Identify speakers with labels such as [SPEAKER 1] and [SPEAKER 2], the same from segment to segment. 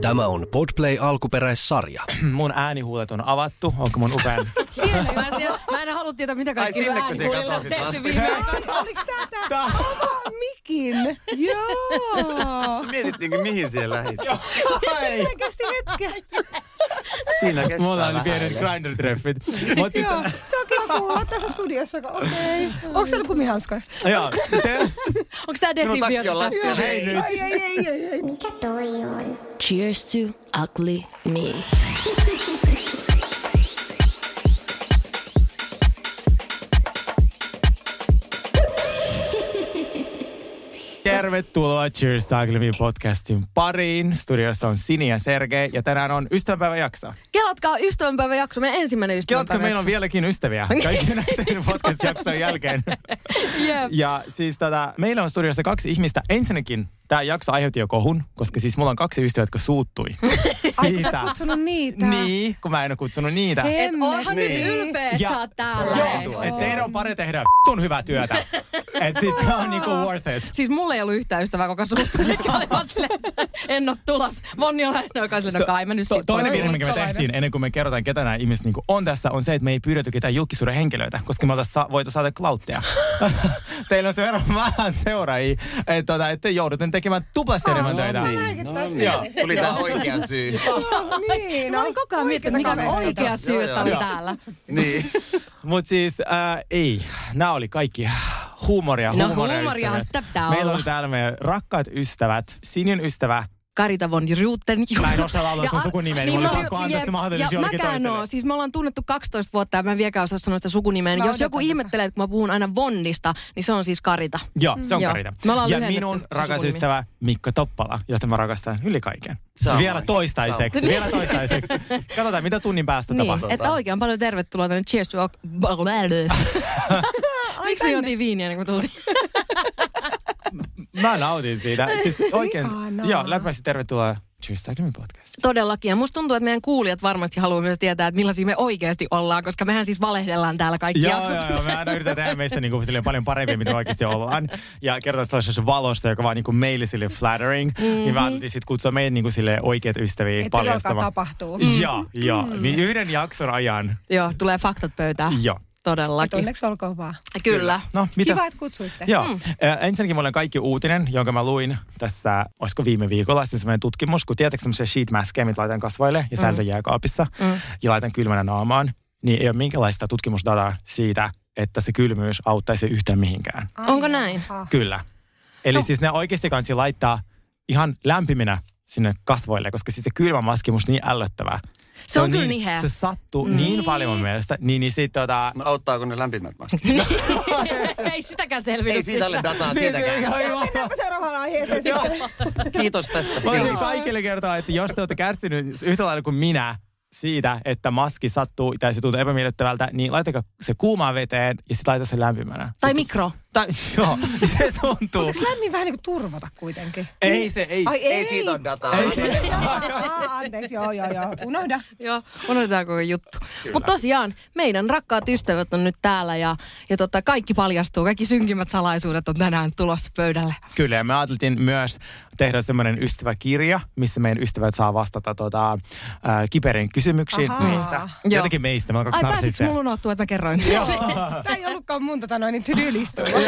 [SPEAKER 1] Tämä on Podplay alkuperäissarja.
[SPEAKER 2] mun äänihuulet on avattu. Onko mun upean?
[SPEAKER 3] Hieno, mä, en tiedä, mä en halua tietää, mitä kaikki
[SPEAKER 4] sinnekö se
[SPEAKER 3] äänihuulilla on
[SPEAKER 4] katosit
[SPEAKER 3] tehty
[SPEAKER 4] vasta?
[SPEAKER 3] viime aikoina.
[SPEAKER 5] Oliko tää tää oma mikin? Joo.
[SPEAKER 4] Mietittiinkö niinku, mihin siellä lähit?
[SPEAKER 2] Ai,
[SPEAKER 5] Kesti hetken.
[SPEAKER 4] Siinä kestää
[SPEAKER 2] mulla oli
[SPEAKER 4] vähän
[SPEAKER 2] pienet
[SPEAKER 4] aikaa.
[SPEAKER 2] grinder-treffit. Mut siis,
[SPEAKER 5] Joo, se on kiva kuulla tässä studiossa. kun- Okei. Onko täällä kumihanskoja?
[SPEAKER 2] joo, te,
[SPEAKER 3] Onko tää
[SPEAKER 4] Minun takia on
[SPEAKER 3] desinfioitu?
[SPEAKER 4] lattia. Hei nyt.
[SPEAKER 5] Ai, ai, ai, ai, ai.
[SPEAKER 6] Cheers to ugly me.
[SPEAKER 2] tervetuloa Cheers Taglimi podcastin pariin. Studiossa on Sini ja Sergei ja tänään on ystävänpäiväjakso.
[SPEAKER 3] Kelatkaa ystävänpäivän jakso, meidän ensimmäinen
[SPEAKER 2] Kelatko,
[SPEAKER 3] ystävänpäivän
[SPEAKER 2] meillä on vieläkin ystäviä kaikkien näiden podcast-jakson jälkeen.
[SPEAKER 3] Jep.
[SPEAKER 2] Ja siis tota, meillä on studiossa kaksi ihmistä. Ensinnäkin tämä jakso aiheutti jo kohun, koska siis mulla on kaksi ystävää, jotka suuttui.
[SPEAKER 5] Ai, kun sä oot kutsunut niitä.
[SPEAKER 2] Niin, kun mä en ole kutsunut niitä.
[SPEAKER 3] Et onhan
[SPEAKER 5] Hemmetti.
[SPEAKER 3] nyt ylpeä, että sä oot täällä. hei.
[SPEAKER 2] Joo, et teidän on pari tehdä vitun hyvää työtä. Et siis se on niinku worth it.
[SPEAKER 3] Siis mulla ei ollut yhtään ystävää, kuka suuttui, mikä oli vaan silleen, en oo tulos. Monni on lähinnä joka silleen, no kai mä nyt
[SPEAKER 2] To-
[SPEAKER 3] sit-
[SPEAKER 2] toinen virhe, mikä me
[SPEAKER 5] Toinen.
[SPEAKER 2] tehtiin ennen kuin me kerrotaan, ketä nämä ihmiset niinku on tässä, on se, että me ei pyydetty ketään julkisuuden henkilöitä, koska me oltaisiin sa- voitu saada klautteja. Teillä on se verran vähän seuraajia, että tota, et te joudutte tekemään tuplasti enemmän töitä.
[SPEAKER 4] No niin, tuli tää oikea syy.
[SPEAKER 5] Niin,
[SPEAKER 3] Mä olin koko ajan miettinyt, mikä on oikea syy, että oli
[SPEAKER 2] Joo.
[SPEAKER 3] täällä.
[SPEAKER 4] Niin.
[SPEAKER 2] Mutta siis äh, ei, nämä oli kaikki huumoria,
[SPEAKER 3] No,
[SPEAKER 2] huumoria
[SPEAKER 3] huumoriahan
[SPEAKER 2] ystävät.
[SPEAKER 3] sitä pitää
[SPEAKER 2] Meillä
[SPEAKER 3] olla.
[SPEAKER 2] on täällä meidän rakkaat ystävät, Sinin ystävä,
[SPEAKER 3] Karita von Ruten.
[SPEAKER 2] Mä en osaa laulaa sun
[SPEAKER 3] Ja ar-
[SPEAKER 2] sukunimeä, niin
[SPEAKER 3] mä
[SPEAKER 2] mulla oli
[SPEAKER 3] olin-
[SPEAKER 2] pakko antaa
[SPEAKER 3] jep,
[SPEAKER 2] se mahdollisuus
[SPEAKER 3] ja
[SPEAKER 2] jollekin
[SPEAKER 3] mäkään
[SPEAKER 2] toiselle.
[SPEAKER 3] oon. Siis me ollaan tunnettu 12 vuotta ja mä en vieläkään osaa sanoa sitä sukunimeä. Niin
[SPEAKER 5] Mä
[SPEAKER 3] jos joku
[SPEAKER 5] odotan
[SPEAKER 3] ihmettelee, että kun mä puhun aina Vonnista, niin se on siis Karita.
[SPEAKER 2] Joo, se on
[SPEAKER 3] Joo.
[SPEAKER 2] Karita.
[SPEAKER 3] Me ollaan
[SPEAKER 2] Ja
[SPEAKER 3] lyhennetty
[SPEAKER 2] minun
[SPEAKER 3] sun
[SPEAKER 2] rakas
[SPEAKER 3] sukunimi.
[SPEAKER 2] ystävä Mikko Toppala, jota mä rakastan yli kaiken.
[SPEAKER 4] Samoin.
[SPEAKER 2] Vielä toistaiseksi,
[SPEAKER 4] Samoin.
[SPEAKER 2] vielä toistaiseksi. Katsotaan, mitä tunnin päästä
[SPEAKER 3] Niin,
[SPEAKER 2] tapahtuu.
[SPEAKER 3] että oikein paljon tervetuloa tänne Cheers to... Miksi me juotiin viiniä, niin kun tultiin?
[SPEAKER 2] Mä nautin siitä. Siis oikein,
[SPEAKER 5] Ihanaa.
[SPEAKER 2] joo, lämpimästi tervetuloa Cheers Taglimin podcast.
[SPEAKER 3] Todellakin. Ja musta tuntuu, että meidän kuulijat varmasti haluaa myös tietää, että millaisia me oikeasti ollaan, koska mehän siis valehdellaan täällä kaikki
[SPEAKER 2] Joo,
[SPEAKER 3] jaksot.
[SPEAKER 2] joo, joo, me aina yritetään tehdä meistä niinku silleen paljon parempia, mitä me oikeasti ollaan. Ja kertoa sellaisessa valossa, joka vaan niinku meille sille flattering. Mm-hmm. Niin
[SPEAKER 3] Mhm.
[SPEAKER 2] mä sitten kutsua meidän niinku sille oikeat ystäviä
[SPEAKER 5] Että jalkaa
[SPEAKER 2] paljastamaan.
[SPEAKER 5] tapahtuu.
[SPEAKER 2] Joo, joo. Niin yhden jakson ajan.
[SPEAKER 3] Joo, tulee faktat pöytään.
[SPEAKER 2] Joo.
[SPEAKER 5] Et
[SPEAKER 3] Todellakin.
[SPEAKER 5] onneksi olkoon vaan.
[SPEAKER 3] Kyllä.
[SPEAKER 2] No, mitäs?
[SPEAKER 5] Kiva, että kutsuitte.
[SPEAKER 2] Joo. Mm. Ensinnäkin mulla on kaikki uutinen, jonka mä luin tässä, olisiko viime viikolla, siis semmoinen tutkimus, kun tiedätkö semmoisia sheet maskeja, mitä laitan kasvoille ja säältä mm. jääkaapissa mm. ja laitan kylmänä naamaan, niin ei ole minkälaista tutkimusdataa siitä, että se kylmyys auttaisi yhtään mihinkään.
[SPEAKER 5] Ai
[SPEAKER 3] Onko näin?
[SPEAKER 5] jaha.
[SPEAKER 2] Kyllä. Eli no. siis ne oikeasti kansi laittaa ihan lämpiminä sinne kasvoille, koska siis se kylmä maski on musta niin ällöttävää.
[SPEAKER 3] Se on kyllä niheä.
[SPEAKER 2] Se sattuu mm. niin paljon mun mielestä. Niin, niin sit tota...
[SPEAKER 4] No, Auttaako ne lämpimät maskit?
[SPEAKER 3] Ei sitäkään selvinnyt.
[SPEAKER 4] Ei siitä ole dataa
[SPEAKER 2] Niin, se-
[SPEAKER 4] siitäkään.
[SPEAKER 2] aivan.
[SPEAKER 5] Mennäänpä seuraavaan aiheeseen sitten.
[SPEAKER 4] Kiitos tästä.
[SPEAKER 2] Mä voin kaikille kertoa, että jos te olette kärsinyt yhtä lailla kuin minä siitä, että maski sattuu tai se tuntuu epämiellyttävältä, niin laitakaa se kuumaan veteen ja sitten laita se lämpimänä.
[SPEAKER 3] Tai mikro.
[SPEAKER 2] Tai, joo, se tuntuu.
[SPEAKER 5] Eikö lämmin vähän niin kuin turvata kuitenkin?
[SPEAKER 2] Ei se, ei.
[SPEAKER 5] Ai ei.
[SPEAKER 4] Ei siitä ole dataa.
[SPEAKER 2] Ei se.
[SPEAKER 5] Aa, anteeksi, joo, joo, joo. Unohda.
[SPEAKER 3] Joo, unohdetaan koko juttu. Mutta tosiaan, meidän rakkaat ystävät on nyt täällä ja, ja tota, kaikki paljastuu. Kaikki synkimmät salaisuudet on tänään tulossa pöydälle.
[SPEAKER 2] Kyllä, ja me ajateltiin myös tehdä semmoinen ystäväkirja, missä meidän ystävät saa vastata tota, äh, kiperiin kysymyksiin
[SPEAKER 5] Ahaa.
[SPEAKER 2] meistä.
[SPEAKER 3] Joo.
[SPEAKER 2] Jotenkin meistä, me ollaan
[SPEAKER 3] Ai
[SPEAKER 2] kaksi
[SPEAKER 3] pääsitkö
[SPEAKER 2] narsistia.
[SPEAKER 3] mulla unohtua, että mä kerroin?
[SPEAKER 5] Tämä ei ollutkaan mun tota noin tydylistoa.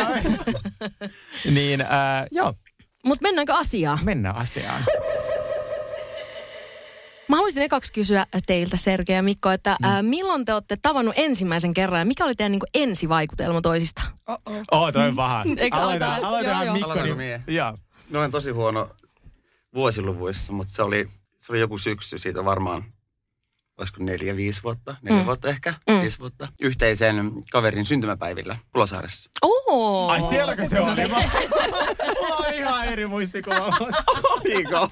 [SPEAKER 2] Niin, äh, joo,
[SPEAKER 3] Mutta mennäänkö asiaan?
[SPEAKER 2] mennään asiaan.
[SPEAKER 3] Mä haluaisin ekaksi kysyä teiltä, Sergei ja Mikko, että mm. ää, milloin te olette tavannut ensimmäisen kerran ja mikä oli teidän niinku ensivaikutelma toisista?
[SPEAKER 5] Oh-oh.
[SPEAKER 2] Oo, toi on paha.
[SPEAKER 3] Eikö
[SPEAKER 2] Aloitetaan-
[SPEAKER 3] aloiteta? Joo,
[SPEAKER 2] Aloitetaan
[SPEAKER 3] joo.
[SPEAKER 2] Mikko.
[SPEAKER 4] Aloitanko
[SPEAKER 2] niin-
[SPEAKER 4] mie?
[SPEAKER 2] Joo.
[SPEAKER 4] Mä olen tosi huono vuosiluvuissa, mutta se oli, se oli joku syksy siitä varmaan, olisiko neljä, viisi vuotta, neljä mm. vuotta ehkä, mm. viisi vuotta, yhteisen kaverin syntymäpäivillä Kulosaaressa.
[SPEAKER 3] Oo.
[SPEAKER 2] Ai sielläkö se oli? Mä- Mulla on ihan eri muistikuva.
[SPEAKER 4] Oliko?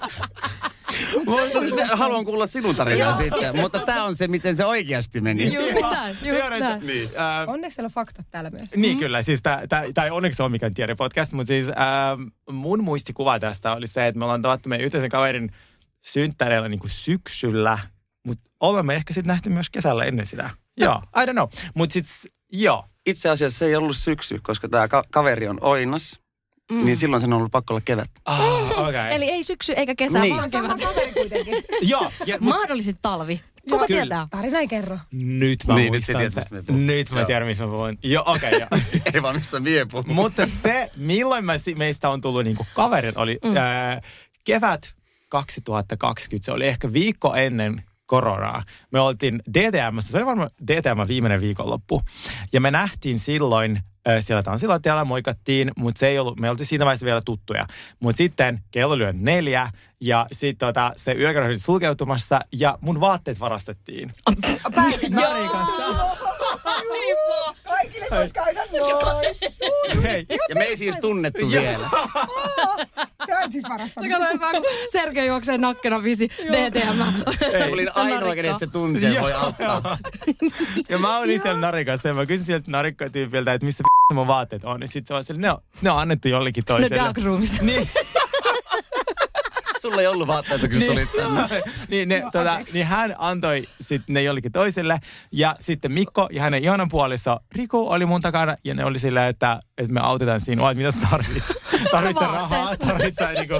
[SPEAKER 4] Haluan kuulla sinun tarinaa sitten, mutta tämä on se, miten se oikeasti meni.
[SPEAKER 3] Just näin, just näin.
[SPEAKER 4] Niin.
[SPEAKER 2] Äh,
[SPEAKER 5] Onneksi siellä on faktat täällä myös.
[SPEAKER 2] Niin kyllä, siis tämä ei onneksi ole mikään tiede podcast, mutta siis ähm, mun muistikuva tästä oli se, että me ollaan tavattu meidän yhteisen kaverin synttäreillä niin kuin syksyllä, mutta olemme ehkä sitten nähty myös kesällä ennen sitä. Joo, I don't know. Mutta sitten, joo,
[SPEAKER 4] Itse asiassa se ei ollut syksy, koska tämä ka- kaveri on oinas, mm. niin silloin sen on ollut pakko olla kevät.
[SPEAKER 2] ah, okei.
[SPEAKER 3] Eli ei syksy eikä kesä,
[SPEAKER 4] Niin.
[SPEAKER 3] vaan
[SPEAKER 5] Sama
[SPEAKER 3] kevät.
[SPEAKER 5] kaveri kuitenkin.
[SPEAKER 2] Joo, ja, mut,
[SPEAKER 3] Mahdollisesti talvi. Kuka
[SPEAKER 2] Kyllä.
[SPEAKER 3] tietää?
[SPEAKER 5] Tarina ei kerro.
[SPEAKER 2] nyt mä
[SPEAKER 4] Niin, nyt sä
[SPEAKER 2] muistan
[SPEAKER 4] tiedät,
[SPEAKER 2] se.
[SPEAKER 4] mistä me puhutaan.
[SPEAKER 2] Nyt mä
[SPEAKER 4] Joo.
[SPEAKER 2] tiedän, missä mä puhun. Joo, okei, okay, joo.
[SPEAKER 4] ei vaan mistä mie puhun.
[SPEAKER 2] Mutta se, milloin mä, si- meistä on tullut niinku kaverit, oli mm. ää, kevät 2020. Se oli ehkä viikko ennen koronaa. Me oltiin DTM, se oli varmaan DTM viimeinen viikonloppu. Ja me nähtiin silloin, ää, siellä tanssilattialla moikattiin, mutta se ei ollut, me oltiin siinä vaiheessa vielä tuttuja. Mutta sitten kello lyö neljä ja sitten tota, se yökerho oli sulkeutumassa ja mun vaatteet varastettiin.
[SPEAKER 5] Päivä.
[SPEAKER 2] Joo.
[SPEAKER 5] Niin Kaikille voisi käydä noin.
[SPEAKER 2] Hei,
[SPEAKER 4] Ja me ei siis tunnettu vielä.
[SPEAKER 5] Se on siis varasta.
[SPEAKER 3] Sä katsoit vaan, kun Sergei juoksee nakkena viisi DTM.
[SPEAKER 4] Mä olin ainoa,
[SPEAKER 3] narikkaa.
[SPEAKER 4] kenet se tunsi ja
[SPEAKER 2] Joo.
[SPEAKER 4] voi auttaa.
[SPEAKER 2] Ja mä olin siellä narikassa ja mä kysyin sieltä narikkatyypiltä, että missä p- mun vaatteet on. Ja sit se vaan sille, ne on, ne on annettu jollekin
[SPEAKER 3] No
[SPEAKER 2] toiselle.
[SPEAKER 3] dark rooms.
[SPEAKER 2] Niin,
[SPEAKER 4] Sulla ei ollut vaatteita, kun sä
[SPEAKER 2] Niin.
[SPEAKER 4] tulit tänne.
[SPEAKER 2] niin, ne,
[SPEAKER 5] No,
[SPEAKER 2] tota,
[SPEAKER 5] anteeksi.
[SPEAKER 2] niin hän antoi sit ne jollekin toiselle. Ja sitten Mikko ja hänen ihanan puoliso Riku oli mun takana. Ja ne oli silleen, että, että me autetaan sinua, että mitä sä tarvit. Tarvitset sä rahaa, tarvitset sä niinku...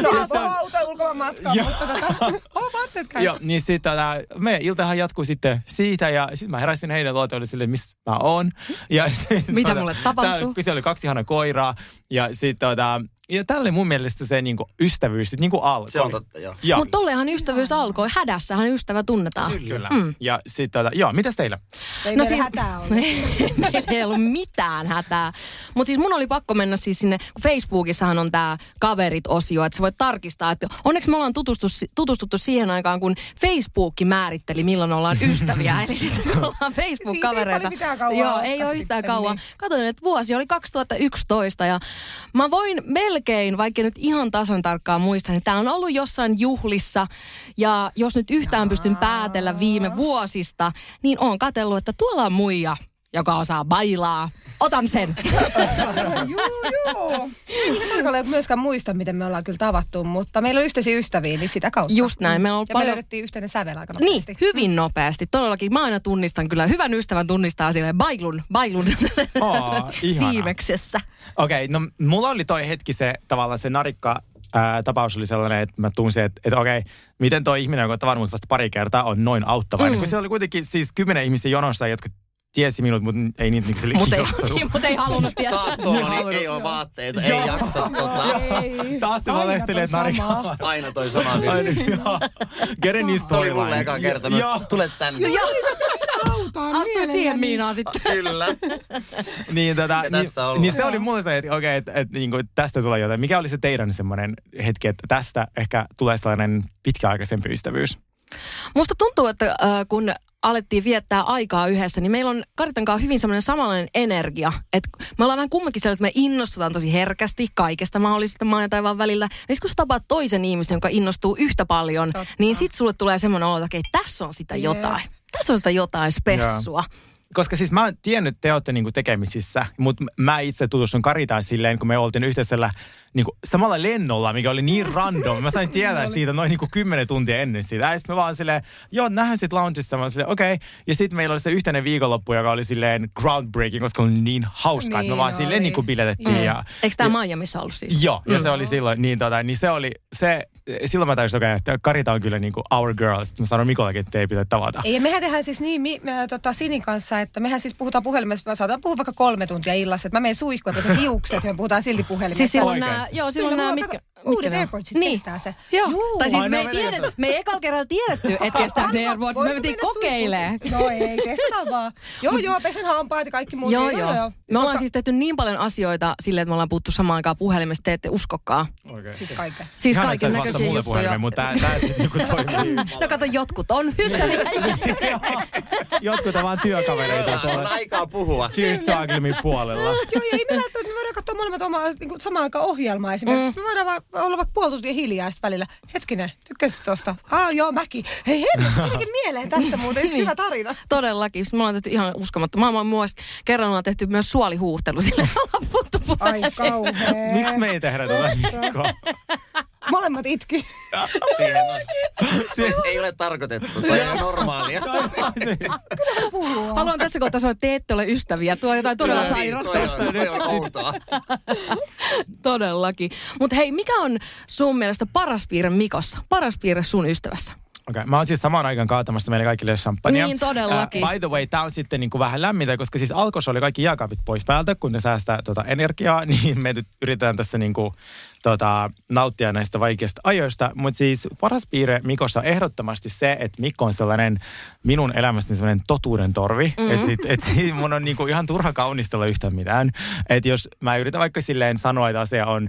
[SPEAKER 5] No, on auto ulkomaan matkaa,
[SPEAKER 2] Joo.
[SPEAKER 5] mutta tota, on vaatteet
[SPEAKER 2] Joo,
[SPEAKER 5] käynyt.
[SPEAKER 2] niin sitten tota, meidän iltahan jatkuu sitten siitä ja sitten mä heräsin heidän luote oli silleen, missä mä oon. Ja sit tuota,
[SPEAKER 3] Mitä mulle tapahtui?
[SPEAKER 2] tää- siellä oli kaksi ihanaa koiraa ja sitten tota, ja tälle mun mielestä se niinku ystävyys sit niinku alkoi.
[SPEAKER 4] Se on totta, joo.
[SPEAKER 2] Joo,
[SPEAKER 3] Mutta tollehan ystävyys alkoi. Hädässähän ystävä tunnetaan.
[SPEAKER 2] kyllä. Mm. Ja sitten tota, joo, mitäs teillä?
[SPEAKER 5] Ei
[SPEAKER 3] No
[SPEAKER 5] no,
[SPEAKER 3] siinä-
[SPEAKER 5] siinä... hätää ole.
[SPEAKER 3] Meillä ei ollut mitään hätää. Mutta siis mun oli pakko mennä siis sinne, kun Facebookissahan on tämä kaverit-osio, että sä voit tarkistaa, että onneksi me ollaan tutustu, tutustuttu siihen aikaan, kun Facebook määritteli, milloin ollaan ystäviä. Eli sitten me ollaan
[SPEAKER 5] Siitä ei
[SPEAKER 3] Facebook-kavereita.
[SPEAKER 5] paljon mitään kauaa
[SPEAKER 3] Joo,
[SPEAKER 5] olekaan
[SPEAKER 3] ei ole yhtään
[SPEAKER 5] sitten,
[SPEAKER 3] kauan.
[SPEAKER 5] niin.
[SPEAKER 3] Katoin, että vuosi oli 2011 ja mä voin melkein, vaikka nyt ihan tasan tarkkaan muista, niin tää on ollut jossain juhlissa ja jos nyt yhtään pystyn päätellä viime vuosista, niin oon katsellut, että tuolla on muija, joka osaa bailaa. Otan sen.
[SPEAKER 5] Juu, juu. En tarkalleen myöskään muista, miten me ollaan kyllä tavattu, mutta meillä on yhteisiä ystäviä, niin sitä kautta.
[SPEAKER 3] Just näin, meillä on ollut
[SPEAKER 5] ja me
[SPEAKER 3] paljon...
[SPEAKER 5] löydettiin yhteinen sävel aika
[SPEAKER 3] Niin,
[SPEAKER 5] nopeasti.
[SPEAKER 3] hyvin nopeasti. Todellakin mä aina tunnistan kyllä. Hyvän ystävän tunnistaa silleen bailun, bailun
[SPEAKER 2] Aa, ihana.
[SPEAKER 3] siimeksessä.
[SPEAKER 2] Okei, okay, no mulla oli toi hetki se tavallaan se narikka ää, tapaus oli sellainen, että mä tunsin, että, että okei, miten toi ihminen, joka on tavannut mut vasta pari kertaa, on noin auttavainen. Mm. Kun siellä oli kuitenkin siis kymmenen ihmisiä jonossa, jotka tiesi minut, mutta ei niitä niinku sille
[SPEAKER 3] Mutta ei,
[SPEAKER 2] kiinnostanut.
[SPEAKER 3] mut ei halunnut tietää.
[SPEAKER 4] Taas tuolla niin ei ole vaatteita, ei jaksa tota.
[SPEAKER 5] Ei.
[SPEAKER 2] Taas se
[SPEAKER 5] Aina
[SPEAKER 2] valehtelee
[SPEAKER 5] toi
[SPEAKER 2] narikalla.
[SPEAKER 5] sama.
[SPEAKER 4] Aina toi sama virsi.
[SPEAKER 2] niin, Gere niistä
[SPEAKER 4] Se oli mulle eka kerta. Mä-
[SPEAKER 2] Joo,
[SPEAKER 4] Tule tänne.
[SPEAKER 5] Autaan
[SPEAKER 3] Astuit
[SPEAKER 5] mielelläni.
[SPEAKER 3] siihen miinaan sitten.
[SPEAKER 4] Kyllä.
[SPEAKER 2] niin, tota,
[SPEAKER 4] Ja
[SPEAKER 2] niin,
[SPEAKER 4] tässä ollaan.
[SPEAKER 2] niin se oli mulle se, että okei, että et, niin tästä tulee jotain. Mikä oli se teidän semmoinen hetki, että tästä ehkä tulee sellainen pitkäaikaisempi ystävyys?
[SPEAKER 3] Musta tuntuu, että äh, kun alettiin viettää aikaa yhdessä, niin meillä on Karitan kanssa hyvin semmoinen samanlainen energia. Et me ollaan vähän kumminkin sellainen, että me innostutaan tosi herkästi kaikesta mahdollisesta maan ja taivaan välillä. Ja sit kun sä tapaat toisen ihmisen, joka innostuu yhtä paljon, Totta. niin sit sulle tulee semmoinen olo, että okei, tässä on sitä
[SPEAKER 5] Jep.
[SPEAKER 3] jotain. Tässä on sitä jotain spessua.
[SPEAKER 2] Koska siis mä oon tiennyt, että te olette niinku tekemisissä, mutta mä itse tutustun Karitaan silleen, kun me oltiin yhteisellä niinku, samalla lennolla, mikä oli niin random. Mä sain tietää siitä noin niinku kymmenen tuntia ennen sitä. Ja sitten mä vaan silleen, joo, nähdään sit loungeissa. Mä oon silleen, okei. Okay. Ja sitten meillä oli se yhteinen viikonloppu, joka oli silleen groundbreaking, koska oli niin hauskaa, että me
[SPEAKER 5] Niin
[SPEAKER 2] vaan silleen
[SPEAKER 5] oli. Mm.
[SPEAKER 2] niinku biletettiin. Mm. Ja,
[SPEAKER 3] Eikö tämä Miamiissa ollut siis?
[SPEAKER 2] Joo, ja se oli silloin, niin, tota, niin se oli se, silloin mä tajusin, okei, että Karita on kyllä niin kuin our girl. Sitten mä sanoin Mikollakin, että ei pitää tavata.
[SPEAKER 5] Ei, ja mehän tehdään siis niin mi, me, tota, Sinin kanssa, että mehän siis puhutaan puhelimessa, me saataan puhua vaikka kolme tuntia illassa, että mä menen suihkuun, että hiukset, ja me puhutaan silti puhelimessa.
[SPEAKER 3] Siis silloin
[SPEAKER 2] Oikeesti.
[SPEAKER 3] nämä, joo, silloin
[SPEAKER 5] Kyllä,
[SPEAKER 3] nämä,
[SPEAKER 5] mulla on
[SPEAKER 3] mitkä...
[SPEAKER 5] kato- uudet
[SPEAKER 3] mitkä ne on?
[SPEAKER 5] Airpodsit kestää se.
[SPEAKER 3] Joo.
[SPEAKER 5] Juu.
[SPEAKER 3] Tai siis
[SPEAKER 2] Ai,
[SPEAKER 3] me
[SPEAKER 2] ne
[SPEAKER 3] ei,
[SPEAKER 2] on
[SPEAKER 3] tiedet,
[SPEAKER 2] vedetä.
[SPEAKER 3] me ei ekalla kerralla tiedetty, että kestää ne
[SPEAKER 5] Aivan,
[SPEAKER 3] Airpodsit. Me
[SPEAKER 5] voinko
[SPEAKER 3] mentiin
[SPEAKER 5] mennä
[SPEAKER 3] kokeilemaan.
[SPEAKER 5] suihkuun? No ei, kestetään vaan. Joo, joo, pesen hampaat ja kaikki muut. Niin, no
[SPEAKER 3] Joo, joo. Me ollaan
[SPEAKER 5] Koska-
[SPEAKER 3] siis tehty niin paljon asioita silleen, että me ollaan puhuttu samaan aikaan puhelimesta, te ette uskokaan.
[SPEAKER 2] Okay.
[SPEAKER 5] Siis kaikkea.
[SPEAKER 3] Siis
[SPEAKER 2] Ihan,
[SPEAKER 3] kaiken
[SPEAKER 2] että sä et vasta
[SPEAKER 3] näköisiä
[SPEAKER 2] mulle
[SPEAKER 3] juttuja.
[SPEAKER 2] puhelimeen, mutta tää, tää sit niinku toimii.
[SPEAKER 3] No kato, jotkut on ystäviä.
[SPEAKER 2] Jotkut on vaan
[SPEAKER 4] Meillä
[SPEAKER 2] työkavereita
[SPEAKER 4] on
[SPEAKER 2] tuolla
[SPEAKER 4] aikaa puhua.
[SPEAKER 2] Cheers to Agrimin puolella.
[SPEAKER 5] Joo, ja ei me välttämättä, me voidaan katsoa molemmat oma, niin kuin samaan aikaan ohjelmaa esimerkiksi. Mm. Me voidaan vaan olla vaikka puoli tuntia hiljaa sitten välillä. Hetkinen, tykkäsit tuosta? Ah, joo, mäkin. Hei, hei, jotenkin mieleen tästä muuten yksi
[SPEAKER 3] Niin.
[SPEAKER 5] hyvä tarina.
[SPEAKER 3] Todellakin. Siis Me ollaan tehty ihan uskomattomaa. Mä oon myös kerran ollaan tehty myös suolihuuhtelu sille loppuun
[SPEAKER 5] Ai kauhea.
[SPEAKER 2] Miksi me ei tehdä tätä Mikko?
[SPEAKER 5] Molemmat itki.
[SPEAKER 4] Siihen on. Se ei ole tarkoitettu, toi on normaalia.
[SPEAKER 5] Puhua.
[SPEAKER 3] Haluan tässä kohtaa sanoa, että te ette ole ystäviä. Tuo on jotain todella
[SPEAKER 4] Niin,
[SPEAKER 3] sairasta.
[SPEAKER 4] toi on- Toi on outoa.
[SPEAKER 3] Todellakin. Mutta hei, mikä on sun mielestä paras piirre Mikossa? Paras piirre sun ystävässä?
[SPEAKER 2] Okei, mä oon siis samaan aikaan kaatamassa meille kaikille champagnea.
[SPEAKER 3] Niin, todellakin.
[SPEAKER 2] Äh, by the way, tää on sitten niin kuin vähän lämmintä, koska siis alkossa oli kaikki jääkaapit pois päältä, kun ne säästää tuota energiaa, niin me nyt yritetään tässä niin kuin, tota, nauttia näistä vaikeista ajoista. Mutta siis paras piirre Mikossa ehdottomasti se, että Mikko on sellainen minun elämässäni sellainen totuuden torvi. Mm.
[SPEAKER 3] Mm-hmm.
[SPEAKER 2] Että sit, et sit mun on niin kuin ihan turha kaunistella yhtään mitään. Että jos mä yritän vaikka silleen sanoa, että asia on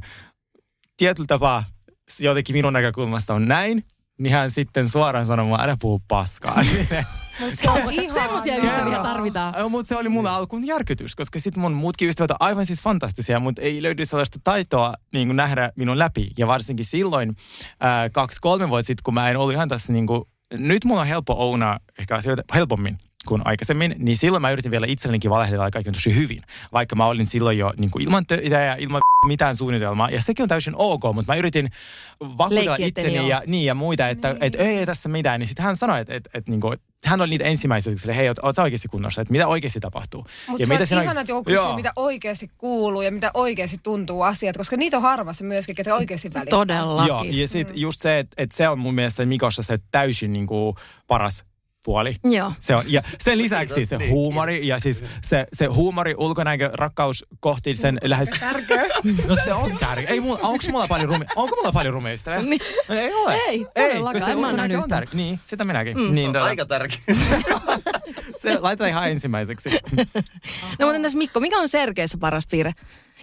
[SPEAKER 2] tietyllä tapaa s- jotenkin minun näkökulmasta on näin, niin hän sitten suoraan sanoo mua, älä puhu paskaa.
[SPEAKER 5] No se on ihana.
[SPEAKER 3] Semmoisia ystäviä tarvitaan.
[SPEAKER 2] mutta se oli mulle alkuun järkytys, koska sitten mun muutkin ystävät on aivan siis fantastisia, mutta ei löydy sellaista taitoa niin kuin nähdä minun läpi. Ja varsinkin silloin ää, kaksi-kolme vuotta sitten, kun mä en ollut ihan tässä niin kuin, nyt mulla on helppo ounaa ehkä asioita helpommin kuin aikaisemmin, niin silloin mä yritin vielä itsellenikin valehdella että kaikki on tosi hyvin. Vaikka mä olin silloin jo niin kuin ilman töitä ja ilman mitään suunnitelmaa. Ja sekin on täysin ok, mutta mä yritin vakuutella
[SPEAKER 3] Leikkiä, että niin
[SPEAKER 2] itseni
[SPEAKER 3] on.
[SPEAKER 2] ja, niin, ja muita, että niin. et, ei, ei tässä mitään. Niin sitten hän sanoi, että et, et, niinku, et hän oli niitä ensimmäisiä, jotka sanoi, hei, oot, oot sä oikeasti kunnossa, että mitä oikeasti tapahtuu.
[SPEAKER 5] Mutta se on
[SPEAKER 2] siinä
[SPEAKER 5] ihana, että joku kysyy, mitä oikeasti kuuluu ja mitä oikeasti tuntuu asiat, koska niitä on harvassa myöskin, ketä oikeasti välittää.
[SPEAKER 2] Joo,
[SPEAKER 3] Todellakin.
[SPEAKER 2] ja sitten just se, että et se on mun mielestä Mikossa se täysin niinku, paras puoli.
[SPEAKER 3] Joo.
[SPEAKER 2] Se on, ja sen
[SPEAKER 4] Niin,
[SPEAKER 2] lisäksi se huumori ja siis se, se huumori, ulkonäkö, rakkaus kohti sen lähes...
[SPEAKER 5] Tärkeä.
[SPEAKER 2] No se on tärkeä. Ei mulla, onko mulla paljon rumi, onko mulla paljon rumeista?
[SPEAKER 3] Niin.
[SPEAKER 2] No, ei ole.
[SPEAKER 3] Ei, todellakaan,
[SPEAKER 2] koska
[SPEAKER 3] en mä
[SPEAKER 2] ulkonäkö
[SPEAKER 3] nähnyt
[SPEAKER 2] on
[SPEAKER 3] yhtään.
[SPEAKER 2] tärkeä. Niin, sitä minäkin. Mm. Niin, tota-
[SPEAKER 4] Aika tärkeä.
[SPEAKER 2] Se laitetaan ihan ensimmäiseksi.
[SPEAKER 3] No mutta entäs Mikko, mikä on Sergeissä paras piirre?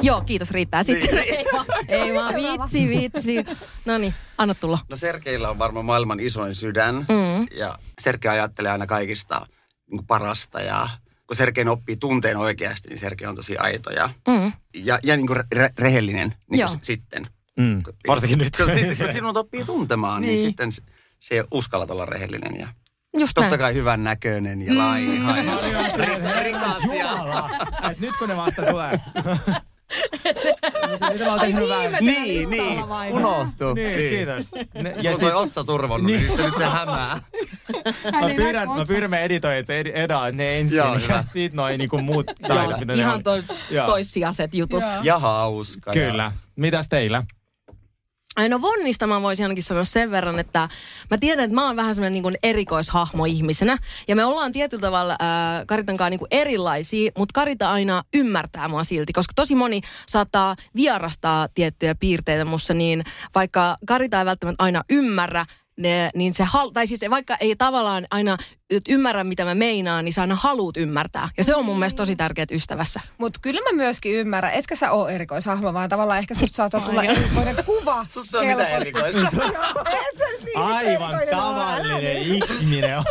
[SPEAKER 3] Joo, kiitos, riittää sitten. Ei vaan, ei vaan, vitsi, vitsi. No niin, anna tulla.
[SPEAKER 4] No Sergeillä on varmaan maailman isoin sydän. Mm. Ja Sergei ajattelee aina kaikista niin kuin parasta. Ja kun Sergei oppii tunteen oikeasti, niin Sergei on tosi aito ja, mm. ja, ja niin kuin re- rehellinen niin
[SPEAKER 3] Joo.
[SPEAKER 4] kuin s- sitten.
[SPEAKER 2] Mm,
[SPEAKER 4] Kun-
[SPEAKER 2] varsinkin nyt.
[SPEAKER 4] Kun, sit- kun sinut oppii tuntemaan, niin, niin sitten s- se uskallat olla rehellinen. Ja
[SPEAKER 3] Just
[SPEAKER 4] totta
[SPEAKER 3] näin.
[SPEAKER 4] kai hyvän näköinen ja laiha. Ja, rikas ja-
[SPEAKER 2] Jumala, et nyt kun ne vasta tulee. Mitä mä oon
[SPEAKER 3] Ai
[SPEAKER 2] tehnyt
[SPEAKER 3] viimeisenä
[SPEAKER 2] väärin?
[SPEAKER 4] niin,
[SPEAKER 3] listalla
[SPEAKER 4] niin.
[SPEAKER 3] vai?
[SPEAKER 4] Unohtuu.
[SPEAKER 2] Niin, kiitos. Ne,
[SPEAKER 4] Ja
[SPEAKER 2] ja
[SPEAKER 4] on
[SPEAKER 2] sit,
[SPEAKER 4] toi otsa turvonnut, niin. niin se nyt se hämää.
[SPEAKER 2] mä pyydän, mä pyydän me editoijat, se ed- edaa ne ensin.
[SPEAKER 4] Joo,
[SPEAKER 2] ja
[SPEAKER 4] hyvä.
[SPEAKER 2] sit noi niinku muut
[SPEAKER 3] Joo,
[SPEAKER 2] taidot, mitä ne
[SPEAKER 3] ihan
[SPEAKER 2] oli.
[SPEAKER 3] to,
[SPEAKER 2] Joo.
[SPEAKER 3] toissijaiset jutut.
[SPEAKER 5] Joo.
[SPEAKER 4] Ja hauska. ja-
[SPEAKER 2] Kyllä. Mitäs teillä?
[SPEAKER 3] Ai no vonnista mä voisin ainakin sanoa sen verran, että mä tiedän, että mä oon vähän semmoinen niin kuin erikoishahmo ihmisenä. Ja me ollaan tietyllä tavalla äh, Karitan kanssa niin kuin erilaisia, mutta Karita aina ymmärtää mua silti, koska tosi moni saattaa vierastaa tiettyjä piirteitä mussa, niin vaikka Karita ei välttämättä aina ymmärrä, ne, niin se hal- tai siis vaikka ei tavallaan aina ymmärrä, mitä mä meinaan, niin sä aina haluut ymmärtää. Ja se on mun mielestä tosi tärkeää ystävässä.
[SPEAKER 5] Mutta kyllä mä myöskin ymmärrän, etkä sä oo erikoishahmo, vaan tavallaan ehkä susta saattaa tulla erikoinen kuva.
[SPEAKER 4] Sussa on mitä
[SPEAKER 5] helposti.
[SPEAKER 4] erikoista.
[SPEAKER 5] Et sä nyt niin
[SPEAKER 2] Aivan
[SPEAKER 5] erikoinen ole, älä
[SPEAKER 2] tavallinen ihminen on.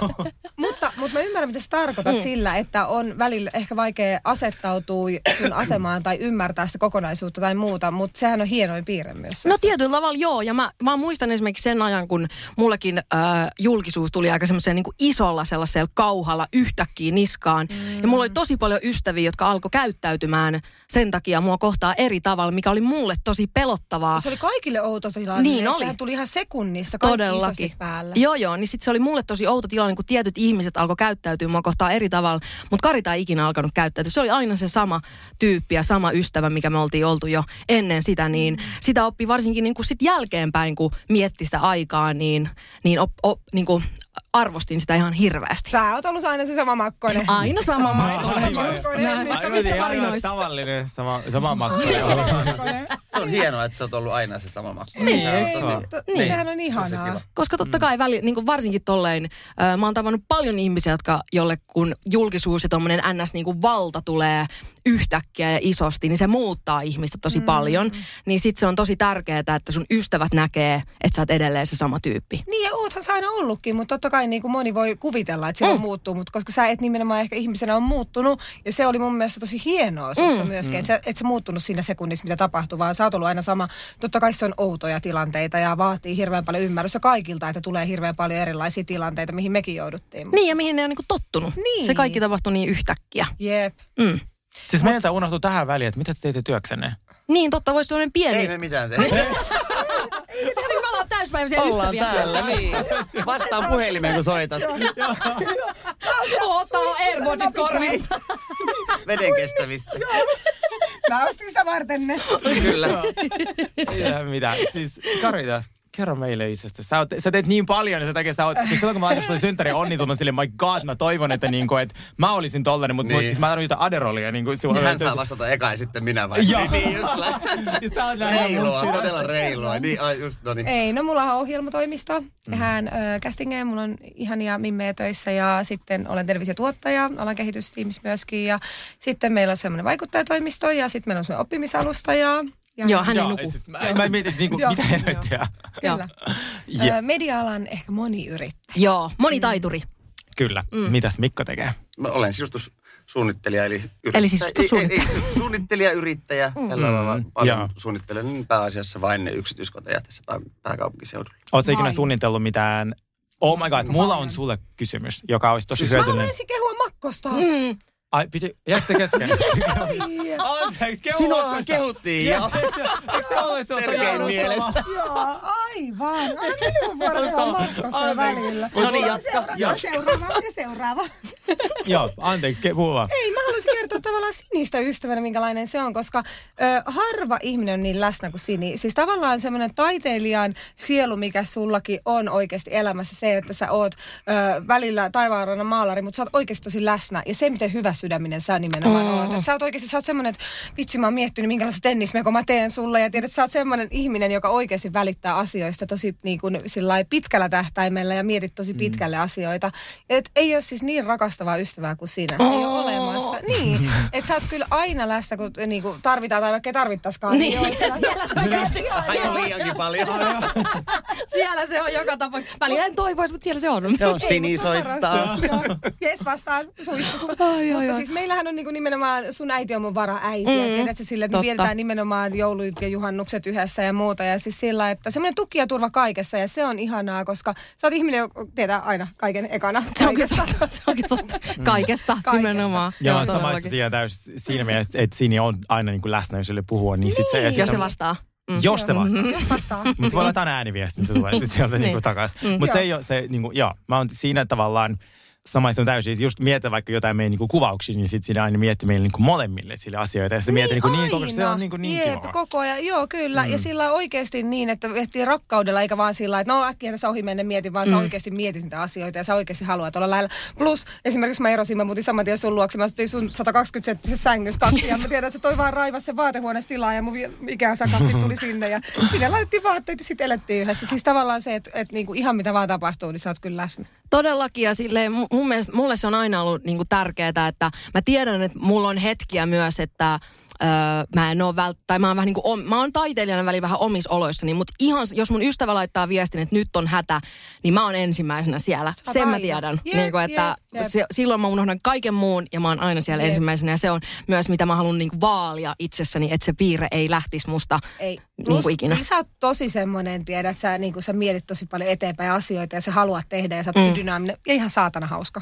[SPEAKER 5] Mutta, mutta mä ymmärrän, mitä sä tarkoitat mm. sillä, että on välillä ehkä vaikea asettautua sun asemaan tai ymmärtää sitä kokonaisuutta tai muuta, mutta sehän on hienoin piirre myös.
[SPEAKER 3] No tietyllä tavalla joo, ja mä, mä muistan esimerkiksi sen ajan, kun mullekin äh, julkisuus tuli aika semmoisella niin isolla sellaisella kauhalla yhtäkkiä niskaan. Mm. Ja mulla oli tosi paljon ystäviä, jotka alkoi käyttäytymään sen takia mua kohtaa eri tavalla, mikä oli mulle tosi pelottavaa.
[SPEAKER 5] se oli kaikille outo tilanne.
[SPEAKER 3] Niin
[SPEAKER 5] ja
[SPEAKER 3] oli.
[SPEAKER 5] Sehän tuli ihan sekunnissa kaikki
[SPEAKER 3] Todellakin.
[SPEAKER 5] isosti päällä.
[SPEAKER 3] Joo, joo, niin sitten se oli mulle tosi outo tilanne, kun tietyt ihmiset alkoi käyttäytyä mua kohtaan eri tavalla, mutta Karita ei ikinä alkanut käyttäytyä. Se oli aina se sama tyyppi ja sama ystävä, mikä me oltiin oltu jo ennen sitä,
[SPEAKER 5] Mm.
[SPEAKER 3] niin sitä oppi varsinkin niin kuin sit jälkeenpäin, kun mietti sitä aikaa, niin, niin, op, op, niin kuin arvostin sitä ihan hirveästi.
[SPEAKER 5] Sä oot ollut aina se sama makkoinen.
[SPEAKER 3] Aina sama
[SPEAKER 2] Aivan.
[SPEAKER 3] maikko.
[SPEAKER 5] Makkoinen,
[SPEAKER 3] Näin.
[SPEAKER 5] Mikko,
[SPEAKER 2] Aivan
[SPEAKER 5] missä
[SPEAKER 2] ihan
[SPEAKER 5] marinoissa?
[SPEAKER 2] tavallinen, sama, sama makka.
[SPEAKER 5] Makkoinen.
[SPEAKER 4] Se on hienoa, että sä oot ollut aina se sama makku.
[SPEAKER 2] Niin,
[SPEAKER 4] Sehän on
[SPEAKER 2] eikö se
[SPEAKER 4] tosi-
[SPEAKER 2] ole?
[SPEAKER 5] Niin. Sehän on ihanaa.
[SPEAKER 4] Tosi kiva.
[SPEAKER 3] Koska totta kai väli, niin kuin varsinkin tolleen, ö, mä oon tavannut paljon ihmisiä, jotka, jolle kun julkisuus ja tommonen ns. Niin kuin valta tulee yhtäkkiä ja isosti, niin se muuttaa ihmistä tosi mm. paljon. Niin sit se on tosi tärkeää, että sun ystävät näkee, että sä oot edelleen se sama tyyppi.
[SPEAKER 5] Niin ja oothan sä aina ollutkin, mutta totta kai niin kuin moni voi kuvitella, että silloin mm. muuttuu, mutta koska sä et nimenomaan ehkä ihmisenä on muuttunut ja se oli mun mielestä tosi hienoa sussa mm. myöskin, mm. että sä, et sä muuttunut siinä sekunnissa, mitä tapahtui, vaan sä oot ollut aina sama. Totta kai se on outoja tilanteita ja vaatii hirveän paljon ymmärrystä kaikilta, että tulee hirveän paljon erilaisia tilanteita, mihin mekin jouduttiin.
[SPEAKER 3] Niin ja mihin ne on niin kuin tottunut.
[SPEAKER 5] Niin.
[SPEAKER 3] Se kaikki tapahtuu niin yhtäkkiä.
[SPEAKER 5] Jep.
[SPEAKER 3] Mm.
[SPEAKER 2] Siis meiltä unohtui tähän väliin, että mitä te teitte työksenne?
[SPEAKER 3] Niin totta, voisi tämmöinen pieni...
[SPEAKER 4] Ei me mitään tehdä.
[SPEAKER 3] Niin me ollaan täyspäiväisiä
[SPEAKER 7] Ollaan
[SPEAKER 3] ystäviä.
[SPEAKER 7] täällä, niin. Vastaan puhelimeen, kun soitat.
[SPEAKER 3] Ota Airpodit korvissa.
[SPEAKER 4] Veden kestävissä.
[SPEAKER 5] Mä ostin sitä varten ne.
[SPEAKER 7] Kyllä.
[SPEAKER 2] Ei mitä. Siis Karita, kerro meille itsestä. Sä, oot, sä teet niin paljon ja sen takia sä oot, kun silloin kun mä laitoin sulle synttäri onnitun, mä silleen, my god, mä toivon, että, niinku, että mä olisin tollanen, mutta niin.
[SPEAKER 4] Niin.
[SPEAKER 2] siis mä tarvitsen jotain aderolia. Niinku,
[SPEAKER 4] Niin
[SPEAKER 2] silloin,
[SPEAKER 4] Hän saa vastata eka ja sitten minä vai?
[SPEAKER 2] Joo.
[SPEAKER 4] Niin, just lä-
[SPEAKER 2] Ja sä oot näin
[SPEAKER 4] Reilua, todella reilua. Niin, ai just, no niin.
[SPEAKER 5] Ei, no mullahan on ohjelmatoimisto. Tehdään ö, castingeja, mulla on ihania mimmejä töissä ja sitten olen televisiotuottaja, alan kehitystiimissä myöskin. Ja sitten meillä on semmoinen vaikuttajatoimisto ja sitten meillä on semmoinen oppimisalusta ja... ja
[SPEAKER 3] Joo, hän ei
[SPEAKER 2] Joo,
[SPEAKER 3] nuku.
[SPEAKER 2] Siis, mä, mä mietin, että niinku,
[SPEAKER 5] Joo.
[SPEAKER 2] mitä helvettiä.
[SPEAKER 5] Kyllä.
[SPEAKER 2] Yeah.
[SPEAKER 5] Ö, media-alan ehkä moni yrittää.
[SPEAKER 3] Joo, monitaituri.
[SPEAKER 2] Kyllä. Mm. Mitäs Mikko tekee?
[SPEAKER 4] Mä olen sisustussuunnittelija, eli yrittäjä.
[SPEAKER 7] siis
[SPEAKER 3] Eli sisustussuunnittelija.
[SPEAKER 4] Ei, ei, suunnittelija, yrittäjä,
[SPEAKER 7] Mm.
[SPEAKER 4] tällä lailla.
[SPEAKER 2] Joo.
[SPEAKER 4] Paljon suunnittelen niin pääasiassa vain ne yksityiskoteja tässä pää- pääkaupunkiseudulla.
[SPEAKER 2] Oletko ikinä
[SPEAKER 3] Vai.
[SPEAKER 2] suunnitellut mitään? Oh my god, mulla on sulle kysymys, joka olisi tosi
[SPEAKER 5] Mä olen
[SPEAKER 2] hyödyllinen.
[SPEAKER 5] ensin kehua makkosta.
[SPEAKER 7] Mm.
[SPEAKER 2] Ai, piti, jääkö se kesken? Anteeksi, kehu
[SPEAKER 7] Sinua
[SPEAKER 2] Makkosta.
[SPEAKER 7] kehuttiin ja
[SPEAKER 2] Eikö se ole se on
[SPEAKER 7] Sergein mielestä.
[SPEAKER 5] Joo, aivan. Aina minun vuoro kehua makkosta välillä.
[SPEAKER 7] No niin, jatka.
[SPEAKER 5] Seuraava, seuraava ja seuraava.
[SPEAKER 2] Joo, anteeksi, ke- puhu vaan.
[SPEAKER 5] Ei, mä haluaisin kertoa tavallaan sinistä ystävänä, minkälainen se on, koska ö, harva ihminen on niin läsnä kuin Sini. Siis tavallaan semmoinen taiteilijan sielu, mikä sullakin on oikeasti elämässä, se, että sä oot ö, välillä taivaanrannan maalari, mutta sä oot oikeasti tosi läsnä. Ja se, miten hyvä sydäminen sä nimenomaan mm. oot. Et sä oot oikeasti, sä oot semmoinen, että vitsi mä oon miettinyt, minkälaista tennismeko mä teen sulle. Ja tiedät, sä oot semmoinen ihminen, joka oikeasti välittää asioista tosi niin kuin sillai pitkällä tähtäimellä ja mietit tosi pitkälle asioita. Et ei ole siis niin rakastavaa ystävää kuin sinä. Oh. Ei ole olemassa. Niin. Että sä oot kyllä aina läsnä, kun niin kuin tarvitaan tai vaikka ei tarvittaisikaan. Niin. niin oot siellä.
[SPEAKER 7] Aivan liiankin paljon.
[SPEAKER 3] Siellä se on joka tapauksessa. Välillä en toivoisi, mutta siellä se on.
[SPEAKER 7] Joo,
[SPEAKER 5] Ei,
[SPEAKER 7] Sini
[SPEAKER 5] mut se on paras.
[SPEAKER 7] soittaa.
[SPEAKER 5] Joo. Jes vastaan suihkusta.
[SPEAKER 3] Ai, ai,
[SPEAKER 5] Mutta
[SPEAKER 3] ai.
[SPEAKER 5] siis meillähän on niinku nimenomaan, sun äiti on mun varaäiti. Mm, ja tiedätkö sillä, että me
[SPEAKER 3] totta.
[SPEAKER 5] vietetään nimenomaan joulut ja juhannukset yhdessä ja muuta. Ja siis sillä, että semmoinen tuki ja turva kaikessa. Ja se on ihanaa, koska sä oot ihminen, joka tietää aina kaiken ekana.
[SPEAKER 3] Se on kyllä
[SPEAKER 5] kaikesta.
[SPEAKER 3] totta. Se on kyllä totta.
[SPEAKER 5] Mm.
[SPEAKER 3] Kaikesta, Kaikesta. nimenomaan.
[SPEAKER 2] Ja mä sama
[SPEAKER 3] todellakin.
[SPEAKER 2] siinä täys siinä mielessä, että Sini on aina niin kuin läsnä, jos sille puhua, niin, sit se... ja sit
[SPEAKER 3] Jos se vastaa. Mm.
[SPEAKER 2] Jos se vastaa.
[SPEAKER 5] Jos vastaa.
[SPEAKER 2] Mutta voi laittaa ääniviestin, se tulee sitten sieltä niinku
[SPEAKER 3] Niin.
[SPEAKER 2] takaisin. Mutta se ei ole se, niinku, joo, mä oon siinä tavallaan samaistunut täysin. Et Just mietin vaikka jotain meidän niinku kuvauksia, niin sitten siinä aina miettii meille niinku molemmille sille asioita. Ja se mietin niinku niin koko, se on niinku niin
[SPEAKER 5] Jep,
[SPEAKER 2] kiva.
[SPEAKER 5] koko ajan, joo kyllä. Mm. Ja sillä oikeasti niin, että ehtii rakkaudella, eikä vaan sillä että no äkkiä tässä ohi menne mietin, vaan mm. sä oikeasti mietit niitä asioita ja sä oikeasti haluat olla lähellä. Plus esimerkiksi mä erosin, mä muutin saman tien sun luokse, mä asutin sun 120 senttisessä sängyssä kaksi ja mä tiedän, että se toi vaan raivas sen vaatehuoneessa tilaa ja mun vi- ikään sakassi tuli sinne ja sinne laitettiin vaatteet ja sitten elettiin yhdessä. Siis tavallaan se, että, että niinku ihan mitä vaan tapahtuu, niin sä oot kyllä läsnä.
[SPEAKER 3] Todellakin ja silleen, mu- mun mielestä, mulle se on aina ollut niinku tärkeää, että mä tiedän, että mulla on hetkiä myös, että Öö, mä en oo vält- tai mä oon vähän niinku, om- mä oon taiteilijana välillä vähän omissa oloissani, mutta ihan s- jos mun ystävä laittaa viestin, että nyt on hätä, niin mä oon ensimmäisenä siellä.
[SPEAKER 5] oot
[SPEAKER 3] Sen mä
[SPEAKER 5] aina.
[SPEAKER 3] tiedän.
[SPEAKER 5] Jep,
[SPEAKER 3] niinku, että
[SPEAKER 5] jep, jep.
[SPEAKER 3] Se, silloin mä unohdan kaiken muun ja mä oon aina siellä
[SPEAKER 5] Jep.
[SPEAKER 3] ensimmäisenä ja se on myös mitä mä haluan niinku vaalia itsessäni, että se piirre ei lähtisi musta
[SPEAKER 5] Ei.
[SPEAKER 3] niinku ikinä.
[SPEAKER 5] kyllä sä oot tosi semmoinen, tiedät, sä, niin sä mietit tosi paljon eteenpäin asioita ja sä haluat tehdä ja sä oot mm. dynaaminen ja ihan saatana hauska.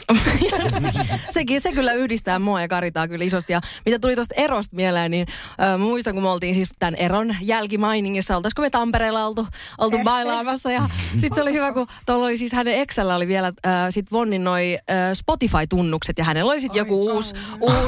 [SPEAKER 3] Sekin, se kyllä yhdistää mua ja Karitaa kyllä isosti. Ja mitä tuli tuosta erosta mieleen, niin äh, muistan, kun me oltiin siis tämän eron jälkimainingissa, oltaisiko me Tampereella oltu, oltu bailaamassa. Ja sitten se oli hyvä, kun tuolla oli siis hänen Excellä oli vielä äh, sit Vonnin noi äh, Spotify-tunnukset ja hänellä oli sitten joku uusi, uusi,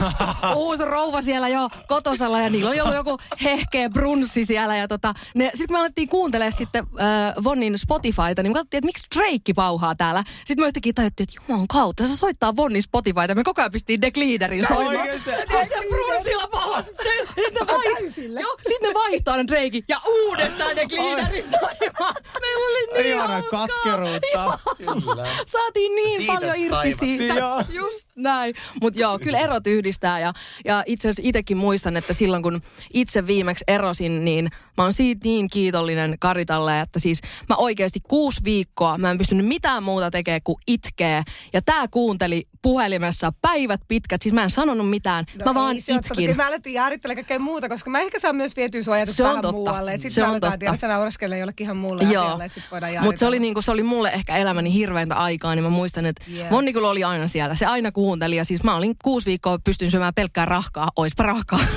[SPEAKER 3] uusi rouva siellä jo kotosalla ja niillä oli ollut joku hehkeä brunssi siellä. Ja tota, sitten me alettiin kuuntelemaan sitten äh, Vonnin Spotifyta, niin me katsottiin, että miksi Drake pauhaa täällä. Sitten me yhtäkkiä tajuttiin, että juman kautta, se soittaa Vonnin Spotifyta. Me koko ajan pistiin Decleaderin soimaan.
[SPEAKER 2] oikeesti?
[SPEAKER 3] Se on se brunssilla pauhas Sitten ne, vai...
[SPEAKER 5] Täysillä.
[SPEAKER 3] Joo, sit ne vaihtaa ne Drakein ja uudestaan ne Cleanerin soimaan. Meillä oli niin
[SPEAKER 2] Ihana
[SPEAKER 3] hauskaa.
[SPEAKER 2] katkeruutta.
[SPEAKER 4] Kyllä.
[SPEAKER 3] Saatiin niin
[SPEAKER 4] Siitä
[SPEAKER 3] paljon irti
[SPEAKER 4] saivat.
[SPEAKER 3] siitä.
[SPEAKER 2] Joo.
[SPEAKER 3] Just näin. Mutta joo, kyllä erot yhdistää. Ja, ja itse asiassa itsekin muistan, että silloin kun itse viimeksi erosin, niin mä oon siitä niin kiitollinen Karitalle, että siis mä oikeasti kuusi viikkoa, mä en pystynyt mitään muuta tekemään kuin itkeä. Ja tää kuunteli puhelimessa päivät pitkät, siis mä en sanonut mitään, no mä vaan
[SPEAKER 5] ei se ole totta. Kyllä
[SPEAKER 3] itkin.
[SPEAKER 5] Mä alettiin jaarittele kaikkea muuta, koska mä ehkä saan myös vietyä sun ajatus
[SPEAKER 3] Se on
[SPEAKER 5] vähän
[SPEAKER 3] totta.
[SPEAKER 5] muualle. Sitten
[SPEAKER 3] Se
[SPEAKER 5] me
[SPEAKER 3] on
[SPEAKER 5] aletaan
[SPEAKER 3] totta.
[SPEAKER 5] tiedä, että nauraskelle jollekin ihan muulle asialle, että sitten voidaan jaaritella.
[SPEAKER 3] Mutta se, oli niinku, se oli mulle ehkä elämäni hirveintä aikaa, niin mä muistan, että
[SPEAKER 5] Jep.
[SPEAKER 3] yeah. Monni kyllä oli aina siellä. Se aina kuunteli ja siis mä olin kuusi viikkoa pystyn syömään pelkkää rahkaa. Oispa rahkaa.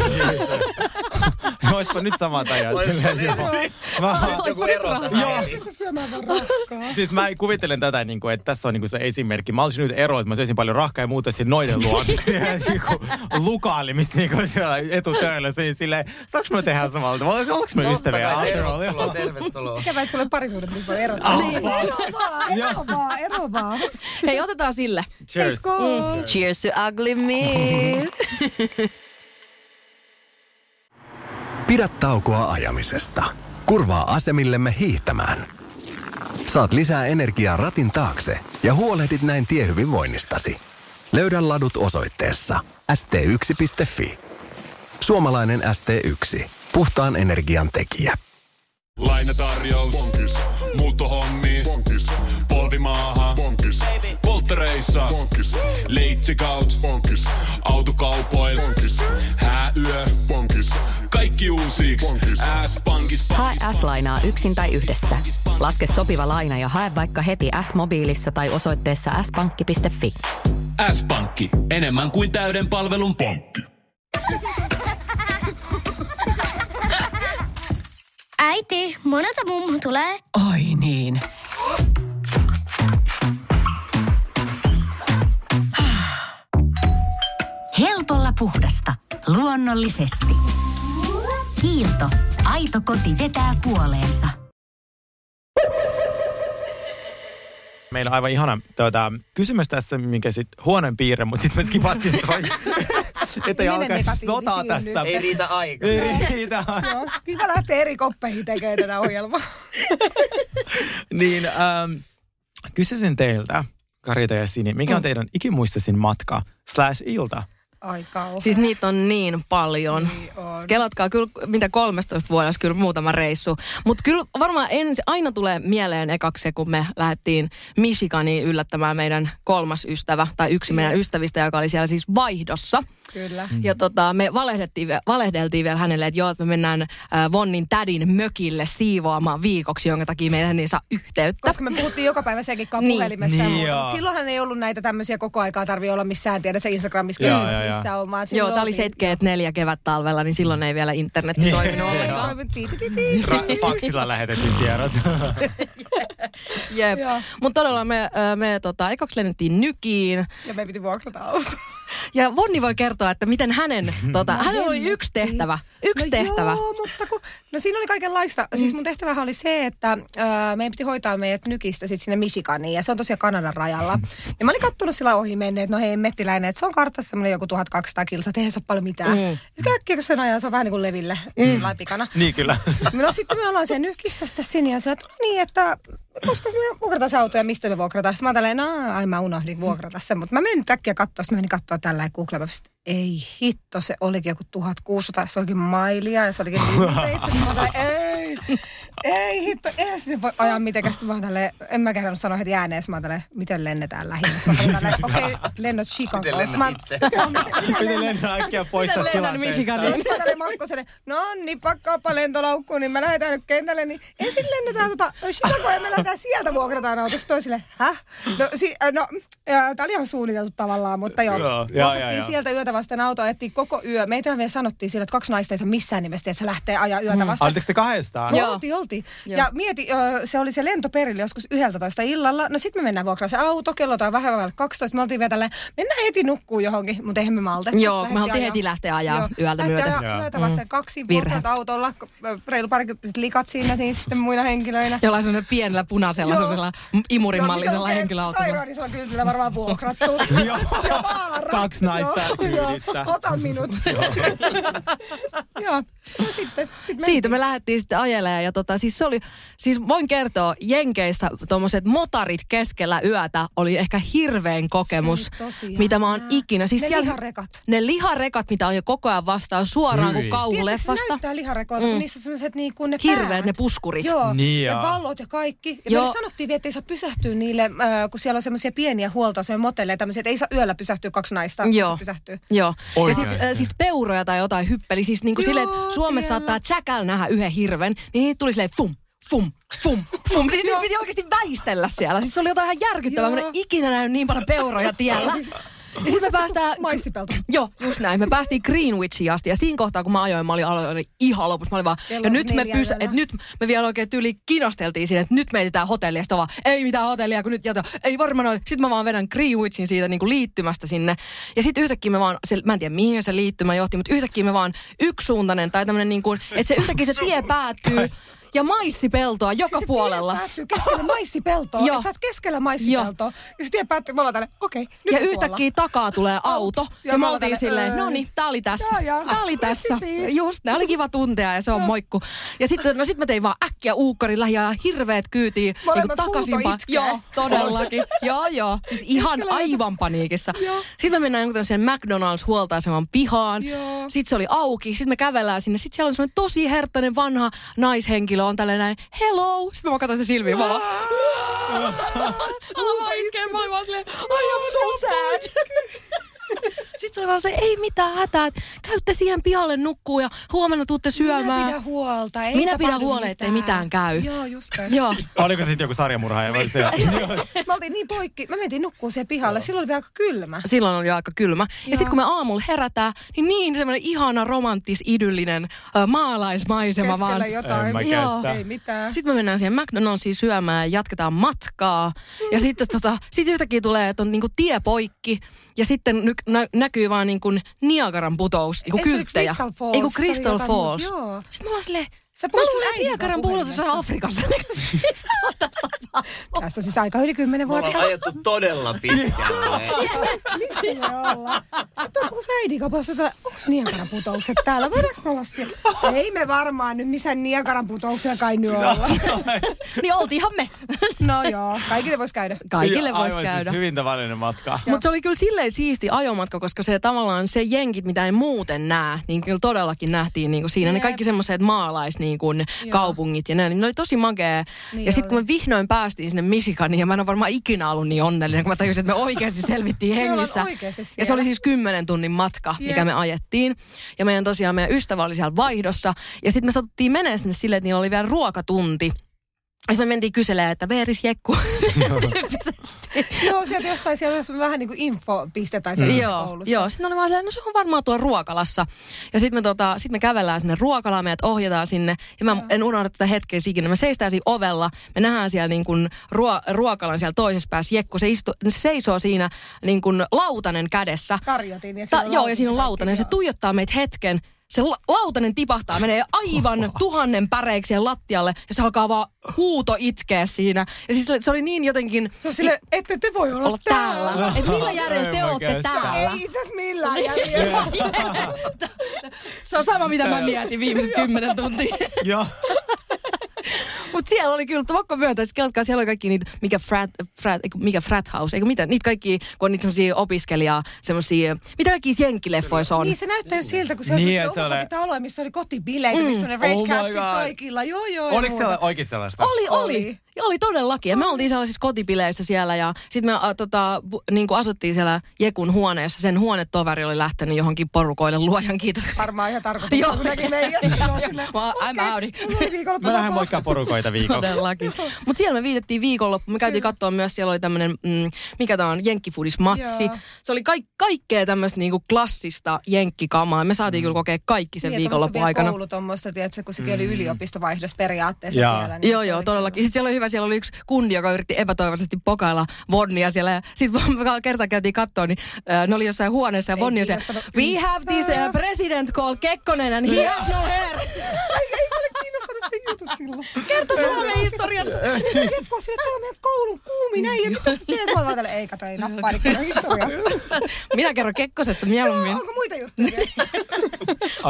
[SPEAKER 2] Oispa nyt samat ajat.
[SPEAKER 4] Oispa
[SPEAKER 2] Silleen,
[SPEAKER 4] nyt.
[SPEAKER 3] niinku-
[SPEAKER 2] joo. Mä,
[SPEAKER 4] Joku
[SPEAKER 3] Oispa nyt
[SPEAKER 4] ero
[SPEAKER 3] rahkaa.
[SPEAKER 4] tähän
[SPEAKER 2] Joo.
[SPEAKER 4] väliin.
[SPEAKER 5] Missä syömään vaan rakkaa?
[SPEAKER 2] Siis mä kuvittelen tätä, niin kuin, että tässä on niin kuin se esimerkki. Mä olisin nyt ero, että mä söisin paljon rahkaa ja muuten siinä noiden luo. Siihen niin kuin lukaali, missä niin kuin siellä etutöillä. Siinä silleen, saanko mä tehdä samalla? tavalla? Onko me ystäviä?
[SPEAKER 4] Totta kai,
[SPEAKER 2] After all,
[SPEAKER 4] tervetuloa,
[SPEAKER 2] joo.
[SPEAKER 4] tervetuloa.
[SPEAKER 5] Ikävä, että sulla on parisuudet, mistä on erot. Niin, ero vaan, ero vaan, ero vaan.
[SPEAKER 3] Hei, otetaan sille.
[SPEAKER 2] Cheers.
[SPEAKER 3] Mm.
[SPEAKER 5] Skål!
[SPEAKER 6] Cheers to ugly me.
[SPEAKER 8] Pidä taukoa ajamisesta. Kurvaa asemillemme hiihtämään. Saat lisää energiaa ratin taakse ja huolehdit näin tiehyvinvoinnistasi. Löydä ladut osoitteessa st1.fi. Suomalainen ST1. Puhtaan energian tekijä.
[SPEAKER 9] Lainatarjous. Bonkis. Muuttohommi. Bonkis. Polvimaaha. Bonkis. Polttereissa. Bonkis. Leitsikaut. Bonkis. Autokaupoil. Bonkis. Hääyö. Bonkis. Kaikki uusi. S-pankis.
[SPEAKER 10] Hae S-lainaa yksin tai yhdessä. Laske sopiva laina ja hae vaikka heti S-mobiilissa tai osoitteessa s-pankki.fi.
[SPEAKER 9] S-pankki. Enemmän kuin täyden palvelun pankki.
[SPEAKER 11] Äiti, monelta mummu tulee?
[SPEAKER 10] Oi niin. Helpolla puhdasta. Luonnollisesti. Kiilto. Aito koti vetää puoleensa.
[SPEAKER 2] Meillä on aivan ihana tuota, kysymys tässä, minkä sit huonoin piirre, mutta sitten me skipattiin toi. että
[SPEAKER 5] Mene
[SPEAKER 2] ei alkaa
[SPEAKER 5] negatiivisiin
[SPEAKER 2] sotaa
[SPEAKER 5] nyt.
[SPEAKER 2] tässä.
[SPEAKER 4] Ei riitä aika.
[SPEAKER 2] Ei riitä.
[SPEAKER 5] Joo, kyllä mä lähtee eri koppeihin tekemään tätä ohjelmaa.
[SPEAKER 2] niin, ähm, kysyisin teiltä, Karita ja Sini, mikä on teidän ikimuistisin matka slash ilta?
[SPEAKER 5] Ai kauhean.
[SPEAKER 3] Siis niitä on niin paljon.
[SPEAKER 5] on.
[SPEAKER 3] Kelatkaa kyllä, mitä 13 vuodessa kyllä muutama reissu. Mutta kyllä varmaan ensi, aina tulee mieleen ekaksi se, kun me lähdettiin Michiganiin yllättämään meidän kolmas ystävä, tai yksi meidän ystävistä, joka oli siellä siis vaihdossa.
[SPEAKER 5] Kyllä.
[SPEAKER 2] Mm.
[SPEAKER 3] Ja tota, me valehdeltiin, vie- valehdeltiin vielä hänelle, että joo, että me mennään äh, Vonnin tädin mökille siivoamaan viikoksi, jonka takia meidän ei saa yhteyttä.
[SPEAKER 5] Koska me puhuttiin joka päivä senkin
[SPEAKER 3] Niin.
[SPEAKER 5] niin. puhelimessa niin
[SPEAKER 2] Niin
[SPEAKER 5] ja muuta,
[SPEAKER 2] joo.
[SPEAKER 5] mutta silloinhan ei ollut näitä tämmöisiä koko aikaa tarvii olla missään tiedä se Instagramissa,
[SPEAKER 2] Joo,
[SPEAKER 5] kyllä,
[SPEAKER 2] joo, joo.
[SPEAKER 5] missä on. vaan
[SPEAKER 3] Joo,
[SPEAKER 5] silloin
[SPEAKER 3] tämä oli
[SPEAKER 5] oltiin-
[SPEAKER 3] 74 kevät talvella, niin silloin ei vielä internet
[SPEAKER 2] Niin,
[SPEAKER 3] toiminut
[SPEAKER 5] No,
[SPEAKER 2] se on.
[SPEAKER 3] ollenkaan.
[SPEAKER 5] Joo, tii, tii, tii, tii.
[SPEAKER 2] Ra- faksilla lähetettiin tiedot.
[SPEAKER 3] Jep.
[SPEAKER 5] Joo.
[SPEAKER 3] Mutta todella me, ö, me tota, ekaksi lennettiin Nykiin.
[SPEAKER 5] Ja me piti vuokrata auto.
[SPEAKER 3] Ja Vonni voi kertoa, että miten hänen, tota, hänellä oli yksi tehtävä. Yksi
[SPEAKER 5] no
[SPEAKER 3] tehtävä. Mm.
[SPEAKER 5] Joo, mutta kun, no siinä oli kaikenlaista. Siis mun tehtävähän oli se, että äh, meidän piti hoitaa meidät nykistä sit sinne Michiganiin ja se on tosiaan Kanadan rajalla. Ja mä olin kattonut sillä ohi menneet, että no hei mettiläinen, että se on kartassa semmoinen joku 1200 kilsa, että eihän se ole paljon mitään. Mm. Sitten äkkiä kun sen ajan, se on vähän niin kuin leville mm. sillä pikana.
[SPEAKER 2] niin kyllä.
[SPEAKER 5] No sitten me ollaan siellä nykissä sitten sinne ja sillä, että no niin, että koska me vuokrataan se auto ja mistä me vuokrataan. Sitten mä oon tälleen, no ai mä unohdin vuokrata sen, mutta mä menin nyt äkkiä katsoa, sitten mä menin katsoa tällä ja Google Maps, että ei hitto, se olikin joku 1600, se olikin mailia ja se olikin linniteitse. Sitten mä oon tälleen, ei, ei hitto, eihän sinne voi ajaa mitenkään. Sitten mä oon tälleen, en mä kerran sanoa heti ääneen, sitten mä oon tälleen, miten lennetään lähinnä. Sitten mä oon tälleen, okei, lennot Chicagoon.
[SPEAKER 4] Miten
[SPEAKER 5] Sitten mä
[SPEAKER 4] lennät
[SPEAKER 5] oon-
[SPEAKER 4] itse?
[SPEAKER 5] Joo, miten- miten
[SPEAKER 2] Miten lennän äkkiä pois tästä tilanteesta?
[SPEAKER 5] ja Sitten mä tälle Makkoselle, no niin, pakkaappa lentolaukkuun, niin me lähdetään nyt kentälle, niin ensin lennetään tota Chicagoa ja me lähdetään sieltä vuokrataan autosta toisille. Häh? No, si- äh, no ja, tää oli ihan suunniteltu tavallaan, mutta joo.
[SPEAKER 2] Joo, joo,
[SPEAKER 5] Vuokrattiin
[SPEAKER 2] joo, joo.
[SPEAKER 5] sieltä yötä vasten
[SPEAKER 2] Mm.
[SPEAKER 5] auto, ajettiin koko yö. Meitä vielä sanottiin sillä, että kaksi naista ei saa missään nimessä, että se lähtee ajaa yötä vasten.
[SPEAKER 2] Oletteko te kahdestaan? ollaan.
[SPEAKER 5] Joo. Oltiin, oltiin. Joo. Ja mieti, ö, se oli se lento perille joskus 11 illalla. No sitten me mennään vuokraan se auto, kello on vähän vaille 12. Me oltiin vielä tälleen, mennään heti nukkuu johonkin, mutta eihän me maltettu.
[SPEAKER 3] Joo, me oltiin heti lähteä ajaa yöltä myöten.
[SPEAKER 5] Lähti ajaa
[SPEAKER 3] Joo.
[SPEAKER 5] yötä vasten
[SPEAKER 3] Mm.
[SPEAKER 5] kaksi
[SPEAKER 3] Virhe.
[SPEAKER 5] vuokrata autolla, k- reilu parikymmentä likat siinä niin sitten muina henkilöinä.
[SPEAKER 3] Jollain semmoisella pienellä punaisella,
[SPEAKER 5] Joo.
[SPEAKER 3] semmoisella imurin
[SPEAKER 5] Joo, missä on
[SPEAKER 3] mallisella
[SPEAKER 5] se
[SPEAKER 3] henkilöautolla.
[SPEAKER 5] Sairaalissa on kyllä varmaan vuokrattu.
[SPEAKER 2] Joo.
[SPEAKER 5] Ja vaara.
[SPEAKER 2] Kaksi naista
[SPEAKER 5] Joo,
[SPEAKER 2] kyydissä.
[SPEAKER 5] Joo, ota minut. Joo, no sitten. sit
[SPEAKER 3] Siitä me lähdettiin sitten ajelemaan ja tota, siis se oli, siis voin kertoa, Jenkeissä tuommoiset motarit keskellä yötä oli ehkä hirvein kokemus,
[SPEAKER 5] Se oli tosi
[SPEAKER 3] mitä mä oon
[SPEAKER 5] jännää.
[SPEAKER 3] ikinä. Siis
[SPEAKER 5] Ne
[SPEAKER 3] siellä-
[SPEAKER 5] liharekat.
[SPEAKER 3] Ne liharekat, mitä on jo koko ajan vastaan suoraan kuin
[SPEAKER 2] Hyi.
[SPEAKER 5] Tiedätkö, se
[SPEAKER 3] kauhuleffasta.
[SPEAKER 5] näyttää liharekoilta, mm. kun niissä on sellaiset niin kuin ne
[SPEAKER 3] Hirveät
[SPEAKER 5] päät.
[SPEAKER 3] ne puskurit.
[SPEAKER 5] Joo,
[SPEAKER 2] Niin
[SPEAKER 5] ne
[SPEAKER 2] joo.
[SPEAKER 5] vallot ja kaikki. Ja
[SPEAKER 3] Joo.
[SPEAKER 5] meille sanottiin vielä, että ei saa pysähtyä niille, äh, kun siellä on semmoisia pieniä huoltoasemia motelleja tämmöisiä, että ei saa yöllä pysähtyä kaksi naista. kun
[SPEAKER 3] Joo.
[SPEAKER 5] se Pysähtyy.
[SPEAKER 3] Joo. Ja
[SPEAKER 2] Oikeasti.
[SPEAKER 3] sit, äh, siis peuroja tai jotain hyppeli. Siis niinku
[SPEAKER 5] Joo,
[SPEAKER 3] silleen, että Suomessa
[SPEAKER 5] tiedän.
[SPEAKER 3] saattaa tsäkällä nähdä yhden hirven, niin niitä tuli silleen fum, fum, fum, fum. Siis niitä piti oikeasti väistellä siellä. Siis se oli jotain ihan järkyttävää. Mä en
[SPEAKER 5] Joo.
[SPEAKER 3] ole ikinä nähnyt niin paljon peuroja tiellä. Ja sitten me päästään...
[SPEAKER 5] Maissipelto. Siis
[SPEAKER 3] Joo, just näin. Me päästiin Greenwichiin asti ja siinä kohtaa, kun mä ajoin, mä olin, olin ihan lopussa. Mä olin vaan,
[SPEAKER 5] Kello
[SPEAKER 3] ja nyt me,
[SPEAKER 5] neljä
[SPEAKER 3] pysä,
[SPEAKER 5] yöllä.
[SPEAKER 3] et nyt me vielä oikein tyyli kinosteltiin siinä, että nyt me etsitään hotellia. Sitten vaan, ei mitään hotellia, kun nyt jätä. Ei varmaan ole. Sitten mä vaan vedän Greenwichin siitä niin kuin liittymästä sinne. Ja sitten yhtäkkiä me vaan, se, mä en tiedä mihin se liittymä johti, mutta yhtäkkiä me vaan yksisuuntainen tai tämmöinen niin kuin, että se yhtäkkiä se tie päättyy ja maissipeltoa joka
[SPEAKER 5] Siis se
[SPEAKER 3] puolella.
[SPEAKER 5] Tie päättyy keskellä maissipeltoa.
[SPEAKER 3] Joo.
[SPEAKER 5] Joo. Sä oot keskellä maissipeltoa. Ja se tie päättyy, me ollaan tänne, okei, nyt
[SPEAKER 3] ja
[SPEAKER 5] me kuollaan.
[SPEAKER 3] yhtäkkiä takaa tulee auto. Ja, ja
[SPEAKER 5] Ja mä
[SPEAKER 3] me
[SPEAKER 5] olen
[SPEAKER 3] oltiin
[SPEAKER 5] tällä-
[SPEAKER 3] silleen,
[SPEAKER 5] Ää.
[SPEAKER 3] no niin, tää oli tässä.
[SPEAKER 5] Joo, joo.
[SPEAKER 3] Tää oli tässä.
[SPEAKER 5] Please.
[SPEAKER 3] Just, nää oli kiva tuntea ja se on moikku. Ja sitten, no sit mä tein vaan äkkiä uukkarin lähiä ja hirveet kyytiin niin
[SPEAKER 5] Molemmat huuto
[SPEAKER 3] takaisinpäin.
[SPEAKER 5] itkee.
[SPEAKER 3] Joo, todellakin. joo, joo. Siis ihan
[SPEAKER 5] Keskellä jotain.
[SPEAKER 3] aivan paniikissa. Sitten me mennään jonkun tämmöiseen McDonald's huoltoaseman pihaan.
[SPEAKER 5] Joo.
[SPEAKER 3] Sitten se oli auki. Sitten me kävellään sinne. Sitten siellä on semmoinen tosi herttainen vanha naishenkilö. On tällainen näin, hello. Sitten mä vaan katsoin sen silmiin. Mä vaan, Mä vaan itken, mä olin vaan silleen, I am so sad. Sitten se oli vaan se, ei mitään hätää, että käytte siihen pihalle nukkuu ja huomenna tuutte syömään.
[SPEAKER 5] Minä pidän huolta. Ei
[SPEAKER 3] Minä pidän
[SPEAKER 5] tapahdu
[SPEAKER 3] huolen, ettei mitään käy.
[SPEAKER 5] Joo, just näin.
[SPEAKER 3] Joo.
[SPEAKER 2] Oliko se sitten joku sarjamurhaaja? vai oliko se-
[SPEAKER 5] Me oltiin niin poikki. Me mentiin nukkuu siihen pihalle. Silloin oli vielä aika kylmä.
[SPEAKER 3] Silloin oli aika kylmä. Ja sitten kun me aamulla herätään, niin niin semmoinen ihana, romanttis, idyllinen ö, maalaismaisema
[SPEAKER 5] Keskellä
[SPEAKER 3] vaan.
[SPEAKER 5] jotain.
[SPEAKER 2] En mä
[SPEAKER 3] Joo.
[SPEAKER 2] kestä.
[SPEAKER 5] Ei mitään.
[SPEAKER 3] Sitten me mennään siihen McDonald'siin syömään ja jatketaan matkaa. Ja sitten tota, sit yhtäkkiä tulee, että on niinku tie poikki. Ja sitten ny- nä- näkyy vaan niinku Niagaran putous, niinku
[SPEAKER 5] Ei se oli
[SPEAKER 3] kylttejä.
[SPEAKER 5] Crystal Falls
[SPEAKER 3] Eiku
[SPEAKER 5] tai
[SPEAKER 3] Crystal
[SPEAKER 5] jotain muuta,
[SPEAKER 3] Falls.
[SPEAKER 5] joo.
[SPEAKER 3] Sitten mä ollaan silleen,
[SPEAKER 5] Sä
[SPEAKER 3] mä
[SPEAKER 5] puhut sun
[SPEAKER 3] luulen, että
[SPEAKER 5] äidin
[SPEAKER 3] Niagaran
[SPEAKER 5] kanssa
[SPEAKER 3] pudotus on Afrikassa.
[SPEAKER 5] Tässä on siis aika yli 10
[SPEAKER 4] Me
[SPEAKER 5] vuotta.
[SPEAKER 4] ollaan ajettu todella pitkälle.
[SPEAKER 5] Mistä me ollaan? Sitten on se äidin kapassa, että onko Niagaran putoukset täällä? Voidaanko me olla siellä? Ei me varmaan nyt missään Niagaran putouksella kai nyt olla.
[SPEAKER 3] niin oltiinhan me.
[SPEAKER 5] No joo, kaikille voisi käydä.
[SPEAKER 3] Kaikille voisi
[SPEAKER 2] Aivan,
[SPEAKER 3] käydä.
[SPEAKER 2] Siis hyvin tavallinen matka.
[SPEAKER 3] Mutta se oli kyllä silleen siisti ajomatka, koska se tavallaan se jenkit, mitä ei muuten näe, niin kyllä todellakin nähtiin niin kuin siinä. Ne
[SPEAKER 5] Jep.
[SPEAKER 3] kaikki semmoiset maalais niin kuin kaupungit ja näin, niin ne oli tosi makea.
[SPEAKER 5] Niin
[SPEAKER 3] ja sitten kun
[SPEAKER 5] oli.
[SPEAKER 3] me vihdoin päästiin sinne Michiganiin, ja mä en ole varmaan ikinä ollut niin onnellinen, kun mä tajusin, että me oikeasti selvittiin
[SPEAKER 5] Me ollaan
[SPEAKER 3] hengissä.
[SPEAKER 5] oikeasti
[SPEAKER 3] Ja se
[SPEAKER 5] siellä.
[SPEAKER 3] oli siis kymmenen tunnin matka,
[SPEAKER 5] Jep.
[SPEAKER 3] mikä me ajettiin. Ja meidän tosiaan meidän ystävä oli siellä vaihdossa. Ja sitten me satuttiin menemään sinne silleen, että niillä oli vielä ruokatunti. Ja sitten me mentiin kyselemään, että veeris jekku. Tyyppisesti.
[SPEAKER 5] Joo, sieltä jostain siellä olisi vähän niin kuin infopiste tai siellä
[SPEAKER 3] Mm.
[SPEAKER 5] niinku
[SPEAKER 3] Joo,
[SPEAKER 5] Mm. koulussa.
[SPEAKER 3] joo. Sitten oli vaan silleen, no se on varmaan tuo ruokalassa. Ja sitten me, tota, sit me kävellään sinne ruokalaan, meidät ohjataan sinne. Ja mä en unohda tätä hetkeä ikinä. Me seistään siinä ovella, me nähdään siellä niin kun ruo- ruokalan siellä toisessa päässä. Jekko, se, istu, se seisoo siinä niin kun lautanen kädessä.
[SPEAKER 5] Tarjotin ja
[SPEAKER 3] Ta-
[SPEAKER 5] siinä on
[SPEAKER 3] joo, ja siinä on
[SPEAKER 5] kaikki,
[SPEAKER 3] lautanen. Se
[SPEAKER 5] joo.
[SPEAKER 3] tuijottaa meitä hetken. Se la- lautanen tipahtaa, menee aivan tuhannen päreiksi siihen lattialle ja se alkaa vaan huuto itkeä siinä. Ja siis se oli niin jotenkin...
[SPEAKER 5] Se on sille, ette te voi olla, No,
[SPEAKER 3] olla täällä. Et millä järjellä
[SPEAKER 2] Ei
[SPEAKER 3] te
[SPEAKER 2] voi
[SPEAKER 3] olette
[SPEAKER 2] kestää.
[SPEAKER 3] täällä? Niin.
[SPEAKER 5] Ei itse asiassa millään järjellä.
[SPEAKER 3] Se on sama, mitä mä mietin viimeiset kymmenen tuntia.
[SPEAKER 2] Joo.
[SPEAKER 3] Mutta siellä oli kyllä, pakko myöntää, siis keltkaa, siellä oli kaikki niitä, mikä frat, frat, eiku, mikä frat house, eikö mitä, niitä kaikki, kun on niitä semmosia opiskelijaa, semmosia, mitä kaikki jenkkileffoissa on.
[SPEAKER 5] Niin se näyttää jo siltä, kun se on
[SPEAKER 2] Niin,
[SPEAKER 5] niin,
[SPEAKER 2] et se ole-
[SPEAKER 5] sellainen talo, missä oli kotibileitä, missä on ne red
[SPEAKER 2] Oh my
[SPEAKER 5] capsit
[SPEAKER 2] God.
[SPEAKER 5] kaikilla. Joo, joo. ja
[SPEAKER 2] Oliko
[SPEAKER 5] muuta.
[SPEAKER 2] siellä oikein sellaista?
[SPEAKER 3] Oli, oli.
[SPEAKER 5] Oli.
[SPEAKER 3] Ja oli todellakin. Ja me oltiin sellaisissa kotipileissä siellä ja sitten me äh, tota, bu, niin kuin asuttiin siellä Jekun huoneessa. Sen huonetoveri oli lähtenyt johonkin porukoille. Luojan kiitos. kun se-
[SPEAKER 5] Varmaan ihan tarkoitus, kun näki meidät. Joo, silleen,
[SPEAKER 3] Mä- I'm
[SPEAKER 5] okei,
[SPEAKER 3] outi.
[SPEAKER 5] mulla oli viikonloppu
[SPEAKER 2] Mä lähden
[SPEAKER 5] vapaa.
[SPEAKER 2] moikkaa porukoita. työtä viikoksi.
[SPEAKER 3] Todellakin. Mutta siellä me viitettiin viikonloppu. Me käytiin katsoa myös, siellä oli tämmöinen, mm, mikä tämä on, jenkkifudismatsi.
[SPEAKER 5] Joo.
[SPEAKER 3] Se oli kaik- kaikkea tämmöistä niinku klassista jenkkikamaa. Me saatiin kyllä kokea kaikki sen
[SPEAKER 5] Niin,
[SPEAKER 3] viikonlopun
[SPEAKER 5] tuommoista
[SPEAKER 3] aikana.
[SPEAKER 5] vielä koulu tuommoista, tiedätkö, kun sekin oli
[SPEAKER 2] Mm.
[SPEAKER 5] yliopistovaihdos periaatteessa
[SPEAKER 3] Jaa.
[SPEAKER 5] siellä. niin
[SPEAKER 3] joo, joo, todellakin. Sitten siellä oli hyvä, siellä oli yksi kundi, joka yritti epätoivoisesti pokailla Vonnia siellä. Ja sitten vaan kerta käytiin kattoon, niin äh, ne oli jossain huoneessa ja Vonnia siellä. We have this
[SPEAKER 5] Äh.
[SPEAKER 3] uh, president call Kekkonen and he has no hair.
[SPEAKER 5] Ei, ei ole kiinnostanut sen jutut silloin.
[SPEAKER 3] Kerto Suomen historiasta.
[SPEAKER 5] Sitten jatkoa sille, tämä on meidän koulun kuumin äijä. Mitä sä teet? Mä oon vaan tällä, ei kato, ei nappaa, niin kerro historiaa.
[SPEAKER 3] Minä kerron Kekkosesta mieluummin.
[SPEAKER 5] Onko muita juttuja?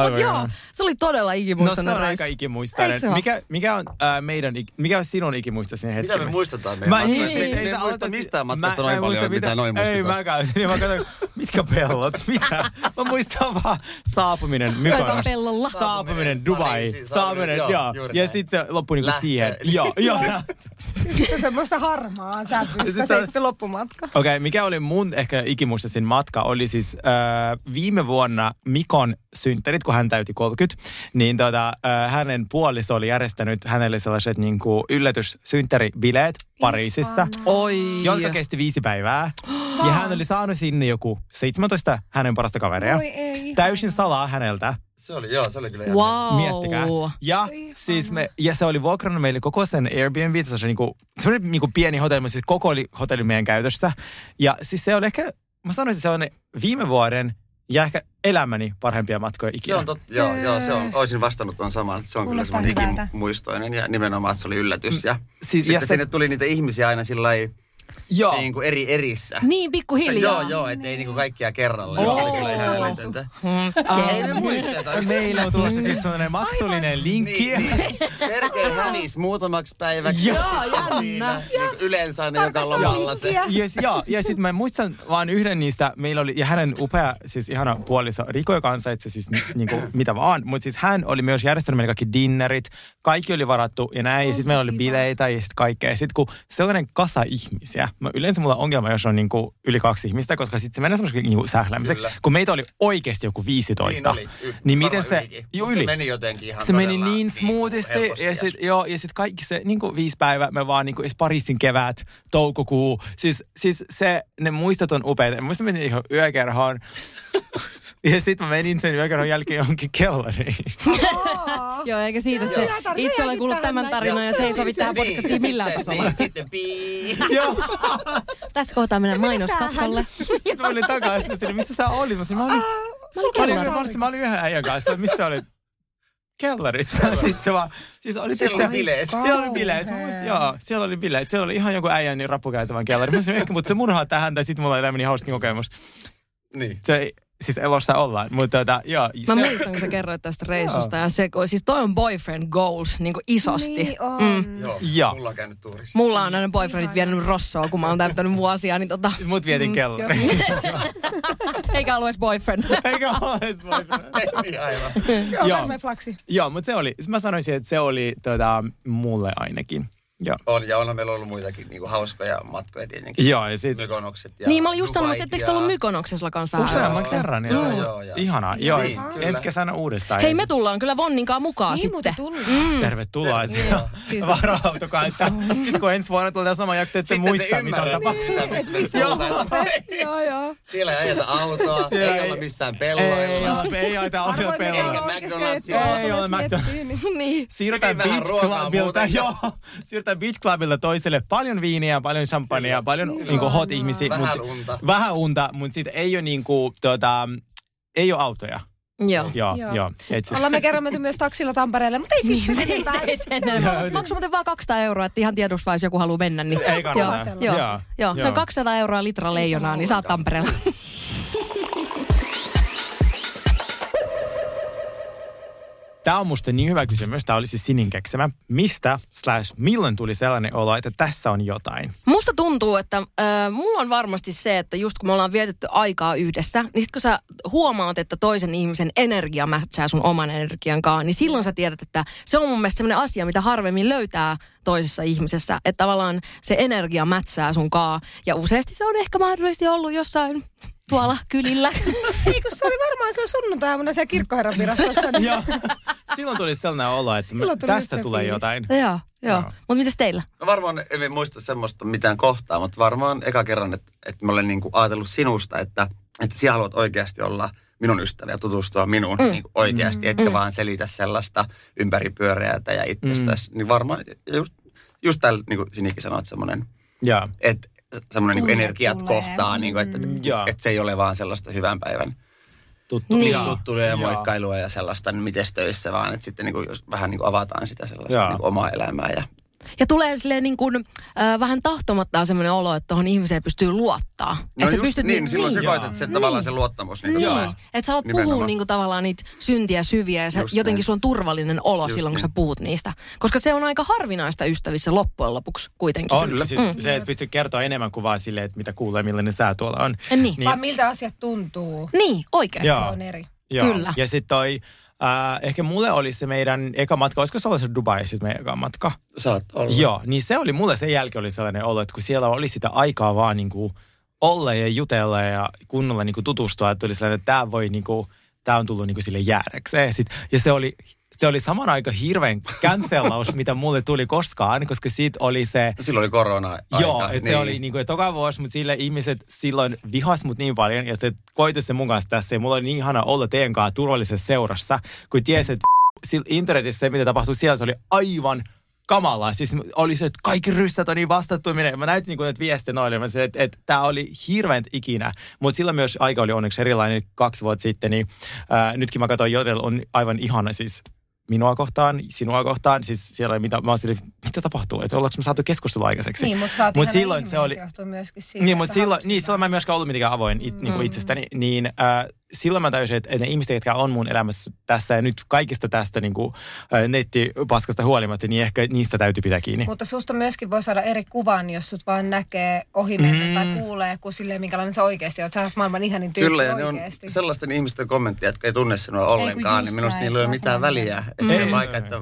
[SPEAKER 3] Mut joo, se oli todella
[SPEAKER 2] No se
[SPEAKER 3] ikimuistainen
[SPEAKER 2] on
[SPEAKER 3] reissu.
[SPEAKER 2] aika ikimuistainen.
[SPEAKER 3] Eikö se ole?
[SPEAKER 2] Mikä, mikä on äh, meidän, ik- mikä on sinun ikimuistaisen hetki?
[SPEAKER 4] me muistetaan meidän
[SPEAKER 2] Mä,
[SPEAKER 4] matkoista?
[SPEAKER 2] niin,
[SPEAKER 4] Me ei-
[SPEAKER 2] niin,
[SPEAKER 4] me ei
[SPEAKER 2] ei, sä
[SPEAKER 4] muista
[SPEAKER 2] aloita-
[SPEAKER 4] mistään
[SPEAKER 2] mä-
[SPEAKER 4] matkasta
[SPEAKER 2] mä
[SPEAKER 4] noin
[SPEAKER 2] en
[SPEAKER 4] paljon,
[SPEAKER 2] muista
[SPEAKER 4] mitä noin muistetaan.
[SPEAKER 2] Ei mäkään, niin mä katson, mitkä pellot, mitä? Mä muistan vaan saapuminen Mykonos.
[SPEAKER 3] pellolla.
[SPEAKER 2] Saapuminen Dubai.
[SPEAKER 4] Pariisiin,
[SPEAKER 2] Saapuminen,
[SPEAKER 4] saapuminen, joo,
[SPEAKER 2] joo.
[SPEAKER 4] juuri
[SPEAKER 2] Ja
[SPEAKER 4] näin.
[SPEAKER 2] sitten se loppui niinku
[SPEAKER 4] Lähtö.
[SPEAKER 2] siihen. Joo, joo.
[SPEAKER 5] Sitten semmoista harmaa sävystä
[SPEAKER 2] Sitten on-
[SPEAKER 5] sitten loppumatka.
[SPEAKER 2] Okei, okay, mikä oli mun ehkä ikimuistasin matka, oli siis äh, viime vuonna Mikon synttärit, kun hän täyti 30, niin tota, äh, hänen puoliso oli järjestänyt hänelle sellaiset niin kuin yllätyssynttäribileet Pariisissa,
[SPEAKER 5] niin.
[SPEAKER 3] Oi.
[SPEAKER 2] jotka kesti viisi päivää. Ja hän oli saanut sinne joku 17 hänen parasta kaveria.
[SPEAKER 5] Voi ei,
[SPEAKER 2] Täysin salaa häneltä.
[SPEAKER 4] Se oli, joo, se oli kyllä ihan...
[SPEAKER 3] Wow.
[SPEAKER 2] Miettikää. Ja, siis me, ja se oli vuokrannut meille koko sen Airbnb, se oli niinku, semmoinen niinku pieni hotelli, mutta siis koko oli hotelli meidän käytössä. Ja siis se oli ehkä, mä sanoisin, se on viime vuoden ja ehkä elämäni parhaimpia matkoja
[SPEAKER 4] Se
[SPEAKER 2] ikinä.
[SPEAKER 4] on tot, joo, joo, se on, olisin vastannut tuon saman. Se on
[SPEAKER 5] Kuulostaa
[SPEAKER 4] kyllä semmoinen
[SPEAKER 5] hyvältä.
[SPEAKER 4] ikimuistoinen ja nimenomaan, että se oli yllätys. Ja,
[SPEAKER 2] siis-
[SPEAKER 4] sitten
[SPEAKER 2] ja se-
[SPEAKER 4] sinne tuli niitä ihmisiä aina sillä
[SPEAKER 2] Joo.
[SPEAKER 4] niin kuin eri erissä.
[SPEAKER 3] Niin,
[SPEAKER 4] Se,
[SPEAKER 3] pikkuhiljaa.
[SPEAKER 4] joo, joo, ettei niinku kaikkia kerralla.
[SPEAKER 3] Oh.
[SPEAKER 4] Se oli kyllä ihan älytöntä.
[SPEAKER 3] Mm,
[SPEAKER 4] Ei me muisteta.
[SPEAKER 2] Meillä on tulossa siis tämmöinen maksullinen linkki.
[SPEAKER 4] Niin, niin. Sergei hävisi muutamaksi päiväksi.
[SPEAKER 2] Joo,
[SPEAKER 4] jännä. Siinä, niin kuin yleensä aina joka lomalla se.
[SPEAKER 2] Yes, joo, ja sitten mä muistan vaan yhden niistä, meillä oli, ja hänen upea, siis ihana puoliso Riko, joka ansaitsi siis ni- niinku, mitä vaan, mutta siis hän oli myös järjestänyt meille kaikki dinnerit, kaikki oli varattu ja näin, ja sitten meillä oli bileitä ja sitten kaikkea. Sitten kun sellainen kasa ihmisiä, mä yleensä mulla on ongelma, jos on niinku yli kaksi ihmistä, koska sitten se menee semmoisen niinku sähläämiseksi.
[SPEAKER 4] Kyllä.
[SPEAKER 2] Kun meitä oli oikeasti joku 15,
[SPEAKER 4] Niin oli, y-
[SPEAKER 2] niin miten
[SPEAKER 4] varmaan
[SPEAKER 2] se,
[SPEAKER 4] ylikin.
[SPEAKER 2] Juu,
[SPEAKER 4] Mut se meni jotenkin ihan
[SPEAKER 2] Se meni
[SPEAKER 4] todella
[SPEAKER 2] niin
[SPEAKER 4] niinku
[SPEAKER 2] smoothisti,
[SPEAKER 4] helposti
[SPEAKER 2] ja
[SPEAKER 4] ja-
[SPEAKER 2] sit, Joo, ja sitten kaikki se niin viisi päivää, me vaan niin kuin Pariisin kevät, toukokuu. Siis, siis se, ne muistot on upeita. Mä muistan, menin ihan yökerhoon. ja sitten mä menin sen yökerhon jälkeen johonkin kellariin.
[SPEAKER 3] Joo, eikä siitä se.
[SPEAKER 5] ei tarvi
[SPEAKER 3] Itse olen
[SPEAKER 5] jäädä
[SPEAKER 3] kuullut
[SPEAKER 5] tähän
[SPEAKER 3] tämän
[SPEAKER 5] näin.
[SPEAKER 3] tarinan ja se ei sovi tähän
[SPEAKER 4] Niin,
[SPEAKER 3] podcastiin millään
[SPEAKER 4] sitten-
[SPEAKER 3] tasolla.
[SPEAKER 4] Niin, sitten pii.
[SPEAKER 2] Joo,
[SPEAKER 3] Tässä kohtaa mennään mainoskatkolle.
[SPEAKER 5] mainoskatkolle.
[SPEAKER 2] sitten mä olin takaisin sinne, missä sä olit? Mä sanoin, Ah, mä olin, mä olin, mä olin, mä olin yhden äijän kanssa, missä sä olit? Kellarissa. Sitten se vaan, siis oli
[SPEAKER 4] Siellä oli bileet.
[SPEAKER 2] Siellä oli bileet. Mä muistin, joo, siellä oli bileet. Siellä oli ihan joku äijän niin rappukäytävän kellari. Mä sanoin, ehkä mut se murhaa tähän, tai sitten mulla oli elämäni hauskin kokemus.
[SPEAKER 4] Niin.
[SPEAKER 2] se ei, siis elossa ollaan, mutta tota, joo.
[SPEAKER 3] Mä
[SPEAKER 2] se,
[SPEAKER 3] muistan, kun sä kerroit tästä reissusta. Ja se, siis toi on boyfriend goals niin kuin isosti.
[SPEAKER 5] Niin on.
[SPEAKER 3] Mm.
[SPEAKER 4] Joo,
[SPEAKER 2] Joo.
[SPEAKER 4] mulla on käynyt tuurissa.
[SPEAKER 3] Mulla on aina boyfriendit vienyt rossoa, kun mä oon täyttänyt vuosia, niin tota,
[SPEAKER 2] Mut vietin kello.
[SPEAKER 3] eikä ollut edes boyfriend.
[SPEAKER 2] Eikä ole edes boyfriend.
[SPEAKER 4] Niin, aivan.
[SPEAKER 5] Joo,
[SPEAKER 2] Joo.
[SPEAKER 5] varmaan flaksi.
[SPEAKER 2] Joo, mutta se oli, mä sanoisin, että se oli tota, mulle ainakin. Joo.
[SPEAKER 4] On, ja onhan meillä ollut muitakin niinku hauskoja matkoja tietenkin.
[SPEAKER 2] Joo, ja sit
[SPEAKER 4] Mykonokset ja
[SPEAKER 3] Niin mä olin just
[SPEAKER 4] Dubait
[SPEAKER 3] sanomassa, etteikö te ollut
[SPEAKER 4] ja-
[SPEAKER 3] Mykonoksessa kans vähän?
[SPEAKER 2] useamman
[SPEAKER 3] aikaa?
[SPEAKER 2] kerran. Ja
[SPEAKER 4] Joo,
[SPEAKER 2] se,
[SPEAKER 4] Mm. joo, joo.
[SPEAKER 2] Ihanaa. Joo,
[SPEAKER 4] Niin,
[SPEAKER 2] ja sit
[SPEAKER 4] kyllä.
[SPEAKER 2] ensi kesänä uudestaan.
[SPEAKER 3] Hei, me tullaan kyllä Vonninkaan mukaan
[SPEAKER 5] Niin, mutta
[SPEAKER 3] sitten. Mm.
[SPEAKER 5] tullaan.
[SPEAKER 2] Tervetuloa.
[SPEAKER 3] Siis-
[SPEAKER 2] Varautukaa, että sitten kun ensi vuonna tulee tämä sama jakso, te ette
[SPEAKER 4] Sitten te Niin.
[SPEAKER 2] muista, mitä on
[SPEAKER 4] ymmärrätte,
[SPEAKER 2] tapahtunut.
[SPEAKER 4] mitä- mistä puhutaan.
[SPEAKER 5] Joo, joo.
[SPEAKER 4] Siellä ei ajeta autoa,
[SPEAKER 2] Siellä
[SPEAKER 4] ei
[SPEAKER 2] ei-
[SPEAKER 4] olla missään
[SPEAKER 2] Ei
[SPEAKER 4] pelloilla.
[SPEAKER 2] ole, me ei aita ohjaa
[SPEAKER 5] Harvoin
[SPEAKER 2] pelaa.
[SPEAKER 5] meillä on oikeasti
[SPEAKER 4] McDonald's.
[SPEAKER 5] etua,
[SPEAKER 2] Ei ole
[SPEAKER 5] jos miettii, niin-
[SPEAKER 3] niin.
[SPEAKER 2] Siirrytään
[SPEAKER 4] Hyvin vähän
[SPEAKER 2] Beach
[SPEAKER 4] ruokaa
[SPEAKER 2] Clubilta,
[SPEAKER 4] muuten.
[SPEAKER 2] joo, siirrytään Beach Clubilta toiselle. Paljon viiniä, paljon champagnea, paljon niinku hot ihmisiä.
[SPEAKER 4] Vähän
[SPEAKER 2] mut,
[SPEAKER 4] unta.
[SPEAKER 2] Vähän unta, mutta sitten ei ole niinku, tota, ei ole autoja.
[SPEAKER 3] Joo.
[SPEAKER 2] Joo, joo.
[SPEAKER 5] Joo.
[SPEAKER 2] joo. Et sit,
[SPEAKER 5] Ollaan me kerran menty myös taksilla Tampereelle, mutta ei siitä sen enempää.
[SPEAKER 3] Niin. Ei sen enempää. Maksu muuten vaan 200 euroa, että ihan tiedossa vaan, jos joku haluaa mennä. Niin.
[SPEAKER 2] ei kannata.
[SPEAKER 3] Joo, joo, joo. Se on 200 euroa litra leijonaa, niin saat Tampereella.
[SPEAKER 2] Tämä on musta niin hyvä kysymys. Tämä oli siis Sinin keksemä. Mistä slash milloin tuli sellainen olo, että tässä on jotain?
[SPEAKER 3] Musta tuntuu, että äh, mulla on varmasti se, että just kun me ollaan vietetty aikaa yhdessä, niin sit kun sä huomaat, että toisen ihmisen energia mätsää sun oman energian kanssa, niin silloin sä tiedät, että se on mun mielestä sellainen asia, mitä harvemmin löytää toisessa ihmisessä. Että tavallaan se energia mätsää sun kaa. Ja useasti se on ehkä mahdollisesti ollut jossain tuolla kylillä. Niin
[SPEAKER 5] Ei kun se oli varmaan se sunnuntaina siellä kirkkoherran virastossa. niin-
[SPEAKER 2] Joo. Silloin tuli sellainen olo, että me,
[SPEAKER 5] Silloin tuli just
[SPEAKER 2] tästä
[SPEAKER 5] se
[SPEAKER 2] tulee
[SPEAKER 5] fiilis. Niin.
[SPEAKER 2] jotain.
[SPEAKER 3] Joo, joo. Mutta mitäs teillä?
[SPEAKER 4] No varmaan en muista semmoista mitään kohtaa, mutta varmaan eka kerran, että, että mä olen niin kuin ajatellut sinusta, että, että sinä haluat oikeasti olla minun ystävä ja tutustua minuun
[SPEAKER 3] Mm.
[SPEAKER 4] mm. niin oikeasti,
[SPEAKER 3] Mm.
[SPEAKER 4] etkä
[SPEAKER 3] Mm.
[SPEAKER 4] vaan selitä sellaista ympäripyöreätä ja itsestäsi. Niin varmaan just, just tällä, niin kuin Sinikin sanoit, semmoinen,
[SPEAKER 2] Joo.
[SPEAKER 4] että semmoinen niin
[SPEAKER 5] Tunne
[SPEAKER 4] energiat
[SPEAKER 5] tulee.
[SPEAKER 4] kohtaa, niin kuin, että,
[SPEAKER 2] Joo.
[SPEAKER 4] että se ei ole vaan sellaista hyvän päivän
[SPEAKER 2] Tuttu.
[SPEAKER 4] niin.
[SPEAKER 2] Joo.
[SPEAKER 4] tuttuja ja
[SPEAKER 2] Joo.
[SPEAKER 4] moikkailua ja sellaista, niin miten töissä vaan, että sitten niin kuin, jos vähän niin kuin avataan sitä sellaista
[SPEAKER 2] Joo.
[SPEAKER 4] niin kuin omaa elämää ja
[SPEAKER 3] Ja tulee silleen niin kuin, äh, vähän tahtomattaan semmoinen olo, että tuohon ihmiseen pystyy luottaa.
[SPEAKER 4] No
[SPEAKER 3] Et sä niinku
[SPEAKER 4] just niin, silloin sä
[SPEAKER 2] Joo.
[SPEAKER 4] koetat sen tavallaan se luottamus. Niin,
[SPEAKER 3] Niin,
[SPEAKER 4] kuin
[SPEAKER 3] niin.
[SPEAKER 4] päästä.
[SPEAKER 3] että sä alat puhua
[SPEAKER 4] Nimenomaan.
[SPEAKER 3] niinku tavallaan niitä syntiä syviä ja sä,
[SPEAKER 4] Just
[SPEAKER 3] jotenkin
[SPEAKER 4] näin.
[SPEAKER 3] sun on turvallinen olo
[SPEAKER 4] Just
[SPEAKER 3] silloin, kun sä
[SPEAKER 4] niin.
[SPEAKER 3] puhut niistä. Koska se on aika harvinaista ystävissä loppujen lopuksi kuitenkin. Mm.
[SPEAKER 2] On, kyllä. Siis
[SPEAKER 5] Mm.
[SPEAKER 2] se, että pystyy kertoa enemmän kuin vaan silleen, että mitä kuulee, millainen sää tuolla on.
[SPEAKER 3] Niin. niin.
[SPEAKER 5] Vaan miltä asiat tuntuu.
[SPEAKER 3] Niin, oikeasti.
[SPEAKER 2] Joo.
[SPEAKER 5] Se on eri.
[SPEAKER 2] Joo.
[SPEAKER 3] Kyllä.
[SPEAKER 2] Ja sitten toi, äh, ehkä mulle oli se meidän eka matka, olisiko se ollut se Dubai sitten meidän eka matka?
[SPEAKER 4] Saat olla.
[SPEAKER 2] Joo, niin se oli mulle sen jälkeen oli sellainen olo, että kun siellä oli sitä aikaa vaan niin kuin olla ja jutella ja kunnolla niin kuin tutustua, että oli sellainen, että tämä voi niin kuin, tämä on tullut niin kuin sille jäädäkseen. Sit, ja se oli, se oli saman aika hirveän cancellaus, mitä mulle tuli koskaan, koska siitä oli se,
[SPEAKER 4] Silloin oli korona
[SPEAKER 2] Joo, että se oli niin kuin, toka vuosi, mutta sille ihmiset silloin vihas mut niin paljon ja se koitti se mun kanssa tässä. Ja mulla oli niin ihana olla teidän kanssa turvallisessa seurassa, kun tiesi, että sillä internetissä se, mitä tapahtui siellä, se oli aivan kamalaa. Siis oli se, että kaikki ryssät on niin vastattu. Minä, mä näytin niin näitä viestejä noille, mä sanoin, että, että tämä oli hirveän ikinä. Mutta sillä myös aika oli onneksi erilainen kaksi vuotta sitten, niin ää, nytkin mä katsoin, Jodel on aivan ihana siis minua kohtaan, sinua kohtaan, siis siellä oli mitä, mä oon sille, mitä tapahtuu, että ollaanko me saatu keskustelua aikaiseksi.
[SPEAKER 5] Niin, mutta sä oot
[SPEAKER 2] Mut
[SPEAKER 5] ihana
[SPEAKER 2] silloin
[SPEAKER 5] ihminen,
[SPEAKER 2] se oli-
[SPEAKER 5] johtuu myöskin siitä,
[SPEAKER 2] Niin,
[SPEAKER 5] että
[SPEAKER 2] mutta
[SPEAKER 5] sä
[SPEAKER 2] silloin,
[SPEAKER 5] haluat
[SPEAKER 2] niin,
[SPEAKER 5] hyvää.
[SPEAKER 2] silloin mä en myöskään ollut mitenkään avoin it, niin kuin itsestäni, niin äh, silloin mä täysin, että ne ihmiset, jotka on mun elämässä tässä ja nyt kaikista tästä niin kuin, äh, nettipaskasta huolimatta, niin ehkä niistä täytyy pitää kiinni.
[SPEAKER 5] Mutta susta myöskin voi saada eri kuvan, jos sut vaan näkee ohi mm. tai kuulee, kuin silleen, minkälainen sä oikeasti oot. Sä oot maailman ihanin tyyppi
[SPEAKER 4] Kyllä, ja ne on
[SPEAKER 5] oikeasti.
[SPEAKER 4] sellaisten ihmisten kommentteja, jotka ei tunne sinua
[SPEAKER 5] kun
[SPEAKER 4] ollenkaan,
[SPEAKER 5] just
[SPEAKER 4] niin minusta
[SPEAKER 5] näin,
[SPEAKER 4] niillä ei ole
[SPEAKER 5] mä
[SPEAKER 4] mitään
[SPEAKER 5] sanon
[SPEAKER 4] väliä.
[SPEAKER 2] Mm.
[SPEAKER 4] Että
[SPEAKER 2] Ei.
[SPEAKER 4] se vaikka, että...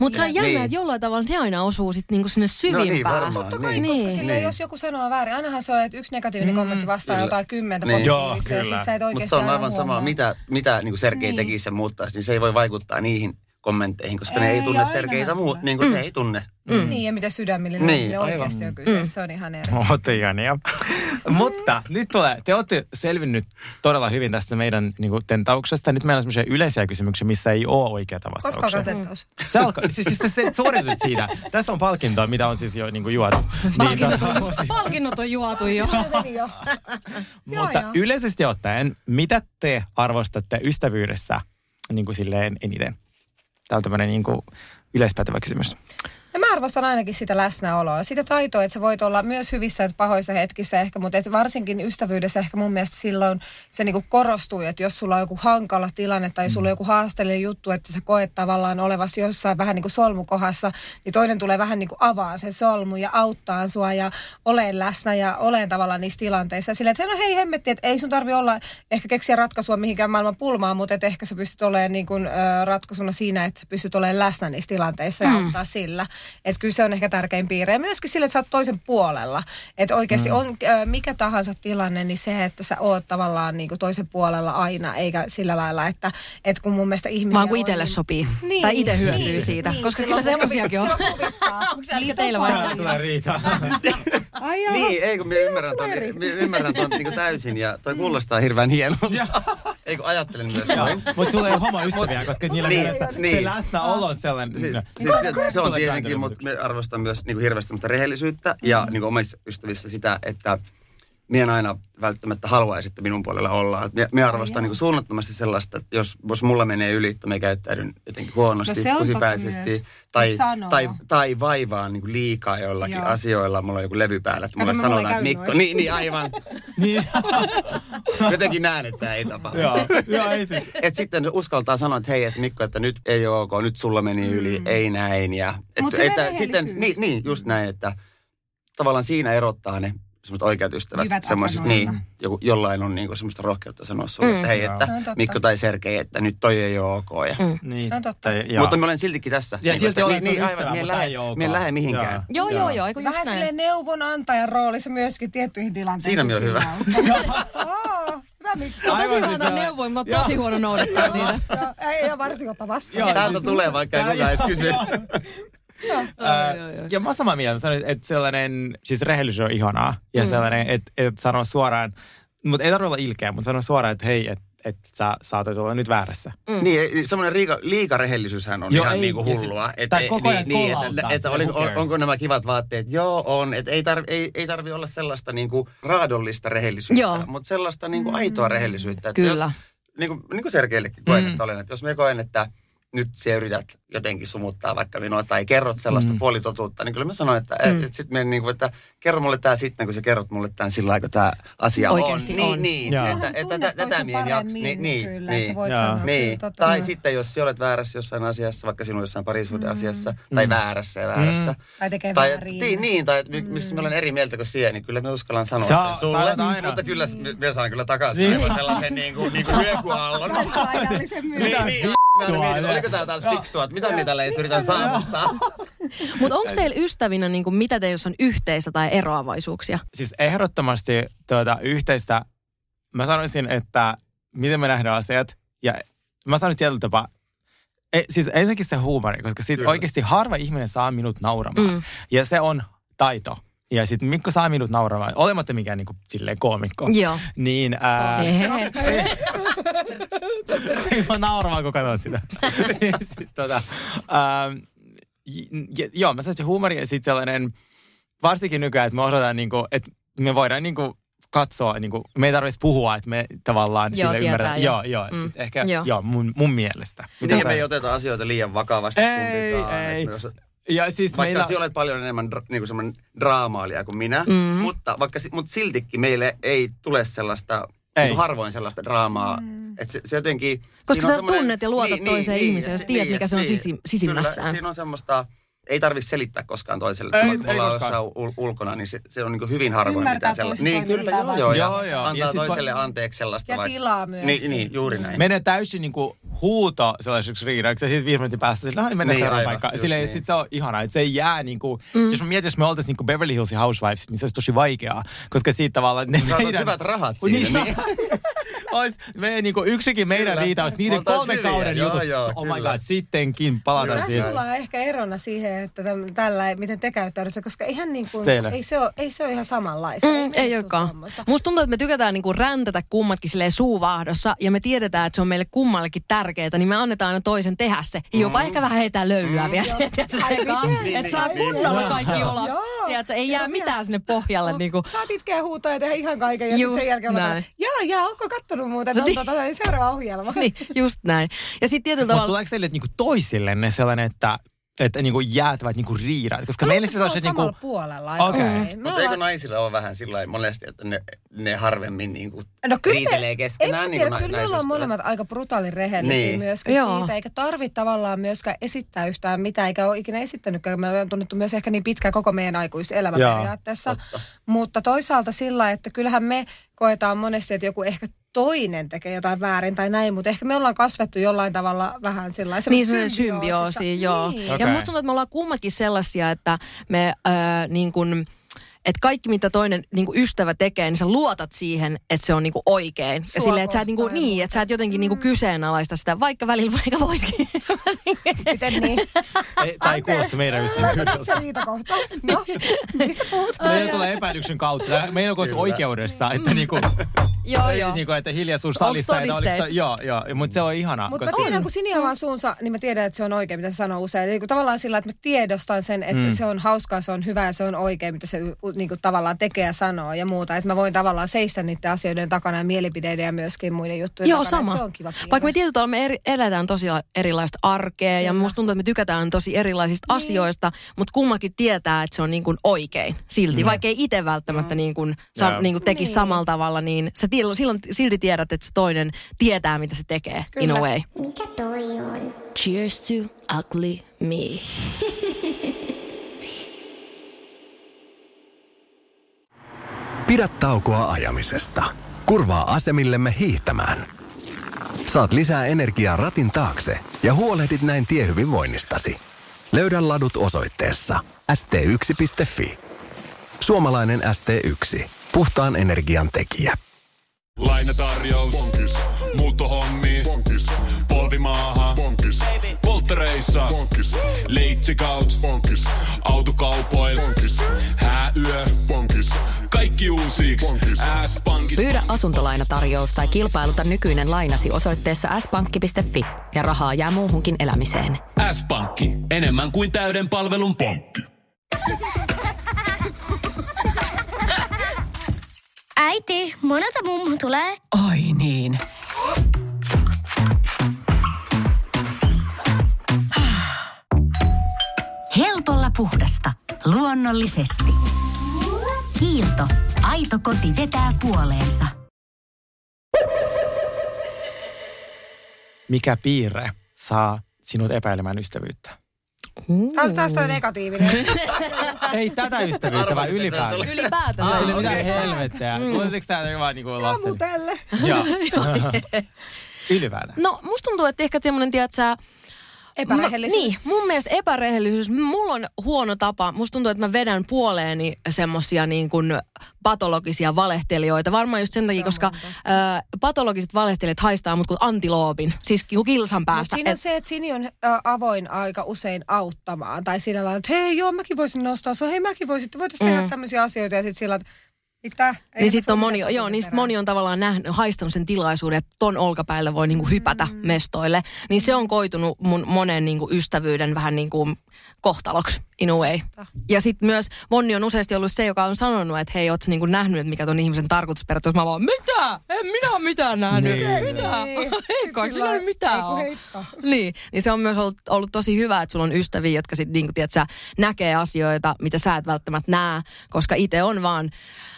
[SPEAKER 3] Mutta se on jännä,
[SPEAKER 4] Niin.
[SPEAKER 3] että jollain tavalla ne aina osuu sit niinku sinne
[SPEAKER 4] No niin,
[SPEAKER 3] syvimpään.
[SPEAKER 4] varmaan.
[SPEAKER 5] Totta kai,
[SPEAKER 4] niin.
[SPEAKER 5] niin. koska silleen,
[SPEAKER 4] Niin.
[SPEAKER 5] jos joku sanoo väärin, ainahan se on, että yksi negatiivinen mm, kommentti vastaa
[SPEAKER 4] kyllä.
[SPEAKER 5] jotain kymmentä
[SPEAKER 4] Niin.
[SPEAKER 5] positiivista,
[SPEAKER 2] Joo,
[SPEAKER 5] ja
[SPEAKER 2] kyllä.
[SPEAKER 5] sit sä et
[SPEAKER 4] Mutta
[SPEAKER 5] oikeasti
[SPEAKER 4] se on
[SPEAKER 5] aina
[SPEAKER 4] aivan sama,
[SPEAKER 5] huomaa.
[SPEAKER 4] mitä, mitä niin kuin Sergei
[SPEAKER 5] Niin.
[SPEAKER 4] niin. tekisi sen muuttaisi, niin se ei voi vaikuttaa niihin kommentteihin, koska ne
[SPEAKER 5] Ei,
[SPEAKER 4] ei tunne
[SPEAKER 5] ainahan
[SPEAKER 4] Sergeitä muu,
[SPEAKER 5] tulee.
[SPEAKER 4] niin kuin ne ei tunne.
[SPEAKER 5] Mm. Niin, ja mitä sydämillinen
[SPEAKER 4] Niin,
[SPEAKER 5] niin,
[SPEAKER 4] aivan.
[SPEAKER 5] oikeasti on kyseessä, se on ihan eri.
[SPEAKER 2] Ootte ihania. Mutta nyt tulee, te olette selvinnyt todella hyvin tästä meidän niin kuin, tentauksesta. Nyt meillä on semmoisia yleisiä kysymyksiä, missä ei ole oikeata
[SPEAKER 5] Koska
[SPEAKER 2] vastauksia.
[SPEAKER 5] katettaus?
[SPEAKER 2] Se alkoi, siis, siis te- te suoritit siitä. Tässä on palkintoa, mitä on siis jo niin kuin, juotu. Niin, tota,
[SPEAKER 3] Palkinnot on juotu jo.
[SPEAKER 5] Meni jo. Joo,
[SPEAKER 2] Mutta
[SPEAKER 5] joo.
[SPEAKER 2] yleisesti ottaen, mitä te arvostatte ystävyydessä niin kuin silleen eniten? Tämä on tämmöinen niin kuin yleispätevä kysymys.
[SPEAKER 5] No mä arvostan ainakin sitä läsnäoloa. Sitä taitoa, että sä voit olla myös hyvissä ja pahoissa hetkissä ehkä, mutta et varsinkin ystävyydessä ehkä mun mielestä silloin se niinku korostuu, että jos sulla on joku hankala tilanne tai sulla on joku haasteellinen juttu, että sä koet tavallaan olevasi jossain vähän niinku solmukohdassa, niin toinen tulee vähän niinku avaan sen solmun ja auttaa sua ja oleen läsnä ja oleen tavallaan niissä tilanteissa. Silleen, että no hei hemmetti, että ei sun tarvi olla ehkä keksiä ratkaisua mihinkään maailman pulmaan, mutta et ehkä sä pystyt olemaan niinku, ö, ratkaisuna siinä, että sä pystyt olemaan läsnä niissä tilanteissa
[SPEAKER 3] Mm.
[SPEAKER 5] ja auttaa sillä. Että kyllä se on ehkä tärkein piirre. Ja myöskin sillä, että sä oot toisen puolella. Että oikeasti mm. on ö, mikä tahansa tilanne, niin se, että sä oot tavallaan niinku toisen puolella aina, eikä sillä lailla, että et kun mun mielestä ihmisiä
[SPEAKER 3] Vaan kun
[SPEAKER 5] on,
[SPEAKER 3] itselle
[SPEAKER 5] niin-
[SPEAKER 3] sopii. Tai itse hyötyy siitä. Koska Niin. kyllä
[SPEAKER 5] silloin
[SPEAKER 3] semmosiakin on.
[SPEAKER 5] silloin huvittaa.
[SPEAKER 3] Onko se älkää teillä vai?
[SPEAKER 2] Tulee riita.
[SPEAKER 5] Ai joo.
[SPEAKER 4] Niin, ei kun minä ymmärrän
[SPEAKER 5] sulla
[SPEAKER 4] ton,
[SPEAKER 5] eri?
[SPEAKER 4] minä ymmärrän ton niin kuin täysin ja toi kuulostaa hirveän hienolta. Ei kun ajattelen myös noin.
[SPEAKER 2] Mutta tulee homo ystäviä, koska niillä
[SPEAKER 4] Niin,
[SPEAKER 2] kädessä se
[SPEAKER 4] niin.
[SPEAKER 5] Ah.
[SPEAKER 2] läsnäolo on sellainen.
[SPEAKER 4] Siis, siis, se- se on
[SPEAKER 2] Tulee
[SPEAKER 4] tietenkin, mutta me arvostan myös niin kuin hirveästi semmoista rehellisyyttä ja
[SPEAKER 5] Mm-hmm.
[SPEAKER 4] niin kuin omissa ystävissä sitä, että minä en aina välttämättä haluaisi, että minun puolella ollaan. Me, me arvostan niin kuin suunnattomasti sellaista, että jos, jos mulla menee yli, että me käyttäydyn jotenkin huonosti,
[SPEAKER 5] No se on toki myös.
[SPEAKER 4] kusipäisesti tai,
[SPEAKER 5] Sanoo.
[SPEAKER 4] tai, tai vaivaan niin kuin liikaa jollakin
[SPEAKER 5] Joo.
[SPEAKER 4] Joo. asioilla. Mulla on joku levy päällä, että mulle
[SPEAKER 5] Kato, mulla ei
[SPEAKER 4] sanotaan, että
[SPEAKER 5] käy
[SPEAKER 4] Mikko,
[SPEAKER 5] noin.
[SPEAKER 4] niin, niin aivan.
[SPEAKER 2] Niin,
[SPEAKER 4] Jotenkin näen, että tämä ei tapahdu.
[SPEAKER 2] joo, joo, ei siis.
[SPEAKER 4] Et sitten se uskaltaa sanoa, että hei, että Mikko, että nyt ei ole ok, nyt sulla meni yli, mm. ei näin. Ja, et,
[SPEAKER 5] Mut se
[SPEAKER 4] että
[SPEAKER 5] on
[SPEAKER 4] sitten,
[SPEAKER 5] rehellisyys.
[SPEAKER 4] niin, niin, just näin, että tavallaan siinä erottaa ne semmoiset oikeat ystävät.
[SPEAKER 5] Hyvät
[SPEAKER 4] semmoiset,
[SPEAKER 5] apanoista.
[SPEAKER 4] niin, joku, jollain on niinku semmoista rohkeutta sanoa sulle, mm. että hei, että
[SPEAKER 5] Se on totta.
[SPEAKER 4] Mikko tai Sergei, että nyt toi ei ole ok. Ja, mm.
[SPEAKER 2] Niin.
[SPEAKER 5] Se on totta.
[SPEAKER 2] Tai- joo.
[SPEAKER 4] Mutta mä olen siltikin tässä.
[SPEAKER 2] Ja
[SPEAKER 4] Niinku,
[SPEAKER 2] silti
[SPEAKER 4] että
[SPEAKER 2] olen
[SPEAKER 4] niin,
[SPEAKER 2] sun
[SPEAKER 4] niin,
[SPEAKER 2] ystävä,
[SPEAKER 4] aivan, mie en
[SPEAKER 2] mutta ei
[SPEAKER 4] lähde,
[SPEAKER 2] olekaan.
[SPEAKER 4] mie en lähde mihinkään.
[SPEAKER 2] Joo.
[SPEAKER 3] Joo, joo, joo. Eikö just
[SPEAKER 5] Vähän
[SPEAKER 3] näin?
[SPEAKER 5] silleen neuvonantajan roolissa myöskin tiettyihin tilanteisiin.
[SPEAKER 4] Siinä minä olen hyvä.
[SPEAKER 5] Joo, Mikko.
[SPEAKER 3] Mä oon tosi huono neuvoin, mä oon tosi huono noudattaa niitä.
[SPEAKER 5] Joo, Ei ole varsinkin ottaa vastaan.
[SPEAKER 2] Joo, siis-
[SPEAKER 4] Täältä tulee, vaikka ei
[SPEAKER 2] Joo,
[SPEAKER 4] kukaan edes
[SPEAKER 2] joo,
[SPEAKER 4] kysy.
[SPEAKER 2] joo. Ää, Ja mä oon samaa mieltä, Mä sanoin, että sellainen, siis rehellisyys on ihanaa ja
[SPEAKER 4] Mm.
[SPEAKER 2] sellainen, että et sanoa suoraan, mutta ei tarvitse olla ilkeä, mutta sanoa suoraan, että hei, että et sä saatat olla nyt väärässä.
[SPEAKER 4] Mm. Niin, semmoinen riika, liikarehellisyyshän on
[SPEAKER 2] Joo,
[SPEAKER 4] joo, ihan
[SPEAKER 2] ei,
[SPEAKER 4] niinku
[SPEAKER 2] ja sit-
[SPEAKER 4] hullua. Et
[SPEAKER 2] tai
[SPEAKER 4] ei-
[SPEAKER 2] koko ajan
[SPEAKER 4] niin, niin,
[SPEAKER 2] kolauttaa,
[SPEAKER 4] että, että
[SPEAKER 2] ja
[SPEAKER 4] oli,
[SPEAKER 2] who
[SPEAKER 4] on,
[SPEAKER 2] cares?
[SPEAKER 4] onko nämä kivat vaatteet? Joo, on. Et ei, tarvi, ei, ei tarvi olla sellaista niinku raadollista rehellisyyttä,
[SPEAKER 3] Joo.
[SPEAKER 4] mutta sellaista niinku aitoa rehellisyyttä. Että
[SPEAKER 3] Kyllä.
[SPEAKER 4] Jos, niin kuin, niin kuin Sergeillekin koen, mm. että olen, että jos mä koen, että nyt sä yrität jotenkin sumuttaa vaikka minua tai kerrot sellaista
[SPEAKER 2] Mm.
[SPEAKER 4] mm. puolitotuutta, niin kyllä mä sanon, että, mm. että, että, sit me, niin kuin, että kerro mulle tämä sitten, kun sä kerrot mulle tämän sillä lailla, kun tämä asia
[SPEAKER 3] Oikeesti
[SPEAKER 4] on. Niin,
[SPEAKER 3] on.
[SPEAKER 4] Niin,
[SPEAKER 2] Joo.
[SPEAKER 4] että, että,
[SPEAKER 5] Tunnet
[SPEAKER 4] että tätä
[SPEAKER 5] toisen
[SPEAKER 4] mien jaksa.
[SPEAKER 5] paremmin,
[SPEAKER 4] Niin, niin,
[SPEAKER 5] kyllä, että
[SPEAKER 4] niin.
[SPEAKER 5] sä voit
[SPEAKER 2] Joo.
[SPEAKER 5] sanoa, tota,
[SPEAKER 4] Niin.
[SPEAKER 5] kyllä, totta.
[SPEAKER 4] Tai sitten jos sä olet väärässä jossain asiassa, vaikka sinun jossain parisuhdeasiassa, mm. tai väärässä ja väärässä. Mm.
[SPEAKER 5] Tai tekee Mm.
[SPEAKER 4] Tai,
[SPEAKER 5] väärin.
[SPEAKER 4] tii, niin, tai mi- missä mä olen eri mieltä kuin siellä, niin kyllä mä uskallan sanoa
[SPEAKER 2] Sä-
[SPEAKER 4] sen
[SPEAKER 2] sä
[SPEAKER 4] sulle.
[SPEAKER 2] olet aina.
[SPEAKER 4] Mutta kyllä s-
[SPEAKER 5] Niin.
[SPEAKER 4] mä- mä saan kyllä takaisin
[SPEAKER 2] Niin.
[SPEAKER 4] niin. sellaisen niin kuin, niin kuin hyökuaallon.
[SPEAKER 5] Laidallisen
[SPEAKER 4] niin,
[SPEAKER 5] myötä.
[SPEAKER 4] niin. Mä aina mietin, oliko tää taas fiksua, että mitä niitä leis yritän saavuttaa.
[SPEAKER 3] Mutta onko teillä ystävinä, niin kuin, mitä teillä on yhteistä tai eroavaisuuksia?
[SPEAKER 2] Siis ehdottomasti tuota, yhteistä, mä sanoisin, että miten me nähdään asiat, ja mä sanon tietyllä tapaa, e, siis ensinnäkin se huumori, koska sit
[SPEAKER 4] Kyllä.
[SPEAKER 2] oikeasti harva ihminen saa minut nauramaan,
[SPEAKER 3] Mm.
[SPEAKER 2] mm. ja se on taito. Ja sitten Mikko saa minut nauramaan, olematta mikään niinku, silleen koomikko.
[SPEAKER 3] Joo.
[SPEAKER 2] Niin, ää,
[SPEAKER 3] Ehe.
[SPEAKER 2] mä nauramaan, kun katson sitä. sitten, tota, ähm, j- j- joo, mä sanoin, että huumori ja sitten sellainen, varsinkin nykyään, että me osataan, niinku, että me voidaan niinku, katsoa, niinku, me ei tarvitse puhua, että me tavallaan
[SPEAKER 3] Joo,
[SPEAKER 2] sille
[SPEAKER 3] tietää
[SPEAKER 2] ymmärretään.
[SPEAKER 3] jo.
[SPEAKER 2] Joo, joo,
[SPEAKER 3] Mm.
[SPEAKER 2] mm. sit ehkä,
[SPEAKER 3] Joo.
[SPEAKER 2] joo, joo mun, mun mielestä.
[SPEAKER 4] Miten
[SPEAKER 2] sä-
[SPEAKER 4] Niin, me ei oteta asioita liian vakavasti
[SPEAKER 2] Ei,
[SPEAKER 4] kumpikaan.
[SPEAKER 2] ei.
[SPEAKER 4] Että jos-
[SPEAKER 2] Ja siis
[SPEAKER 4] Vaikka
[SPEAKER 2] meillä...
[SPEAKER 4] meillä... sinä olet paljon enemmän dra- niinku semmoinen draamaalia kuin minä, mm. mutta vaikka, si- mut siltikin meille ei tule sellaista,
[SPEAKER 2] Ei.
[SPEAKER 4] ei. harvoin sellaista draamaa. Mm. Et se, se jotenkin,
[SPEAKER 3] Koska
[SPEAKER 4] siinä on
[SPEAKER 3] sä
[SPEAKER 4] semmoinen- Niin,
[SPEAKER 3] tunnet ja luotat toiseen ihmiseen,
[SPEAKER 4] et
[SPEAKER 3] jos tiedät,
[SPEAKER 4] et
[SPEAKER 3] mikä se on sisi-
[SPEAKER 4] Kyllä,
[SPEAKER 3] sisimmässään.
[SPEAKER 4] siinä on semmoista, ei tarvitse selittää koskaan toiselle.
[SPEAKER 2] Ei,
[SPEAKER 4] Ei,
[SPEAKER 2] ei
[SPEAKER 4] ei ollaan
[SPEAKER 2] koskaan.
[SPEAKER 4] jossain ul- ulkona, niin se, se on niin hyvin harvoin
[SPEAKER 5] Ymmärtää
[SPEAKER 4] mitään sellaista.
[SPEAKER 5] toista
[SPEAKER 4] Niin, kyllä,
[SPEAKER 5] toimintaa
[SPEAKER 4] joo,
[SPEAKER 2] Joo,
[SPEAKER 4] joo,
[SPEAKER 2] joo.
[SPEAKER 4] joo, ja
[SPEAKER 2] Ja
[SPEAKER 4] antaa
[SPEAKER 2] sit va-
[SPEAKER 4] toiselle anteeksi sellaista.
[SPEAKER 5] Ja
[SPEAKER 4] vaikka-
[SPEAKER 5] tilaa myöskin.
[SPEAKER 4] Niin, niin, juuri näin.
[SPEAKER 2] menee täysin niinku huuto sellaiseksi riidaksi ja sitten viisi minuutin päästä sillä, no, mennään
[SPEAKER 4] Niin,
[SPEAKER 2] niin, seuraavaan
[SPEAKER 4] aivan,
[SPEAKER 2] paikkaan.
[SPEAKER 4] just
[SPEAKER 2] Silleen, niin.
[SPEAKER 4] niin.
[SPEAKER 2] sit se on ihanaa, että se ei jää niinku, mm. jos mä mietin, jos me oltais niinku Beverly Hills ja Housewives, niin se olisi tosi vaikeaa, koska siitä tavallaan ne
[SPEAKER 4] Saatat syvät rahat siinä, niin.
[SPEAKER 2] Ois, me niinku yksikin meidän
[SPEAKER 4] Kyllä.
[SPEAKER 2] riita olisi niiden
[SPEAKER 4] Oltais
[SPEAKER 2] kolme
[SPEAKER 4] hyviä,
[SPEAKER 2] kauden
[SPEAKER 4] joo,
[SPEAKER 2] jutut.
[SPEAKER 4] joo,
[SPEAKER 2] oh my
[SPEAKER 4] kyllä.
[SPEAKER 2] god, sittenkin
[SPEAKER 4] Niin.
[SPEAKER 2] palataan
[SPEAKER 5] Tässä
[SPEAKER 2] siihen.
[SPEAKER 5] ollaan ehkä erona siihen, että täm- tällä, ei- miten te käyttäydytte, koska eihän niin kuin,
[SPEAKER 2] Teillä.
[SPEAKER 5] ei, se ole, ei se ole ihan samanlaista.
[SPEAKER 3] Mm, ei olekaan.
[SPEAKER 5] Musta
[SPEAKER 3] Musta tuntuu, että me tykätään niinku räntätä kummatkin silleen suuvaahdossa ja me tiedetään, että se on meille kummallekin tärkeää, niin me annetaan aina toisen tehdä se. Ja jopa ehkä vähän heitä löylyä mm. vielä, tiedätkö, sekaan, että saa kunnolla kaikki ulos.
[SPEAKER 5] Joo. No.
[SPEAKER 3] Tiedätkö, ei jää mitään sinne pohjalle. Niinku.
[SPEAKER 5] Saat itkeä huutoa ja tehdä ihan kaiken ja sit
[SPEAKER 3] Just
[SPEAKER 5] sen jälkeen
[SPEAKER 3] näin.
[SPEAKER 5] näin. jaa, jaa, onko kattonut muuten,
[SPEAKER 3] No
[SPEAKER 5] no,
[SPEAKER 3] niin.
[SPEAKER 5] tota, tota, seuraava ohjelma.
[SPEAKER 3] Niin, just näin. Ja sitten tietyllä
[SPEAKER 2] Mutta
[SPEAKER 3] tavalla...
[SPEAKER 2] tuleeko teille niinku toisillenne sellainen, että että niinku jäätävät niinku riidat, koska meillä se on se niinku...
[SPEAKER 5] Samalla puolella aika
[SPEAKER 2] Okei.
[SPEAKER 5] usein. Me
[SPEAKER 4] Mutta eikö
[SPEAKER 5] ollaan-
[SPEAKER 4] naisilla ole vähän sillä lailla monesti, että ne, ne harvemmin niin kuin
[SPEAKER 5] No kyllä
[SPEAKER 4] riitelee keskenään?
[SPEAKER 5] en mä
[SPEAKER 4] niin
[SPEAKER 5] tiedä,
[SPEAKER 4] kuin
[SPEAKER 5] kyllä me ollaan molemmat aika brutaalin rehellisiä
[SPEAKER 4] Niin.
[SPEAKER 5] myöskin
[SPEAKER 3] Joo.
[SPEAKER 5] siitä, eikä tarvitse tavallaan myöskään esittää yhtään mitään, eikä ole ikinä esittänytkään. Me ollaan tunnettu myös ehkä niin pitkään koko meidän aikuiselämä
[SPEAKER 2] Joo,
[SPEAKER 5] periaatteessa. Mutta toisaalta sillä, että kyllähän me koetaan monesti, että joku ehkä toinen tekee jotain väärin tai näin, mutta ehkä me ollaan kasvettu jollain tavalla vähän sillä lailla
[SPEAKER 3] Niin semmoinen
[SPEAKER 5] symbioosissa.
[SPEAKER 3] symbioosi, joo. Niin.
[SPEAKER 5] Niin.
[SPEAKER 3] Ja
[SPEAKER 2] Okei.
[SPEAKER 3] musta tuntuu, että me ollaan kummatkin sellaisia, että me öö, niin kuin, että kaikki mitä toinen niin kuin ystävä tekee, niin sä luotat siihen, että se on niin kuin oikein.
[SPEAKER 5] Sua
[SPEAKER 3] Ja silleen, että sä et, niin, kuin,
[SPEAKER 5] kohtaan.
[SPEAKER 3] niin, että sä et jotenkin niin kuin kyseenalaista sitä, vaikka välillä vaikka voisikin.
[SPEAKER 5] Miten niin?
[SPEAKER 2] Tämä Eh, ei kuulosta meidän ystävyydeltä.
[SPEAKER 5] Onko se riitakohta? No, mistä puhut?
[SPEAKER 2] Meillä tulee epäilyksen kautta. Tää- Meillä on koos oikeudessa, että niinku,
[SPEAKER 3] joo,
[SPEAKER 2] ei
[SPEAKER 3] joo.
[SPEAKER 2] niinku, että hiljaisuus salissa. Että oliko
[SPEAKER 3] todisteet?
[SPEAKER 2] toi, joo, joo, mutta se on ihana.
[SPEAKER 5] Mutta mä tiedän, kun Sini avaa suunsa, niin mä tiedän, että se on oikein, mitä se sanoo usein. Eli kun tavallaan sillä, että mä tiedostan sen, että mm. se on hauskaa, se on hyvää, ja se on oikein, mitä se u- niin kuin tavallaan tekee ja sanoo ja muuta. Että mä voin tavallaan seistä niiden asioiden takana ja mielipideiden ja myöskin muiden juttujen
[SPEAKER 3] Joo,
[SPEAKER 5] takana.
[SPEAKER 3] sama.
[SPEAKER 5] Et Se on kiva. piirre.
[SPEAKER 3] Vaikka me tietyllä tavalla me eri, eletään tosi erilaista arkea ja musta tuntuu, että me tykätään tosi erilaisista niin. asioista, mutta kummakin tietää, että se on niin kuin oikein silti. Mm. Vaikka ei itse välttämättä
[SPEAKER 5] Mm.
[SPEAKER 3] niin kuin, sa,
[SPEAKER 2] Joo.
[SPEAKER 3] niin kuin teki niin. samalla tavalla, niin sä tiedä, silloin silti tiedät, että se toinen tietää, mitä se tekee Kyllä. in a
[SPEAKER 5] Kyllä.
[SPEAKER 3] way.
[SPEAKER 11] Mikä toi on?
[SPEAKER 6] Cheers to ugly me.
[SPEAKER 8] Pidä taukoa ajamisesta. Kurvaa asemillemme hiihtämään. Saat lisää energiaa ratin taakse ja huolehdit näin tiehyvinvoinnistasi. Löydä ladut osoitteessa st1.fi. Suomalainen ST1. Puhtaan energian tekijä.
[SPEAKER 9] Lainatarjous. Bonkis. Muuttohommi. Bonkis. Polvimaaha. Bonkis. Polttereissa. Bonkis. Leitsikaut. Bonkis. Autokaupoil. Bonkis. Hääyö. Bonkis. Kaikki uusi. S-pankki.
[SPEAKER 10] Pyydä asuntolainatarjous tai kilpailuta nykyinen lainasi osoitteessa s-pankki.fi ja rahaa jää muuhunkin elämiseen.
[SPEAKER 9] S-pankki. Enemmän kuin täyden palvelun pankki.
[SPEAKER 11] Äiti, monelta mummu tulee?
[SPEAKER 12] Ai niin.
[SPEAKER 13] Helpolla puhdasta. Luonnollisesti. Kiilto. Aito koti vetää puoleensa.
[SPEAKER 2] Mikä piirre saa sinut epäilemään ystävyyttä?
[SPEAKER 5] Tämä on taas toi negatiivinen.
[SPEAKER 2] Ei tätä ystävyyttä, vaan ylipäätään.
[SPEAKER 5] Ylipäätänsä.
[SPEAKER 2] Ah,
[SPEAKER 5] Okei.
[SPEAKER 2] mitä helvettiä.
[SPEAKER 3] Mm.
[SPEAKER 2] Luuletteko tää vaan niinku lasten?
[SPEAKER 5] Mutelle.
[SPEAKER 2] Joo. Ylipäätään.
[SPEAKER 3] No, musta tuntuu, että ehkä semmoinen, tiedät sä,
[SPEAKER 5] Epärehellisyys.
[SPEAKER 3] Mä, niin, mun mielestä epärehellisyys. Mulla on huono tapa. Musta tuntuu, että mä vedän puoleeni semmosia niin kuin patologisia valehtelijoita. Varmaan just sen takia, koska ö, patologiset valehtelijat haistaa mut kuin antiloopin. Siis ki- kilsan
[SPEAKER 5] Mutta
[SPEAKER 3] päästä.
[SPEAKER 5] siinä on
[SPEAKER 3] Et-
[SPEAKER 5] se, että Sini on ä, avoin aika usein auttamaan. Tai sillä lailla, että hei joo, mäkin voisin nostaa sua. Hei, mäkin voisin. Voitaisiin tehdä
[SPEAKER 3] Mm.
[SPEAKER 5] tämmöisiä asioita. Ja sitten sillä lailla, että mitä? Ei
[SPEAKER 3] Niin
[SPEAKER 5] tässä
[SPEAKER 3] sitten on
[SPEAKER 5] ole
[SPEAKER 3] moni,
[SPEAKER 5] mitään
[SPEAKER 3] joo,
[SPEAKER 5] tunnin
[SPEAKER 3] niin sit
[SPEAKER 5] perään.
[SPEAKER 3] moni on tavallaan nähnyt, haistanut sen tilaisuuden, että ton olkapäällä voi niinku hypätä mestoille. Niin se on koitunut mun monen niinku ystävyyden vähän niinku kohtaloksi in a way. Ja sitten myös Monni on useasti ollut se, joka on sanonut, että hei, oot sä niinku nähnyt, että mikä ton ihmisen tarkoitusperä, että mä vaan, mitä? En minä ole mitään nähnyt.
[SPEAKER 2] Niin.
[SPEAKER 3] Mitä? Ei kai sillä ole
[SPEAKER 5] Ei
[SPEAKER 3] mitään
[SPEAKER 5] kun
[SPEAKER 3] ole.
[SPEAKER 5] heitto.
[SPEAKER 3] Niin, niin se on myös ollut, ollut tosi hyvä, että sulla on ystäviä, jotka sitten niinku, tiedät sä, näkee asioita, mitä sä et välttämättä näe, koska itse on vaan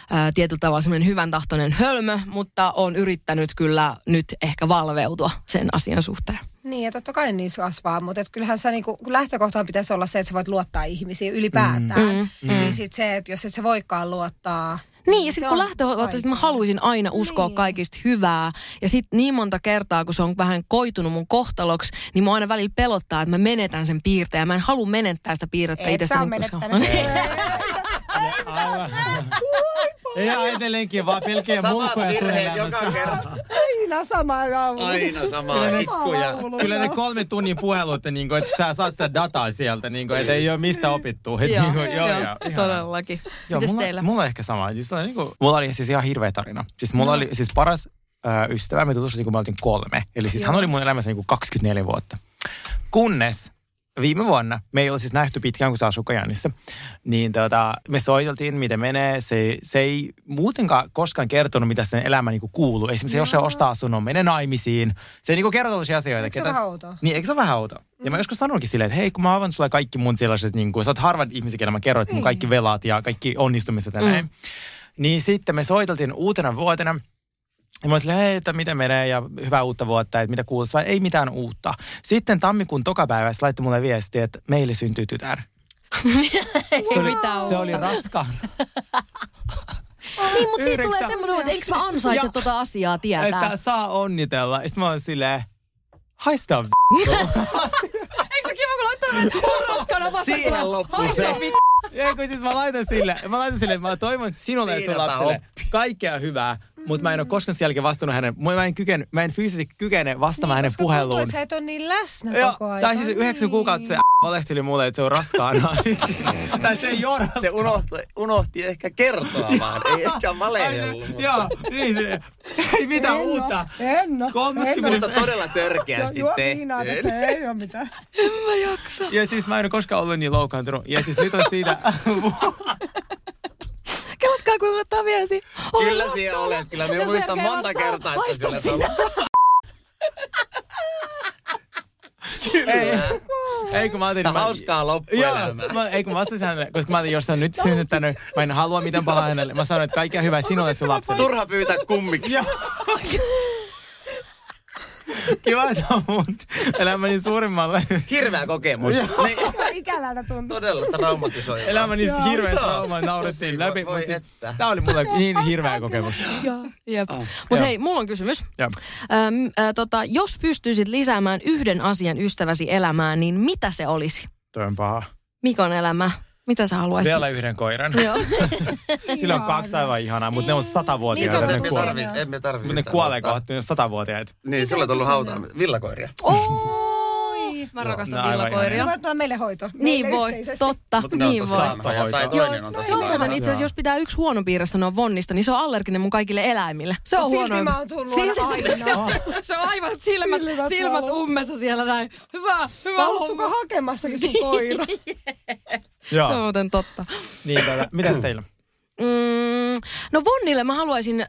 [SPEAKER 3] ää, tietyllä tavalla semmoinen hyvän tahtoinen hölmö, mutta on yrittänyt kyllä nyt ehkä valveutua sen asian suhteen.
[SPEAKER 5] Niin, ja totta kai niissä kasvaa, mutta et kyllähän sä niinku, kun lähtökohtaan pitäisi olla se, että sä voit luottaa ihmisiin ylipäätään.
[SPEAKER 3] Mm.
[SPEAKER 5] Mm. Niin sit se, että jos et sä voikaan luottaa.
[SPEAKER 3] Niin, ja sitten
[SPEAKER 5] se
[SPEAKER 3] kun
[SPEAKER 5] on
[SPEAKER 3] lähtökohtaisesti mä haluaisin aina uskoa niin. kaikista hyvää, ja sitten niin monta kertaa, kun se on vähän koitunut mun kohtaloksi, niin mua aina välillä pelottaa, että mä menetän sen piirteen, ja mä en halua menettää sitä piirrettä niinku,
[SPEAKER 5] Et sä
[SPEAKER 3] itsessäni.
[SPEAKER 5] oo
[SPEAKER 3] koska-
[SPEAKER 5] menettänyt.
[SPEAKER 2] Aivan. Ei edelleenkin, vaan pelkeä mulkoja sun elämässä.
[SPEAKER 5] kerta. Aina sama laulu.
[SPEAKER 2] Aina
[SPEAKER 4] sama
[SPEAKER 5] Sama
[SPEAKER 4] itkuja.
[SPEAKER 5] laulu.
[SPEAKER 2] Kyllä ne kolme tunnin puhelut, niin kuin, että sä saat sitä dataa sieltä, niin kuin, että ei ole mistä opittu. Et,
[SPEAKER 3] Joo,
[SPEAKER 2] niin kuin, joo,
[SPEAKER 3] joo,
[SPEAKER 2] joo, ihana.
[SPEAKER 3] todellakin.
[SPEAKER 2] Joo,
[SPEAKER 3] Mites
[SPEAKER 2] mulla,
[SPEAKER 3] teillä?
[SPEAKER 2] mulla on ehkä sama. Siis, on niinku, mulla oli siis ihan hirveä tarina. Siis mulla no. oli siis paras ö, ystävä, me tutustuttiin kun me oltiin kolme. Eli siis hän
[SPEAKER 1] Joo.
[SPEAKER 2] oli mun elämässä niinku 24 vuotta. Kunnes viime vuonna, me ei ole siis nähty pitkään, kun se asui Kajanissa, niin tota, me soiteltiin, miten menee. Se, se ei muutenkaan koskaan kertonut, mitä sen elämä niinku kuuluu. Esimerkiksi jos se ostaa asunnon, menee naimisiin. Se ei niinku kerro tällaisia asioita.
[SPEAKER 5] No. Eikö se
[SPEAKER 2] ketä-
[SPEAKER 5] vähän outoa?
[SPEAKER 2] Niin, eikö se ole vähän outoa? Ja mä joskus sanonkin silleen, että hei, kun mä avannut sulle kaikki mun sellaiset, niin kuin, sä oot harvan ihmisen, kenellä mä kerroin, että mun
[SPEAKER 1] Niin.
[SPEAKER 2] kaikki velat ja kaikki onnistumiset ja
[SPEAKER 1] Mm.
[SPEAKER 2] näin. Niin sitten me soiteltiin uutena vuotena. Ja mä olin silleen, hei, että miten menee ja hyvää uutta vuotta, että mitä kuuluu. Vai ei mitään uutta. Sitten tammikuun tokapäivä se laittoi mulle viestiä, että meille syntyy tytär.
[SPEAKER 3] Ei
[SPEAKER 2] Se oli,
[SPEAKER 3] mitään
[SPEAKER 2] se oli
[SPEAKER 3] uutta.
[SPEAKER 2] raskaana.
[SPEAKER 3] Niin, mutta siitä
[SPEAKER 2] Yhdeksän.
[SPEAKER 3] tulee semmoinen, että eikö mä ansaitse
[SPEAKER 2] Joo.
[SPEAKER 3] tota asiaa tietää.
[SPEAKER 2] Että saa onnitella. Sitten mä olin silleen, haista v***.
[SPEAKER 3] Eikö se kiva, kun laittaa raskana vasta?
[SPEAKER 2] Siihen
[SPEAKER 3] tulee,
[SPEAKER 2] loppui
[SPEAKER 3] "Ai,
[SPEAKER 2] se."
[SPEAKER 3] no vit-
[SPEAKER 2] Ei, kun siis mä laitan sille, mä laitan sille, että mä toivon sinulle ja sun
[SPEAKER 1] Siinäpä
[SPEAKER 2] lapselle kaikkea hyvää, mutta mä en ole koskaan sen jälkeen vastannut hänen, mä en, kykene, mä en fyysisesti kykene vastaamaan hänen
[SPEAKER 5] Niin, Koska tuntuu,
[SPEAKER 2] puheluun.
[SPEAKER 5] että sä et ole niin läsnä
[SPEAKER 2] Joo,
[SPEAKER 5] koko ajan. niin.
[SPEAKER 2] tai siis yhdeksän kuukautta se valehteli mulle, että se on raskaana. tai se ei ole
[SPEAKER 4] Se unohti, unohti ehkä kertoa vaan, ei ehkä valehdellut. mutta-
[SPEAKER 2] Joo, niin se. Ei mitään
[SPEAKER 5] En oo,
[SPEAKER 2] uutta.
[SPEAKER 5] En ole.
[SPEAKER 2] 30
[SPEAKER 4] Mutta todella törkeästi
[SPEAKER 5] Joo, niin juo
[SPEAKER 2] tehty.
[SPEAKER 5] viinaa tässä, ei ole mitään.
[SPEAKER 2] Ja siis mä en ole koskaan ollut niin loukkaantunut. Ja siis nyt on siitä...
[SPEAKER 3] Kelatkaa, kun laittaa viesti. Olen
[SPEAKER 4] Kyllä siellä olet, kyllä minä
[SPEAKER 3] Ja
[SPEAKER 4] muistan
[SPEAKER 3] Sergei
[SPEAKER 4] monta
[SPEAKER 3] vastaa,
[SPEAKER 4] kertaa, että
[SPEAKER 3] "Haista
[SPEAKER 4] siellä
[SPEAKER 3] sinä."
[SPEAKER 2] ei, ei kun mä ajattelin...
[SPEAKER 4] Tää
[SPEAKER 2] mä-
[SPEAKER 4] hauskaa loppuelämää.
[SPEAKER 2] Joo, mä, ei kun mä vastasin hänelle, koska mä ajattelin, jos sä nyt synnyttänyt, mä en halua mitään pahaa hänelle. Mä sanoin, että kaikkea hyvää sinulle ja sun lapselle.
[SPEAKER 4] Turha pyytää kummiksi.
[SPEAKER 2] Joo. Kiva, että on mun elämäni suurimmalle.
[SPEAKER 4] Hirveä kokemus. Niin,
[SPEAKER 5] Ikälältä tuntuu.
[SPEAKER 4] Todella traumatisoiva.
[SPEAKER 2] Elämäni
[SPEAKER 4] Joo.
[SPEAKER 2] hirveä
[SPEAKER 4] Joo.
[SPEAKER 2] trauma, naurettiin läpi.
[SPEAKER 4] Voi
[SPEAKER 2] mut Siis,
[SPEAKER 4] että.
[SPEAKER 2] tää oli mulle niin hirveä kokemus.
[SPEAKER 3] Joo, jep.
[SPEAKER 2] Ah,
[SPEAKER 3] Mutta
[SPEAKER 2] joo.
[SPEAKER 3] hei, mulla on kysymys.
[SPEAKER 2] Joo.
[SPEAKER 3] Öm, ö, tota, jos pystyisit lisäämään yhden asian ystäväsi elämään, niin mitä se olisi?
[SPEAKER 2] Toi on paha.
[SPEAKER 3] Mikon elämä. Mitä sä haluaisit?
[SPEAKER 2] Vielä yhden koiran.
[SPEAKER 3] Joo.
[SPEAKER 2] Sillä on kaksi aivan ihanaa, mutta ne on satavuotiaita.
[SPEAKER 4] Niin,
[SPEAKER 2] ne
[SPEAKER 4] me
[SPEAKER 2] kuolee.
[SPEAKER 4] tarvitse- emme tarvitse
[SPEAKER 2] Mutta ne
[SPEAKER 4] tätä Ah,
[SPEAKER 2] kuolee kohta, ne on satavuotiaita.
[SPEAKER 4] Niin, sulla on tullut hautaan villakoiria.
[SPEAKER 3] Oi, mä
[SPEAKER 2] no
[SPEAKER 3] rakastan
[SPEAKER 2] aivan
[SPEAKER 3] villakoiria.
[SPEAKER 5] Voi tulla meille hoito.
[SPEAKER 3] Niin
[SPEAKER 5] meille
[SPEAKER 3] voi,
[SPEAKER 5] yhteisesti.
[SPEAKER 3] totta,
[SPEAKER 4] Mut ne on
[SPEAKER 3] niin
[SPEAKER 4] tosi
[SPEAKER 3] voi.
[SPEAKER 4] vanhoja, tai
[SPEAKER 3] Joo,
[SPEAKER 4] toinen on
[SPEAKER 3] no
[SPEAKER 4] tosi
[SPEAKER 3] se on
[SPEAKER 4] vanha.
[SPEAKER 3] muuten itse asiassa,
[SPEAKER 4] Joo.
[SPEAKER 3] jos pitää yksi huono piirre sanoa vonnista, niin se on allerginen mun kaikille eläimille. Se on
[SPEAKER 5] Mut silti
[SPEAKER 3] huono.
[SPEAKER 5] mä oon tullut aina.
[SPEAKER 3] se on aivan silmät,
[SPEAKER 5] Silmät
[SPEAKER 3] silmät
[SPEAKER 5] valo.
[SPEAKER 3] ummessa siellä näin. Hyvä, hyvä
[SPEAKER 5] Mä oon sun
[SPEAKER 3] homma.
[SPEAKER 5] hakemassakin sun koira.
[SPEAKER 2] Joo.
[SPEAKER 3] Se on muuten totta.
[SPEAKER 2] Niin, tota, mitäs teillä?
[SPEAKER 3] Mm, no Vonnille mä haluaisin ö,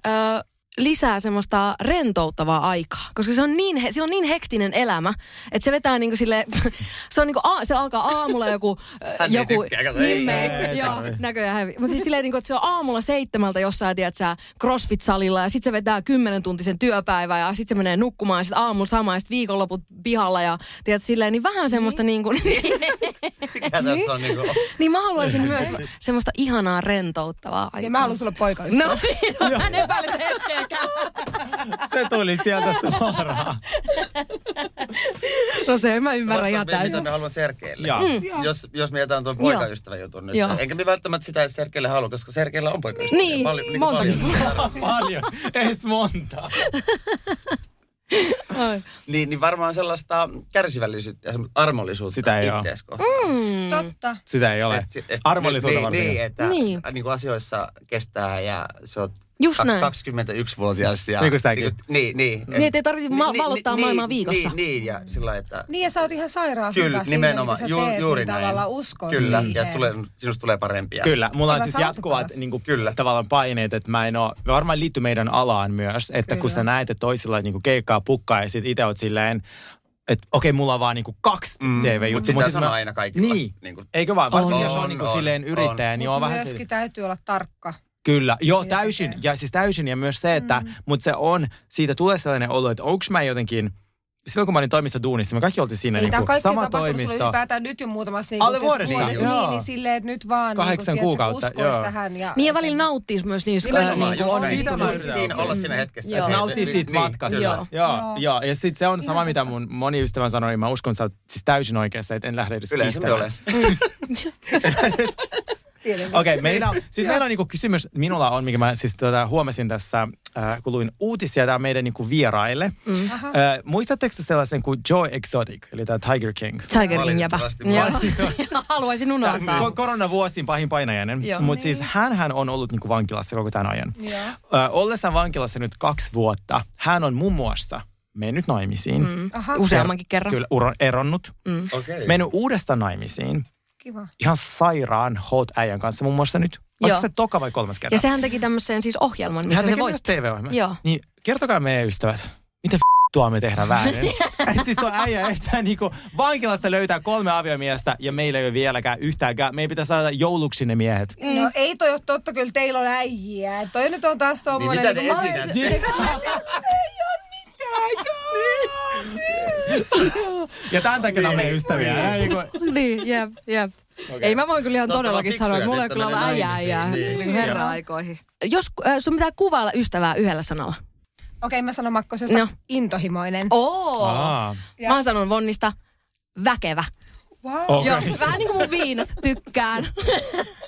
[SPEAKER 3] lisää semmoista rentouttavaa aikaa, koska se on niin, he- sillä on niin hektinen elämä, että se vetää niinku sille, se on niinku, a, se alkaa aamulla joku, ö,
[SPEAKER 4] Hän ei
[SPEAKER 3] joku
[SPEAKER 4] tykkää, kato, ei,
[SPEAKER 2] ei,
[SPEAKER 3] himme,
[SPEAKER 2] ei
[SPEAKER 3] joo,
[SPEAKER 2] tarvii.
[SPEAKER 3] näköjään hävi. Mutta siis silleen, niinku, että se on aamulla seitsemältä jossain, tiedät sä, crossfit-salilla ja sitten se vetää kymmenen tuntisen työpäivää ja sitten se menee nukkumaan ja sitten aamulla sama ja sitten viikonloput pihalla ja tiedät silleen, niin vähän semmoista niin. niinku,
[SPEAKER 4] Mikä tässä on niinku...
[SPEAKER 3] niin mä haluaisin myös semmoista ihanaa rentouttavaa aikaa.
[SPEAKER 5] Ja mä haluan sulle poikaystävä.
[SPEAKER 3] No niin, no, hän ei päälle hetkeäkään.
[SPEAKER 2] Se tuli sieltä suoraan.
[SPEAKER 3] No se mä ymmärrän
[SPEAKER 4] Vastaan
[SPEAKER 3] ihan
[SPEAKER 4] me- Mitä
[SPEAKER 3] täysin.
[SPEAKER 4] me haluan Sergeelle.
[SPEAKER 2] Joo. Mm.
[SPEAKER 4] Jos, jos me jätän tuon
[SPEAKER 3] Joo.
[SPEAKER 4] poikaystävän jutun nyt.
[SPEAKER 3] Joo.
[SPEAKER 4] Enkä me välttämättä sitä edes Sergeelle halua, koska Sergeellä on niinku poikaystävä.
[SPEAKER 3] Niin, montakin.
[SPEAKER 2] Paljon. Ei sit monta.
[SPEAKER 3] Ai.
[SPEAKER 4] Niin, niin varmaan sellaista kärsivällisyyttä ja semmoista armollisuutta
[SPEAKER 2] Sitä ei oo.
[SPEAKER 4] itseäsi
[SPEAKER 3] Mm.
[SPEAKER 4] kohtaan.
[SPEAKER 5] Totta.
[SPEAKER 2] Sitä ei ole.
[SPEAKER 4] Et si- et-
[SPEAKER 2] Armollisuutta
[SPEAKER 4] niin,
[SPEAKER 2] varten.
[SPEAKER 4] niin, että
[SPEAKER 3] Niin.
[SPEAKER 4] niin. Niin kuin asioissa kestää ja se on
[SPEAKER 3] Just näin.
[SPEAKER 4] 21-vuotias. Ja,
[SPEAKER 2] Niin kuin säkin.
[SPEAKER 4] Niin, kuin- niin, niin,
[SPEAKER 3] Niin, ettei tarvitse ma- valottaa maailmaa viikossa.
[SPEAKER 4] Niin, niin, ja sillä lailla, että...
[SPEAKER 5] Niin ja sä oot ihan sairaan
[SPEAKER 4] Kyllä,
[SPEAKER 5] hyvä
[SPEAKER 4] nimenomaan.
[SPEAKER 5] Siinä,
[SPEAKER 4] Ju,
[SPEAKER 5] mitä sä teet,
[SPEAKER 4] juuri
[SPEAKER 5] niin
[SPEAKER 4] näin.
[SPEAKER 5] tavallaan uskon
[SPEAKER 4] Kyllä,
[SPEAKER 5] siihen.
[SPEAKER 4] ja tulee, sinusta tulee parempia.
[SPEAKER 2] Kyllä, mulla on
[SPEAKER 5] Hyvä,
[SPEAKER 2] siis
[SPEAKER 5] sä oot
[SPEAKER 2] jatkuvat
[SPEAKER 5] paras.
[SPEAKER 2] niin kuin,
[SPEAKER 4] Kyllä.
[SPEAKER 2] tavallaan paineet, että mä en oo, varmaan liittyy meidän alaan myös, että Kyllä. kun
[SPEAKER 5] Kyllä.
[SPEAKER 2] sä näet, että toisilla niin kuin keikkaa pukkaa ja sit itse oot silleen, että okei, mulla on vaan niinku kaksi mm, TV-juttua.
[SPEAKER 4] mut sitä
[SPEAKER 2] Mut sit
[SPEAKER 4] se on aina kaikilla.
[SPEAKER 2] Niin,
[SPEAKER 4] Niinku-
[SPEAKER 2] eikö vaan? Varsinkin jos on,
[SPEAKER 4] On,
[SPEAKER 2] niinku
[SPEAKER 4] on,
[SPEAKER 2] silleen
[SPEAKER 4] on.
[SPEAKER 2] yrittäjä, niin on
[SPEAKER 5] Mut
[SPEAKER 2] vähän Niin,
[SPEAKER 5] myöskin
[SPEAKER 2] silleen.
[SPEAKER 5] täytyy olla tarkka. Niin,
[SPEAKER 2] Kyllä, joo,
[SPEAKER 5] Mitä
[SPEAKER 2] täysin.
[SPEAKER 5] tekee.
[SPEAKER 2] Ja siis täysin ja myös se, että, mm. mutta se on, siitä tulee sellainen olo, että onks mä jotenkin, silloin kun mä olin toimistoduunissa, me kaikki oltiin siinä
[SPEAKER 5] Niin,
[SPEAKER 2] niin
[SPEAKER 5] tämä on
[SPEAKER 2] kuin,
[SPEAKER 5] kaikki
[SPEAKER 2] sama
[SPEAKER 5] tapahtunut sulla
[SPEAKER 2] toimisto.
[SPEAKER 5] ylipäätään nyt jo muutamassa niin
[SPEAKER 2] Alle vuodessa,
[SPEAKER 5] Niin,
[SPEAKER 2] joo.
[SPEAKER 5] niin, niin silleen, että nyt vaan
[SPEAKER 2] Kahdeksan
[SPEAKER 5] niin,
[SPEAKER 2] kuukautta,
[SPEAKER 5] uskois
[SPEAKER 2] joo.
[SPEAKER 5] tähän. Ja,
[SPEAKER 3] Niin ja välillä nauttis myös niissä äh,
[SPEAKER 4] Nimenomaan,
[SPEAKER 3] niin
[SPEAKER 4] just
[SPEAKER 3] kuin
[SPEAKER 4] näin.
[SPEAKER 2] Siitä
[SPEAKER 4] Just
[SPEAKER 2] mä yritän
[SPEAKER 4] siinä olla siinä hetkessä.
[SPEAKER 3] Joo.
[SPEAKER 4] että hei,
[SPEAKER 2] Nauti
[SPEAKER 4] nyt-
[SPEAKER 2] siitä
[SPEAKER 4] niin,
[SPEAKER 2] matkasta.
[SPEAKER 4] kyllä.
[SPEAKER 2] Joo, joo. joo. Ja sitten se on sama, mitä mun moni ystävä sanoi, niin mä uskon, että sä oot siis täysin oikeassa, että en lähde edes
[SPEAKER 4] Yleensä me
[SPEAKER 2] kiistämään.
[SPEAKER 4] olen.
[SPEAKER 2] Okei, okay, meillä, sit meillä on niinku kysymys, minulla on, mikä mä siis tota, huomasin tässä, äh, kun luin uutisia tää meidän niinku vieraille. Mm. Äh, muistatteko te sellaisen kuin Joy Exotic, eli tämä Tiger King?
[SPEAKER 3] Tigerin jäpä.
[SPEAKER 4] Valitettavasti
[SPEAKER 3] Joo. Haluaisin unohtaa.
[SPEAKER 2] Ko- koronavuosin pahin painajainen,
[SPEAKER 3] Joo.
[SPEAKER 2] mutta siis hän on ollut niinku vankilassa koko tämän ajan. Ö, ollessaan vankilassa nyt kaksi vuotta, hän on muun muassa mennyt naimisiin. Mm.
[SPEAKER 5] Aha,
[SPEAKER 3] Useammankin kerran.
[SPEAKER 2] Kyllä, uro, eronnut. Mm.
[SPEAKER 4] Okei.
[SPEAKER 2] Mennyt uudestaan naimisiin.
[SPEAKER 5] kiva.
[SPEAKER 2] Ihan sairaan hot äijän kanssa muun muassa nyt. Oliko
[SPEAKER 3] Joo.
[SPEAKER 2] se toka vai kolmas kerta?
[SPEAKER 3] Ja sehän teki tämmöisen siis ohjelman, missä
[SPEAKER 2] hän
[SPEAKER 3] se
[SPEAKER 2] teki
[SPEAKER 3] voitti.
[SPEAKER 2] myös TV-ohjelman.
[SPEAKER 3] Joo.
[SPEAKER 2] Niin kertokaa meidän ystävät, mitä tuo me tehdään väärin. Et siis tuo äijä ehtää niinku vankilasta löytää kolme aviomiestä ja meillä ei ole vieläkään yhtäänkään. Meidän pitää saada jouluksi ne miehet.
[SPEAKER 3] Mm.
[SPEAKER 5] No ei toi ole totta, kyllä teillä on äijiä. Toi nyt on taas tommonen...
[SPEAKER 4] Niin, mitä
[SPEAKER 5] niinku-
[SPEAKER 4] te
[SPEAKER 5] mä-
[SPEAKER 4] esitätte?
[SPEAKER 5] Ei oo mitään, joo.
[SPEAKER 2] Ja tämän takia nämä on meidän ystäviä. Ei, niinku,
[SPEAKER 3] Niin, jep, jep. Ei mä voin kyllä ihan
[SPEAKER 4] Te ootte
[SPEAKER 3] todellakin
[SPEAKER 4] vaan
[SPEAKER 3] sanoa, että
[SPEAKER 4] fiksuja,
[SPEAKER 3] mulla ei
[SPEAKER 4] että
[SPEAKER 3] kyllä ole
[SPEAKER 4] menee
[SPEAKER 3] äijää äijää
[SPEAKER 4] naimisiin, niin.
[SPEAKER 3] niin herra aikoihin. Jos äh, sun pitää kuvailla ystävää yhdellä sanalla.
[SPEAKER 5] Okei, mä sanon Makko, se on
[SPEAKER 3] No.
[SPEAKER 5] intohimoinen.
[SPEAKER 3] Oo.
[SPEAKER 2] Aa.
[SPEAKER 3] Mä oon sanonut Vonnista väkevä.
[SPEAKER 5] Wow.
[SPEAKER 2] Oh. Okei.
[SPEAKER 3] Joo, vähän niin kuin mun viinat tykkään.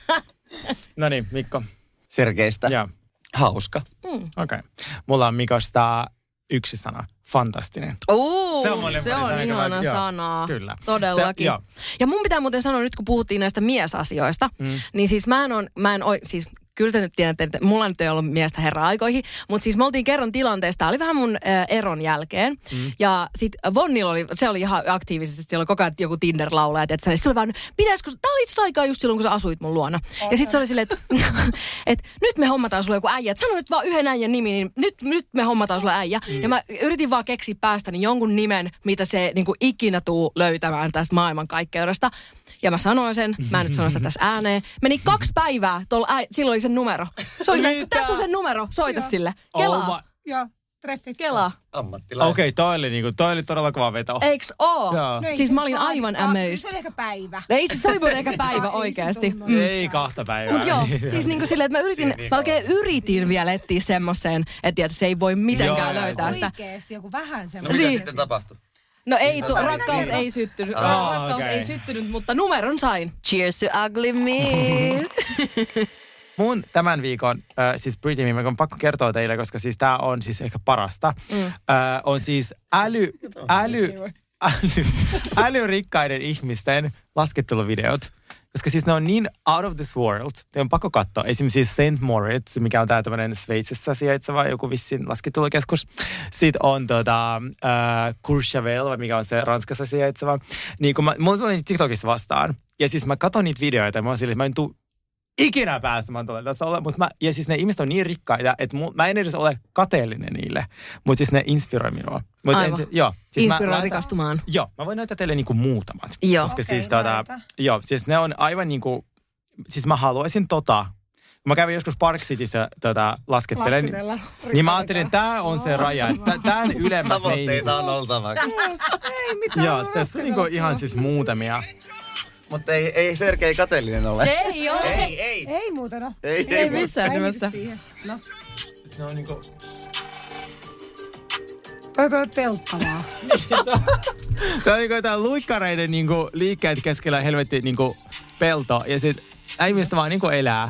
[SPEAKER 2] No niin, Mikko.
[SPEAKER 4] Sergeistä.
[SPEAKER 2] Joo,
[SPEAKER 4] Hauska.
[SPEAKER 2] okei. Okay. Mulla on Mikosta yksi sana. Fantastinen.
[SPEAKER 3] Uu,
[SPEAKER 2] Se on molemmat,
[SPEAKER 3] se
[SPEAKER 2] se on
[SPEAKER 3] on
[SPEAKER 2] aika
[SPEAKER 3] ihana
[SPEAKER 2] vaikea. Joo,
[SPEAKER 3] sana.
[SPEAKER 2] kyllä.
[SPEAKER 3] Todellakin.
[SPEAKER 2] Se- joo.
[SPEAKER 3] ja mun pitää muuten sanoa, nyt kun puhuttiin näistä miesasioista, mm. niin siis mä en on, mä en oi, siis kyllä te nyt tiedätte, että mulla nyt ei ollut miestä herra aikoihin, mutta siis me oltiin kerran tilanteesta, tää oli vähän mun äh, eron jälkeen, mm. ja sit Vonnilla oli, se oli ihan aktiivisesti, siellä oli koko ajan joku Tinder-laulaja, että se oli vaan, pitäisikö, tää oli itse asiassa aikaa just silloin, kun sä asuit mun luona. Ja sit se oli silleen, että et, nyt me hommataan sulle joku äijä, et sano nyt vaan yhden äijän nimi, niin nyt, nyt me hommataan sulle äijä. Mm. Ja mä yritin vaan keksiä päästäni jonkun nimen, mitä se niinku ikinä tuu löytämään tästä maailmankaikkeudesta. Ja mä sanoin sen, mä en nyt sano sitä tässä ääneen. Meni kaksi päivää, tuolla äi, silloin oli sen numero. Se oli se,
[SPEAKER 2] Mitä?
[SPEAKER 3] tässä on sen numero, soita sille. Kelaa,
[SPEAKER 2] Oh my-
[SPEAKER 5] Joo, treffit.
[SPEAKER 3] kelaa.
[SPEAKER 4] Ammattilainen.
[SPEAKER 2] Okei, okay, toi, oli niinku, toi oli todella kova veto.
[SPEAKER 3] Eiks oo?
[SPEAKER 2] Oh. Joo.
[SPEAKER 5] No ei
[SPEAKER 3] Siis
[SPEAKER 5] se
[SPEAKER 3] mä olin
[SPEAKER 5] kahden-
[SPEAKER 3] aivan
[SPEAKER 5] kahden- Se
[SPEAKER 3] amazed.
[SPEAKER 5] oli ehkä päivä.
[SPEAKER 3] Ei, siis se oli muuten eikä
[SPEAKER 5] Ei
[SPEAKER 3] päivä
[SPEAKER 5] se
[SPEAKER 3] oikeasti.
[SPEAKER 5] tunnu.
[SPEAKER 3] Mm.
[SPEAKER 2] Ei kahta päivää.
[SPEAKER 3] Mut joo, siis niinku silleen, että mä yritin, mä oikein yritin vielä etsiä semmoiseen, että tiedät, se ei voi mitenkään
[SPEAKER 2] Joo, joo,
[SPEAKER 3] löytää sitä.
[SPEAKER 5] Oikeesti joku vähän
[SPEAKER 4] No
[SPEAKER 5] semmoinen.
[SPEAKER 4] mitä
[SPEAKER 3] Niin.
[SPEAKER 4] sitten tapahtui?
[SPEAKER 3] No ei, tu-
[SPEAKER 5] Tota,
[SPEAKER 3] rakkaus
[SPEAKER 5] niin.
[SPEAKER 3] ei syttynyt.
[SPEAKER 5] Ah,
[SPEAKER 3] Ra- rakkaus
[SPEAKER 2] okei.
[SPEAKER 3] ei syttynyt, mutta numeron sain.
[SPEAKER 6] Cheers to ugly me.
[SPEAKER 2] Mun tämän viikon, äh, siis Pretty Mimic on pakko kertoa teille, koska siis tää on siis ehkä parasta. Mm. Äh, on siis äly, äly, äly, älyrikkaiden ihmisten lasketteluvideot. Koska siis ne on niin out of this world. Te on pakko katsoa. Esimerkiksi St. Moritz, mikä on tää tämmönen Sveitsissä sijaitseva joku vissiin laskettelukeskus. Sitten on tota, äh, Courchevel, vai mikä on se Ranskassa sijaitseva. Niin kun mä, mulla tuli niitä TikTokissa vastaan. Ja siis mä katson niitä videoita ja mä oon silleen, että mä en tuu ikinä pääsemään tuolla tasolla. Mut mä, ja siis ne ihmiset on niin rikkaita, että mu, mä en edes ole kateellinen niille. Mutta siis ne inspiroi minua. Mut
[SPEAKER 3] Aivan.
[SPEAKER 2] En, joo, siis
[SPEAKER 3] Inspiroi
[SPEAKER 2] laitan-
[SPEAKER 3] rikastumaan.
[SPEAKER 2] Joo, mä voin näyttää teille niinku muutamat.
[SPEAKER 3] Joo.
[SPEAKER 2] Koska
[SPEAKER 3] Okei,
[SPEAKER 2] siis, tota,
[SPEAKER 3] näytä.
[SPEAKER 2] joo, siis ne on aivan niinku, siis mä haluaisin tota, kun mä kävin joskus Park Cityssä tota, laskettelen, niin,
[SPEAKER 5] Lasketella.
[SPEAKER 2] niin mä ajattelin, että tää on se raja, että tämän ylemmäs me ei...
[SPEAKER 7] Tavoitteita on oltava.
[SPEAKER 5] Ei mitään.
[SPEAKER 2] Joo, tässä on niinku ihan siis muutamia.
[SPEAKER 4] Mutta ei, ei Sergei kateellinen ole.
[SPEAKER 3] Ei ole.
[SPEAKER 5] Ei, ei. Ei muuten ole.
[SPEAKER 4] Ei, ei Ei missään
[SPEAKER 5] Ei
[SPEAKER 4] nimessä.
[SPEAKER 5] mene siihen. No,
[SPEAKER 2] Se on niinku...
[SPEAKER 5] toi toi on telttavaa.
[SPEAKER 2] Tämä on niinku jotain luikkareiden niinku liikkeet keskellä helvetti niinku pelto. Ja sit äimistä vaan niinku elää.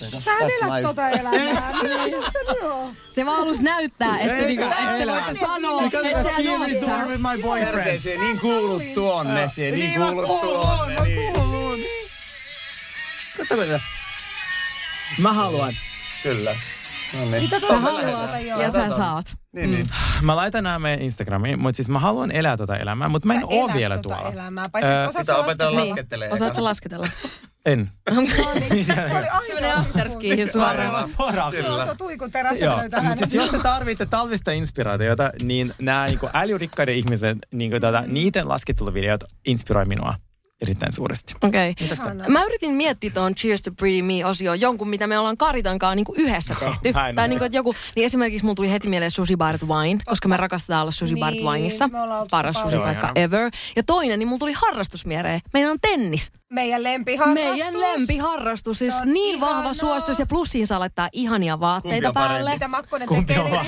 [SPEAKER 5] Sä
[SPEAKER 2] That's
[SPEAKER 5] elät
[SPEAKER 2] life. Niin.
[SPEAKER 5] tota elämää. Mitä se on?
[SPEAKER 3] Se vaan halusi näyttää, että,
[SPEAKER 5] Ei,
[SPEAKER 3] niinku, että voitte sanoa,
[SPEAKER 5] Because
[SPEAKER 3] että
[SPEAKER 5] the
[SPEAKER 3] sä
[SPEAKER 5] fear
[SPEAKER 3] juot
[SPEAKER 5] is
[SPEAKER 3] sen.
[SPEAKER 5] over
[SPEAKER 2] my
[SPEAKER 7] Sergei, se ei niin kuulu tuonne. Se ei niin
[SPEAKER 5] Niin, mä
[SPEAKER 7] kuulu
[SPEAKER 5] kuulun,
[SPEAKER 7] tuonne. niin.
[SPEAKER 2] Kattoko tätä? Mä haluan.
[SPEAKER 4] Kyllä. No niin.
[SPEAKER 5] Mitä
[SPEAKER 3] Sä
[SPEAKER 5] tuossa tota,
[SPEAKER 3] haluat ja sä saat.
[SPEAKER 4] Niin, niin.
[SPEAKER 2] Mä laitan nämä meidän Instagramiin, mutta siis mä haluan elää tota elämää, mutta mä en
[SPEAKER 5] Sä
[SPEAKER 2] oo
[SPEAKER 5] elät
[SPEAKER 2] vielä
[SPEAKER 5] tota
[SPEAKER 2] tuolla.
[SPEAKER 5] elämää, paitsi
[SPEAKER 2] Ö,
[SPEAKER 5] että osaat
[SPEAKER 4] pitää
[SPEAKER 5] sä
[SPEAKER 4] opetella
[SPEAKER 5] lasketella.
[SPEAKER 4] laskettelee.
[SPEAKER 3] Osaatte lasketella.
[SPEAKER 2] En.
[SPEAKER 5] No niin,
[SPEAKER 2] Niin.
[SPEAKER 5] Se oli aivan
[SPEAKER 3] Semmoinen
[SPEAKER 5] oikein.
[SPEAKER 3] afterski suoraan.
[SPEAKER 2] Aivan suoraan.
[SPEAKER 5] Tuolla Se on tuikun
[SPEAKER 2] Joo,
[SPEAKER 5] terässä
[SPEAKER 2] mutta
[SPEAKER 5] tähän.
[SPEAKER 2] siis jos te tarvitte talvista inspiraatiota, niin nämä niinku älyrikkaiden ihmiset, niinku tätä, niiden lasketteluvideot inspiroi minua erittäin suuresti.
[SPEAKER 3] Okei. Okay. Mä yritin miettiä tuon Cheers to Pretty Me-osioon jonkun, mitä me ollaan Karitankaan niinku yhdessä tehty.
[SPEAKER 2] Näin on.
[SPEAKER 3] tai niinku, että joku, niin esimerkiksi mulla tuli heti mieleen Sushi Bart Wine, koska me rakastetaan olla Sushi Bart
[SPEAKER 5] Niin,
[SPEAKER 3] Wineissa.
[SPEAKER 5] me ollaan oltu
[SPEAKER 3] Paras
[SPEAKER 5] paljon.
[SPEAKER 3] sushi paikka
[SPEAKER 2] Se on
[SPEAKER 3] ever. Ja toinen, niin mulla tuli harrastus mieleen. Meillä on tennis.
[SPEAKER 5] Meidän lempiharrastus.
[SPEAKER 3] Meidän lempiharrastus, siis
[SPEAKER 5] Se on
[SPEAKER 3] niin vahva
[SPEAKER 5] ihanaa.
[SPEAKER 3] suositus ja plussiin saa laittaa ihania vaatteita
[SPEAKER 5] Kumpi on parempi?
[SPEAKER 3] päälle.
[SPEAKER 5] Mitä Makkonen
[SPEAKER 2] Kumpi
[SPEAKER 5] tekee?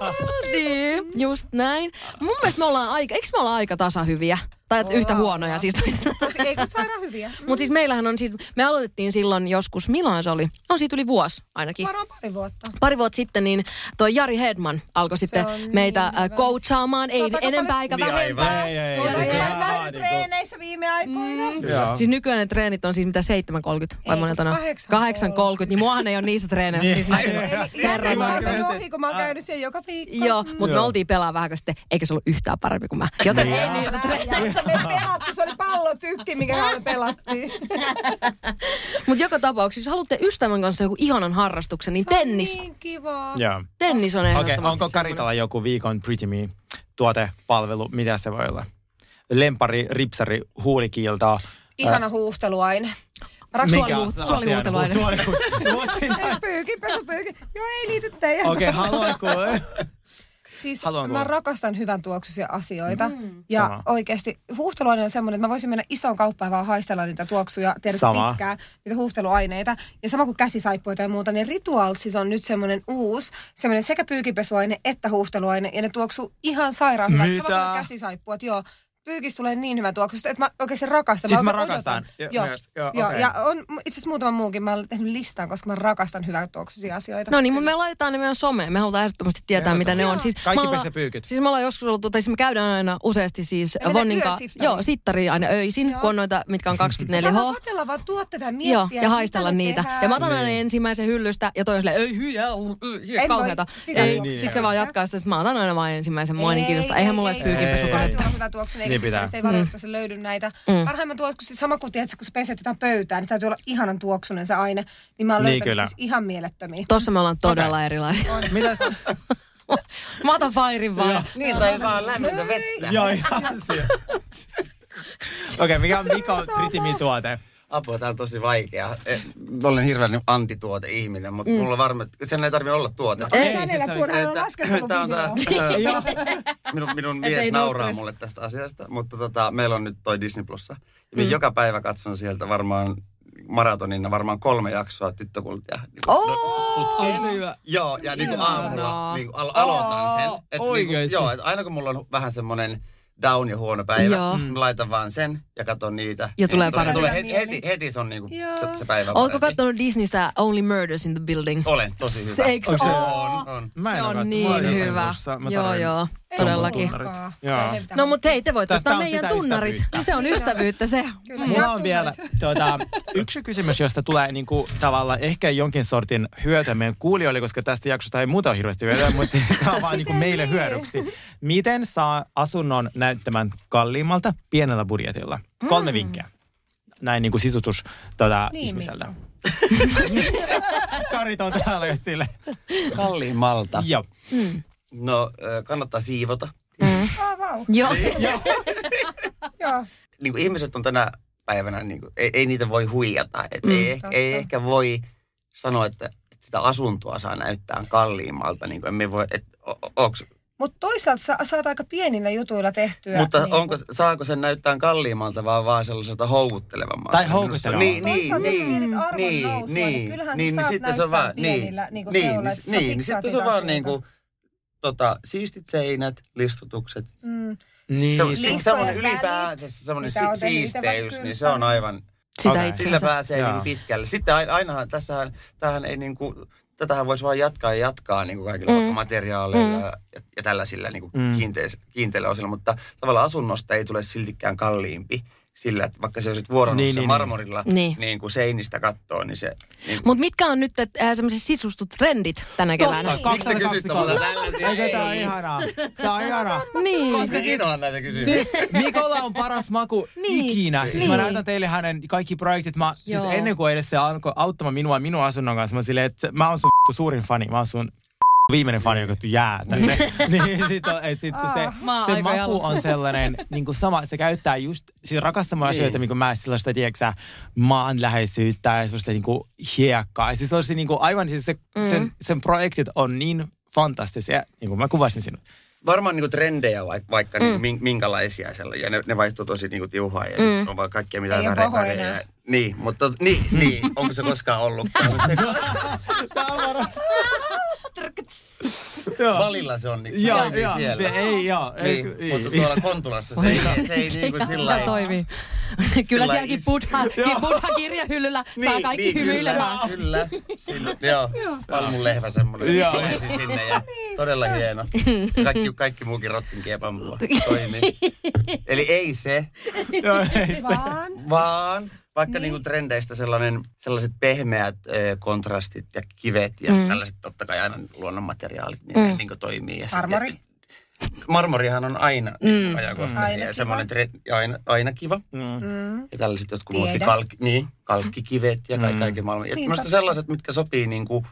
[SPEAKER 2] on
[SPEAKER 5] niin-
[SPEAKER 3] Niin, just näin. Mun mielestä me ollaan aika, eikö me olla aika tasahyviä? Tai että yhtä huonoja siis toisinaan.
[SPEAKER 5] Tosi, ei kun sairaan hyviä.
[SPEAKER 3] Mutta siis meillähän on siis, me aloitettiin silloin joskus, milloin se oli? On siitä yli vuosi ainakin.
[SPEAKER 5] Varmaan pari vuotta.
[SPEAKER 3] Pari vuotta sitten, niin tuo Jari Hedman alkoi sitten
[SPEAKER 5] on niin
[SPEAKER 3] meitä
[SPEAKER 5] hyvä.
[SPEAKER 3] niin coachaamaan, ei
[SPEAKER 5] Saataanko
[SPEAKER 3] enempää
[SPEAKER 5] paljon-
[SPEAKER 3] eikä
[SPEAKER 7] Niin
[SPEAKER 3] vähempää.
[SPEAKER 7] aivan.
[SPEAKER 2] Ei, ei, Mm.
[SPEAKER 5] Oletko
[SPEAKER 2] siis
[SPEAKER 5] sä
[SPEAKER 2] ihan
[SPEAKER 5] käynyt
[SPEAKER 2] niinku-
[SPEAKER 5] treeneissä viime aikoina?
[SPEAKER 2] Joo.
[SPEAKER 3] Siis nykyään ne treenit on siis mitä 7.30 vai
[SPEAKER 5] Ei,
[SPEAKER 3] monelta ne on?
[SPEAKER 5] 8.30.
[SPEAKER 3] 8.30, niin muahan ei ole niissä treeneissä. siis
[SPEAKER 5] Eli-
[SPEAKER 3] näin. Herran
[SPEAKER 5] eli Järvi on
[SPEAKER 3] aika.
[SPEAKER 5] mennyt niin ohi, kun mä oon käynyt siellä joka viikko.
[SPEAKER 3] Joo, mutta me oltiin pelaa vähän aikaa sitten, eikä se ollut yhtään parempi kuin mä. Joten
[SPEAKER 5] Niin.
[SPEAKER 3] ei niin niitä
[SPEAKER 5] Sä me pelattu, se oli pallotykki, mikä me pelattiin.
[SPEAKER 3] Mutta joka tapauksessa, jos haluatte ystävän kanssa joku ihanan harrastuksen, niin tennis.
[SPEAKER 5] Niin kivaa.
[SPEAKER 2] Joo.
[SPEAKER 3] Tennis on
[SPEAKER 2] Okei,
[SPEAKER 3] ehdottomasti
[SPEAKER 2] okay, onko
[SPEAKER 3] semmoinen.
[SPEAKER 2] Karitalla joku viikon Pretty Me tuotepalvelu? Mitä se voi olla? Lempari, ripsari, huulikiiltaa.
[SPEAKER 5] Ihana huuhteluaine. Raksu
[SPEAKER 3] Mikä? suolihuut- suolihuuteluaine.
[SPEAKER 5] pyyki, pesu pyyki. Joo, ei liity teidän.
[SPEAKER 2] Okei, haluatko?
[SPEAKER 5] Siis
[SPEAKER 2] Haluan
[SPEAKER 5] mä
[SPEAKER 2] kuulla.
[SPEAKER 5] rakastan hyvän tuoksuisia asioita. Mm. Ja
[SPEAKER 2] Sama.
[SPEAKER 5] oikeasti huuhteluaine on semmoinen, että mä voisin mennä isoon kauppaan vaan haistella niitä tuoksuja, tiedät
[SPEAKER 2] Sama.
[SPEAKER 5] pitkään, niitä huuhteluaineita. Ja sama kuin käsisaippuita ja muuta, niin Rituals siis on nyt semmoinen uusi, semmoinen sekä pyykipesuaine että huuhteluaine. Ja ne tuoksuu ihan sairaan hyvältä. Sama
[SPEAKER 2] Mitä?
[SPEAKER 5] kuin ne käsisaippuat, joo. Pyykistä tulee niin hyvä tuoksu, että mä oikeasti rakastan.
[SPEAKER 2] Siis mä
[SPEAKER 5] oikein
[SPEAKER 2] rakastan.
[SPEAKER 5] odotan.
[SPEAKER 2] Joo,
[SPEAKER 5] Joo,
[SPEAKER 2] myös. Joo,
[SPEAKER 5] joo, joo
[SPEAKER 2] okei.
[SPEAKER 5] ja on mu- itse asiassa muutama muukin. Mä olen tehnyt listan, koska mä rakastan hyvän tuoksuisia asioita.
[SPEAKER 3] No niin, mutta me laitetaan ne meidän someen. Me halutaan ehdottomasti tietää, mitä ne on. Siis,
[SPEAKER 2] Kaikki
[SPEAKER 3] me ollaan-
[SPEAKER 2] pese pyykit.
[SPEAKER 3] Siis me ollaan joskus ollut, tai siis me käydään aina useasti siis
[SPEAKER 5] Me mennään
[SPEAKER 3] Vonninkaan.
[SPEAKER 5] yösittariin.
[SPEAKER 3] Joo, sittari aina öisin, kun on noita, mitkä on 24H.
[SPEAKER 5] Saa vaan katsella vaan tuotteita ja miettiä.
[SPEAKER 3] Joo, ja
[SPEAKER 5] mitä
[SPEAKER 3] haistella
[SPEAKER 5] me
[SPEAKER 3] niitä.
[SPEAKER 5] tehdään.
[SPEAKER 3] Ja mä otan aina ensimmäisen hyllystä ja toiselle, ei hyjää,
[SPEAKER 5] En
[SPEAKER 3] kauheata.
[SPEAKER 5] voi, pitää
[SPEAKER 3] Ei,
[SPEAKER 5] juoksia.
[SPEAKER 3] sit se vaan jatkaa sitä, että mä otan aina vaan ensimmäisen, mua ei niin kiinnosta. Eihän mulla edes
[SPEAKER 5] Ei,
[SPEAKER 3] pyykinpesukonetta.
[SPEAKER 5] pitää tulla hyvä tuoksu, eikä
[SPEAKER 2] Niin
[SPEAKER 5] niin
[SPEAKER 2] pitää.
[SPEAKER 5] ei valitettavasti löydy näitä. Mm. Parhaimman tuoksu, siis sama kuin tiedät, kun sä peset jotain pöytää, niin täytyy olla ihanan tuoksunen se aine. Niin mä oon
[SPEAKER 2] Niin,
[SPEAKER 5] löytänyt
[SPEAKER 2] kyllä.
[SPEAKER 5] siis ihan mielettömiä.
[SPEAKER 3] Tossa me ollaan todella erilaisia.
[SPEAKER 2] Mitäs?
[SPEAKER 3] Mä otan fairin vaan.
[SPEAKER 7] Niin tai vaan lämmintä vettä.
[SPEAKER 2] Joo, ihan siellä. Okei, mikä on viikon Pretty Me tuote?
[SPEAKER 4] Apua, tää on tosi vaikea. Eh, Mä olen hirveän antituote-ihminen, mutta mulla on varma, että sen ei tarvitse olla tuote.
[SPEAKER 5] Ei,
[SPEAKER 2] Ei,
[SPEAKER 5] hänellä
[SPEAKER 2] siis
[SPEAKER 5] tuon, hän on
[SPEAKER 4] Tää-
[SPEAKER 5] laskettelun
[SPEAKER 4] tää on tää-
[SPEAKER 2] Joo.
[SPEAKER 4] minun, minun
[SPEAKER 3] Et ei
[SPEAKER 4] mies
[SPEAKER 3] no
[SPEAKER 4] nauraa
[SPEAKER 3] stress.
[SPEAKER 4] mulle tästä asiasta, mutta tota, meillä on nyt toi Disney Plussa. Mm. Joka päivä katson sieltä varmaan maratonina varmaan kolme jaksoa tyttökultia. Niin kuin,
[SPEAKER 2] Onko se hyvä?
[SPEAKER 4] Joo, ja niin kuin aamulla
[SPEAKER 3] Ihanaa.
[SPEAKER 4] niin kuin al- aloitan sen. Et niin
[SPEAKER 2] Oikeesti?
[SPEAKER 4] kuin, joo, et aina kun mulla on vähän semmoinen down ja huono päivä. niin
[SPEAKER 3] Joo.
[SPEAKER 4] Mä Laitan vaan sen ja katon niitä.
[SPEAKER 3] Ja
[SPEAKER 4] Niin
[SPEAKER 3] tulee
[SPEAKER 4] se
[SPEAKER 3] parempi.
[SPEAKER 4] tulee heti, heti, heti se on niinku se, se päivä
[SPEAKER 3] Oletko
[SPEAKER 4] parempi.
[SPEAKER 3] katsonut Disneyssä Only Murders in the Building?
[SPEAKER 4] Olen, tosi hyvä.
[SPEAKER 3] Eikö
[SPEAKER 4] Onko se-
[SPEAKER 3] oo?
[SPEAKER 4] On, on.
[SPEAKER 3] Se
[SPEAKER 4] oo
[SPEAKER 3] on
[SPEAKER 4] kattonut.
[SPEAKER 3] niin
[SPEAKER 4] Mä olen
[SPEAKER 3] hyvä.
[SPEAKER 4] jossain muussa. Mä
[SPEAKER 3] Joo,
[SPEAKER 4] tarvitsen
[SPEAKER 3] joo,
[SPEAKER 4] tunnarit.
[SPEAKER 3] todellakin.
[SPEAKER 2] Joo.
[SPEAKER 3] No mutta hei, te voitte
[SPEAKER 2] Tästä
[SPEAKER 3] ottaa
[SPEAKER 2] on
[SPEAKER 3] meidän
[SPEAKER 2] sitä
[SPEAKER 3] tunnarit.
[SPEAKER 2] ystävyyttä.
[SPEAKER 3] Niin se on ystävyyttä se. Kyllä.
[SPEAKER 2] Mulla on vielä tuota, yksi kysymys, josta tulee niinku, tavallaan ehkä jonkin sortin hyötyä meidän kuulijoille, koska tästä jaksosta ei muuta ole hirveästi hyötyä, mutta tämä on vaan niinku meille hyödyksi. Miten saa asunnon näyttämään kalliimmalta pienellä budjetilla? Kolme vinkkiä. Näin niinku sisustus tuota,
[SPEAKER 5] Niin,
[SPEAKER 2] niin, ihmiseltä. Karit on täällä jo sille.
[SPEAKER 4] Kalliimmalta.
[SPEAKER 2] Joo.
[SPEAKER 4] No, ö, kannattaa siivota.
[SPEAKER 5] Oh, wow.
[SPEAKER 3] Joo.
[SPEAKER 5] Joo.
[SPEAKER 4] niin kuin ihmiset on tänä päivänä, niin kuin, ei, ei niitä voi huijata. Et mm, ei, ehkä, ei ehkä voi sanoa, että, että sitä asuntoa saa näyttää kalliimmalta. Niin kuin, emme voi, et, o, o- onks,
[SPEAKER 5] Mutta toisaalta sä saat aika pienillä jutuilla tehtyä.
[SPEAKER 4] mutta
[SPEAKER 5] niin
[SPEAKER 4] onko, saako sen näyttää kalliimmalta vai vaan sellaiselta houkuttelevammalta?
[SPEAKER 2] Tai
[SPEAKER 4] Minusta-
[SPEAKER 2] houkuttelevammalta.
[SPEAKER 4] Niin, niin,
[SPEAKER 5] Toisaalta
[SPEAKER 4] niin.
[SPEAKER 5] jos mietit arvon
[SPEAKER 4] niin,
[SPEAKER 5] nousua,
[SPEAKER 4] niin,
[SPEAKER 5] niin kyllähän
[SPEAKER 4] niin,
[SPEAKER 5] sä saat
[SPEAKER 4] sitten se on
[SPEAKER 5] näyttää
[SPEAKER 4] vaan, niin,
[SPEAKER 5] pienillä, niin kuin
[SPEAKER 4] niin,
[SPEAKER 5] teoilla,
[SPEAKER 4] niin,
[SPEAKER 5] että sä
[SPEAKER 4] niin, niin,
[SPEAKER 5] fiksaat
[SPEAKER 4] sitten se on
[SPEAKER 5] niitä
[SPEAKER 4] vaan niin
[SPEAKER 5] asioita.
[SPEAKER 4] kuin, tota, siistit seinät, listutukset.
[SPEAKER 5] Mm.
[SPEAKER 2] Niin.
[SPEAKER 4] Se, on- se,
[SPEAKER 5] Listojen
[SPEAKER 4] semmoinen
[SPEAKER 5] välit,
[SPEAKER 4] ylipäätänsä semmoinen si,
[SPEAKER 5] mitä on tehnyt, mitä
[SPEAKER 4] siisteys,
[SPEAKER 5] vaikka
[SPEAKER 4] niin se on aivan,
[SPEAKER 3] Sitä
[SPEAKER 4] Okei.
[SPEAKER 3] itsensä.
[SPEAKER 4] Sillä pääsee
[SPEAKER 2] Joo.
[SPEAKER 4] niin pitkälle. Sitten ain- ainahan, tässähän, tämähän ei niin kuin, tätähän voisi vaan jatkaa ja jatkaa niin kuin kaikilla
[SPEAKER 3] Mm.
[SPEAKER 4] mm. materiaaleilla
[SPEAKER 3] Mm.
[SPEAKER 4] mm. ja, ja tällaisilla niin kuin
[SPEAKER 2] Mm.
[SPEAKER 4] mm. kiinteis, kiinteillä osilla, mutta tavallaan asunnosta ei tule siltikään kalliimpi sillä, että vaikka se olisit vuoronnut
[SPEAKER 2] Niin,
[SPEAKER 4] niin,
[SPEAKER 2] niin,
[SPEAKER 4] niin, marmorilla
[SPEAKER 3] Niin.
[SPEAKER 4] niin. Niin kuin seinistä kattoon, niin se... Niin,
[SPEAKER 3] Mutta mitkä on nyt äh, semmoiset sisustutrendit tänä keväänä?
[SPEAKER 2] Totta,
[SPEAKER 4] Miksi te kysytte mulle
[SPEAKER 2] 2023.
[SPEAKER 4] tällä?
[SPEAKER 2] Eikö tää on ihanaa? Tää on ihanaa.
[SPEAKER 3] Niin.
[SPEAKER 4] Koska siinä on näitä kysymyksiä.
[SPEAKER 2] Siis Mikolla on paras maku
[SPEAKER 3] Niin.
[SPEAKER 2] niin. ikinä. Siis niin. mä
[SPEAKER 3] Niin.
[SPEAKER 2] näytän teille hänen kaikki projektit. Mä, siis
[SPEAKER 3] Joo.
[SPEAKER 2] ennen kuin edes se alkoi auttamaan minua minun asunnon kanssa, mä silleen, että mä oon sun suurin fani. Mä oon sun viimeinen fani, joka jää tänne. niin sit, on, et sit kun se,
[SPEAKER 3] Ah, Mä oon
[SPEAKER 2] se
[SPEAKER 3] aika
[SPEAKER 2] maku
[SPEAKER 3] jalassa.
[SPEAKER 2] on sellainen, niin kuin sama, se käyttää just, siis rakastaa niin. asioita, niin kuin mä sellaista, tiedätkö maanläheisyyttä ja sellaista niin kuin hiekkaa. Ja Siis sellaista niin kuin aivan, siis se, mm. sen, sen projektit on niin fantastisia, niin kuin mä kuvasin sinut.
[SPEAKER 4] Varmaan niin kuin trendejä vaikka, vaikka mm. niin kuin, minkälaisia sellaisia, ja ne, ne vaihtuu tosi niin kuin tiuhaa ja mm. on vaan kaikkea mitä
[SPEAKER 5] Ei oo
[SPEAKER 4] väre-
[SPEAKER 5] pahoja
[SPEAKER 4] värejä.
[SPEAKER 5] enää.
[SPEAKER 4] Niin, mutta niin, niin, onko se koskaan ollut? Valilla se on niin
[SPEAKER 2] Joo,
[SPEAKER 4] toimii
[SPEAKER 2] joo,
[SPEAKER 4] siellä.
[SPEAKER 2] se ei, joo, ei,
[SPEAKER 4] niin,
[SPEAKER 2] ei.
[SPEAKER 4] mutta tuolla Kontulassa se ei, se ei niin kuin sillä
[SPEAKER 3] Sitä
[SPEAKER 4] lailla.
[SPEAKER 3] toimii. Kyllä
[SPEAKER 4] lailla
[SPEAKER 3] sielläkin
[SPEAKER 4] is- Niin,
[SPEAKER 3] buddha, buddha kirjahyllyllä saa kaikki hymyilemään.
[SPEAKER 4] Kyllä, kyllä. Sillä, joo, Palmun lehvä semmoinen.
[SPEAKER 2] Joo.
[SPEAKER 4] Joo. sinne ja todella hieno. Kaikki, kaikki muukin rottin kiepamua toimii. Eli ei se,
[SPEAKER 2] Joo, ei se.
[SPEAKER 5] Vaan
[SPEAKER 4] vaan vaikka niin. niinku trendeistä sellainen, sellaiset pehmeät ö, kontrastit ja kivet ja mm. tällaiset totta kai aina luonnonmateriaalit, niin, mm. niin kuin toimii. Ja sit-
[SPEAKER 5] Marmori?
[SPEAKER 4] Marmorihan on aina mm. ajankohtainen
[SPEAKER 5] Aina
[SPEAKER 4] ja
[SPEAKER 5] kiva.
[SPEAKER 4] semmoinen tre- ja aina, aina kiva.
[SPEAKER 5] Mm.
[SPEAKER 4] Ja tällaiset jotkut muutkin
[SPEAKER 5] Tiedä.
[SPEAKER 4] kalkki, niin, kalkkikivet ja
[SPEAKER 2] Mm.
[SPEAKER 4] ka- kaiken maailman. Et
[SPEAKER 5] Niinpä.
[SPEAKER 4] minusta sellaiset, mitkä sopii niin kuin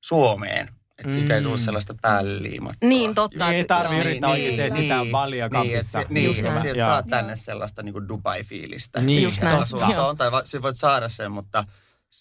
[SPEAKER 4] Suomeen. Että mm. siitä ei tule sellaista päälliimattoa.
[SPEAKER 3] Niin, totta.
[SPEAKER 2] Ei tarvi
[SPEAKER 4] Niin,
[SPEAKER 2] yrittää
[SPEAKER 4] niin,
[SPEAKER 2] oikeesti sitä
[SPEAKER 4] niin,
[SPEAKER 2] valia
[SPEAKER 4] niin, et
[SPEAKER 2] kampissa.
[SPEAKER 4] se- Niin,
[SPEAKER 2] Kyllä.
[SPEAKER 4] että sieltä
[SPEAKER 2] Joo.
[SPEAKER 4] saat tänne sellaista niin kuin Dubai-fiilistä.
[SPEAKER 2] Niin,
[SPEAKER 3] Just näin. Joo.
[SPEAKER 4] Asuntoon, tai va- sä voit saada sen, mutta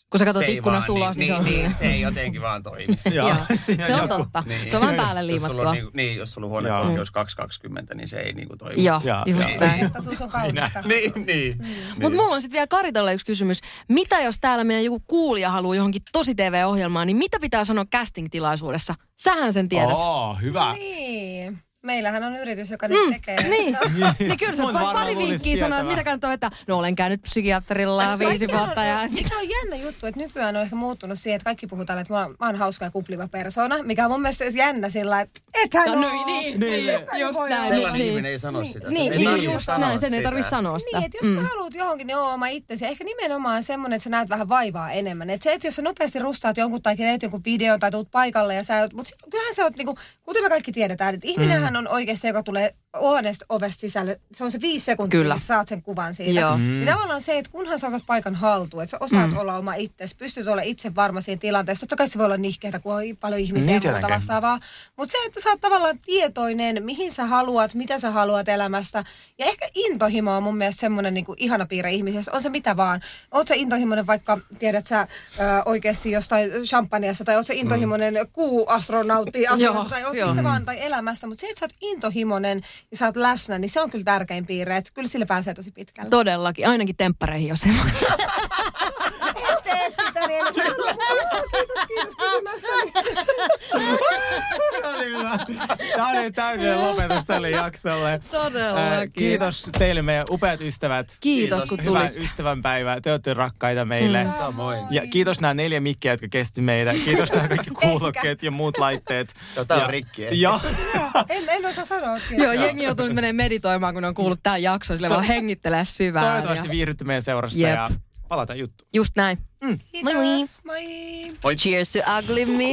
[SPEAKER 3] Kun sä katsot
[SPEAKER 4] se ei
[SPEAKER 3] ikkunasta
[SPEAKER 4] vaan
[SPEAKER 3] ulos, niin se on
[SPEAKER 4] niin,
[SPEAKER 3] siinä.
[SPEAKER 4] se ei jotenkin vaan toimi.
[SPEAKER 3] Joo.
[SPEAKER 2] Ja
[SPEAKER 3] Se on
[SPEAKER 2] joku-
[SPEAKER 3] totta.
[SPEAKER 4] Niin.
[SPEAKER 3] Se on vähän päälle
[SPEAKER 4] Jos sulla
[SPEAKER 3] liimattua.
[SPEAKER 4] on, niin, niin, jos sulla on huoneoikeus 220, niin se ei niinku toimi.
[SPEAKER 3] Joo,
[SPEAKER 2] Joo,
[SPEAKER 3] just
[SPEAKER 4] joo.
[SPEAKER 3] näin.
[SPEAKER 5] Tasus on kaunista.
[SPEAKER 4] Niin, niin.
[SPEAKER 3] Mutta mulla on sitten vielä Karitolle yksi kysymys. Mitä jos täällä meidän joku kuulija haluaa johonkin tosi TV-ohjelmaan, niin mitä pitää sanoa casting-tilaisuudessa? Sähän sen tiedät.
[SPEAKER 2] Oo, hyvä.
[SPEAKER 5] Niin. Meillähän on yritys, joka nyt tekee.
[SPEAKER 3] Niin, niin kyllä se pari,
[SPEAKER 2] Mun varmaan
[SPEAKER 3] pari
[SPEAKER 2] luulisi
[SPEAKER 3] vinkkiä sanoa, että
[SPEAKER 2] tietävän.
[SPEAKER 3] mitä kannattaa vetää. No olen käynyt psykiatrilla viisi
[SPEAKER 5] Kaikki on-
[SPEAKER 3] vuotta ja...
[SPEAKER 5] Mikä on jännä juttu, että nykyään on ehkä muuttunut siihen, että kaikki puhutaan, että mä oon, mä oon hauska ja kupliva persona, mikä on mun mielestä edes jännä sillä, että ethän
[SPEAKER 3] No,
[SPEAKER 5] oo.
[SPEAKER 3] no, niin, niin, just
[SPEAKER 5] voi
[SPEAKER 3] näin.
[SPEAKER 5] olla.
[SPEAKER 4] Sellainen
[SPEAKER 3] niin.
[SPEAKER 4] ihminen ei sano sitä. Sen
[SPEAKER 3] Niin,
[SPEAKER 4] ei
[SPEAKER 3] niin kuin
[SPEAKER 4] tarvitse
[SPEAKER 3] just
[SPEAKER 4] sanoa
[SPEAKER 3] näin, sen ei
[SPEAKER 4] sitä.
[SPEAKER 3] tarvitse sanoa sitä.
[SPEAKER 5] Niin, että jos mm. sä haluat johonkin, niin oo oma itsesi. Ehkä nimenomaan semmoinen, että sä näet vähän vaivaa enemmän. Että se, että jos sä nopeasti rustaat jonkun tai teet jonkun videon tai tuut paikalle ja sä oot, mutta kyllähän sä oot niinku, kuten me kaikki tiedetään, että ihminenhän on oikeasti se, joka tulee huoneesta ovesta sisälle. Se on se viisi sekuntia,
[SPEAKER 3] Kyllä.
[SPEAKER 5] missä saat sen kuvan siitä.
[SPEAKER 3] Joo.
[SPEAKER 5] Joo. Niin tavallaan se, että kunhan saatat paikan haltuun, että sä osaat mm. olla oma itsesi, pystyt olla itse varma siinä tilanteessa. Totta kai se voi olla nihkeätä, kun on paljon ihmisiä
[SPEAKER 2] Niin
[SPEAKER 5] ja muuta
[SPEAKER 2] tietenkin.
[SPEAKER 5] vastaavaa. Mutta se, että sä oot tavallaan tietoinen, mihin sä haluat, mitä sä haluat elämästä. Ja ehkä intohimo on mun mielestä semmoinen niinku ihana piirre ihmisessä. On se mitä vaan. Oot sä intohimoinen vaikka, tiedät sä, ö, oikeasti jostain champagneasta, tai oot sä intohimoinen mm. kuuastronautti
[SPEAKER 3] Joo,
[SPEAKER 5] asiasta, tai oot
[SPEAKER 3] joo.
[SPEAKER 5] mistä vaan, tai elämästä. Mutta se, että sä oot intohimoinen ja sä oot läsnä, niin se on kyllä tärkein piirre. Et kyllä sillä pääsee tosi pitkälle.
[SPEAKER 3] Todellakin, ainakin temppareihin jos ei voi.
[SPEAKER 5] en tee sitä, niin en Kiitos, kiitos kysymästä.
[SPEAKER 2] Tämä oli hyvä. Tämä oli täydellinen lopetus tälle jaksolle.
[SPEAKER 3] Todellakin.
[SPEAKER 2] Ää, Kiitos teille meidän upeat ystävät.
[SPEAKER 3] Kiitos, kun
[SPEAKER 2] Hyvää
[SPEAKER 3] tulit.
[SPEAKER 2] ystävänpäivää. Te olette rakkaita meille.
[SPEAKER 3] Mm.
[SPEAKER 4] Samoin.
[SPEAKER 2] Ja kiitos nämä neljä mikkiä, jotka kesti meitä. Kiitos nämä kaikki kuulokkeet ja muut laitteet.
[SPEAKER 4] Tota on
[SPEAKER 2] Ja-
[SPEAKER 4] rikki.
[SPEAKER 2] Joo.
[SPEAKER 5] en, en osaa sanoa. kyllä.
[SPEAKER 3] Joo, jengi joutuu nyt menee meditoimaan, kun ne on kuullut tämän jakson. Sille vaan hengittelee syvään. ja-
[SPEAKER 2] Toivottavasti viihdytte meidän seurassa
[SPEAKER 3] Jep.
[SPEAKER 2] ja palataan juttu.
[SPEAKER 3] Just näin. Moi moi.
[SPEAKER 2] Moi.
[SPEAKER 3] Cheers to ugly me.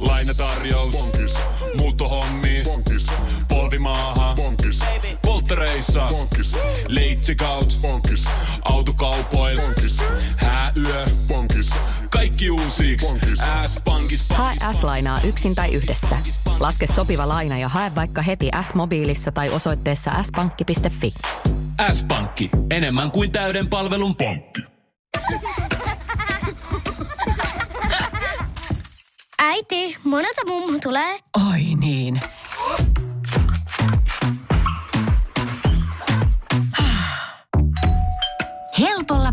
[SPEAKER 9] Lainatarjous. Pankis. Muuttohommi. Pankis. Polvimaaha. Pankis. Polttereissa. Pankis. Leitsikaut. Pankis. Autokaupoil. Pankis. Hääyö. Pankis. Kaikki uusi. S-pankis.
[SPEAKER 10] Hae S-lainaa yksin tai yhdessä. Laske sopiva laina ja hae vaikka heti S-mobiilissa tai osoitteessa s-pankki.fi.
[SPEAKER 9] S-pankki. Enemmän kuin täyden palvelun pankki.
[SPEAKER 11] Äiti, monelta mummu tulee?
[SPEAKER 13] Oi niin. Helpolla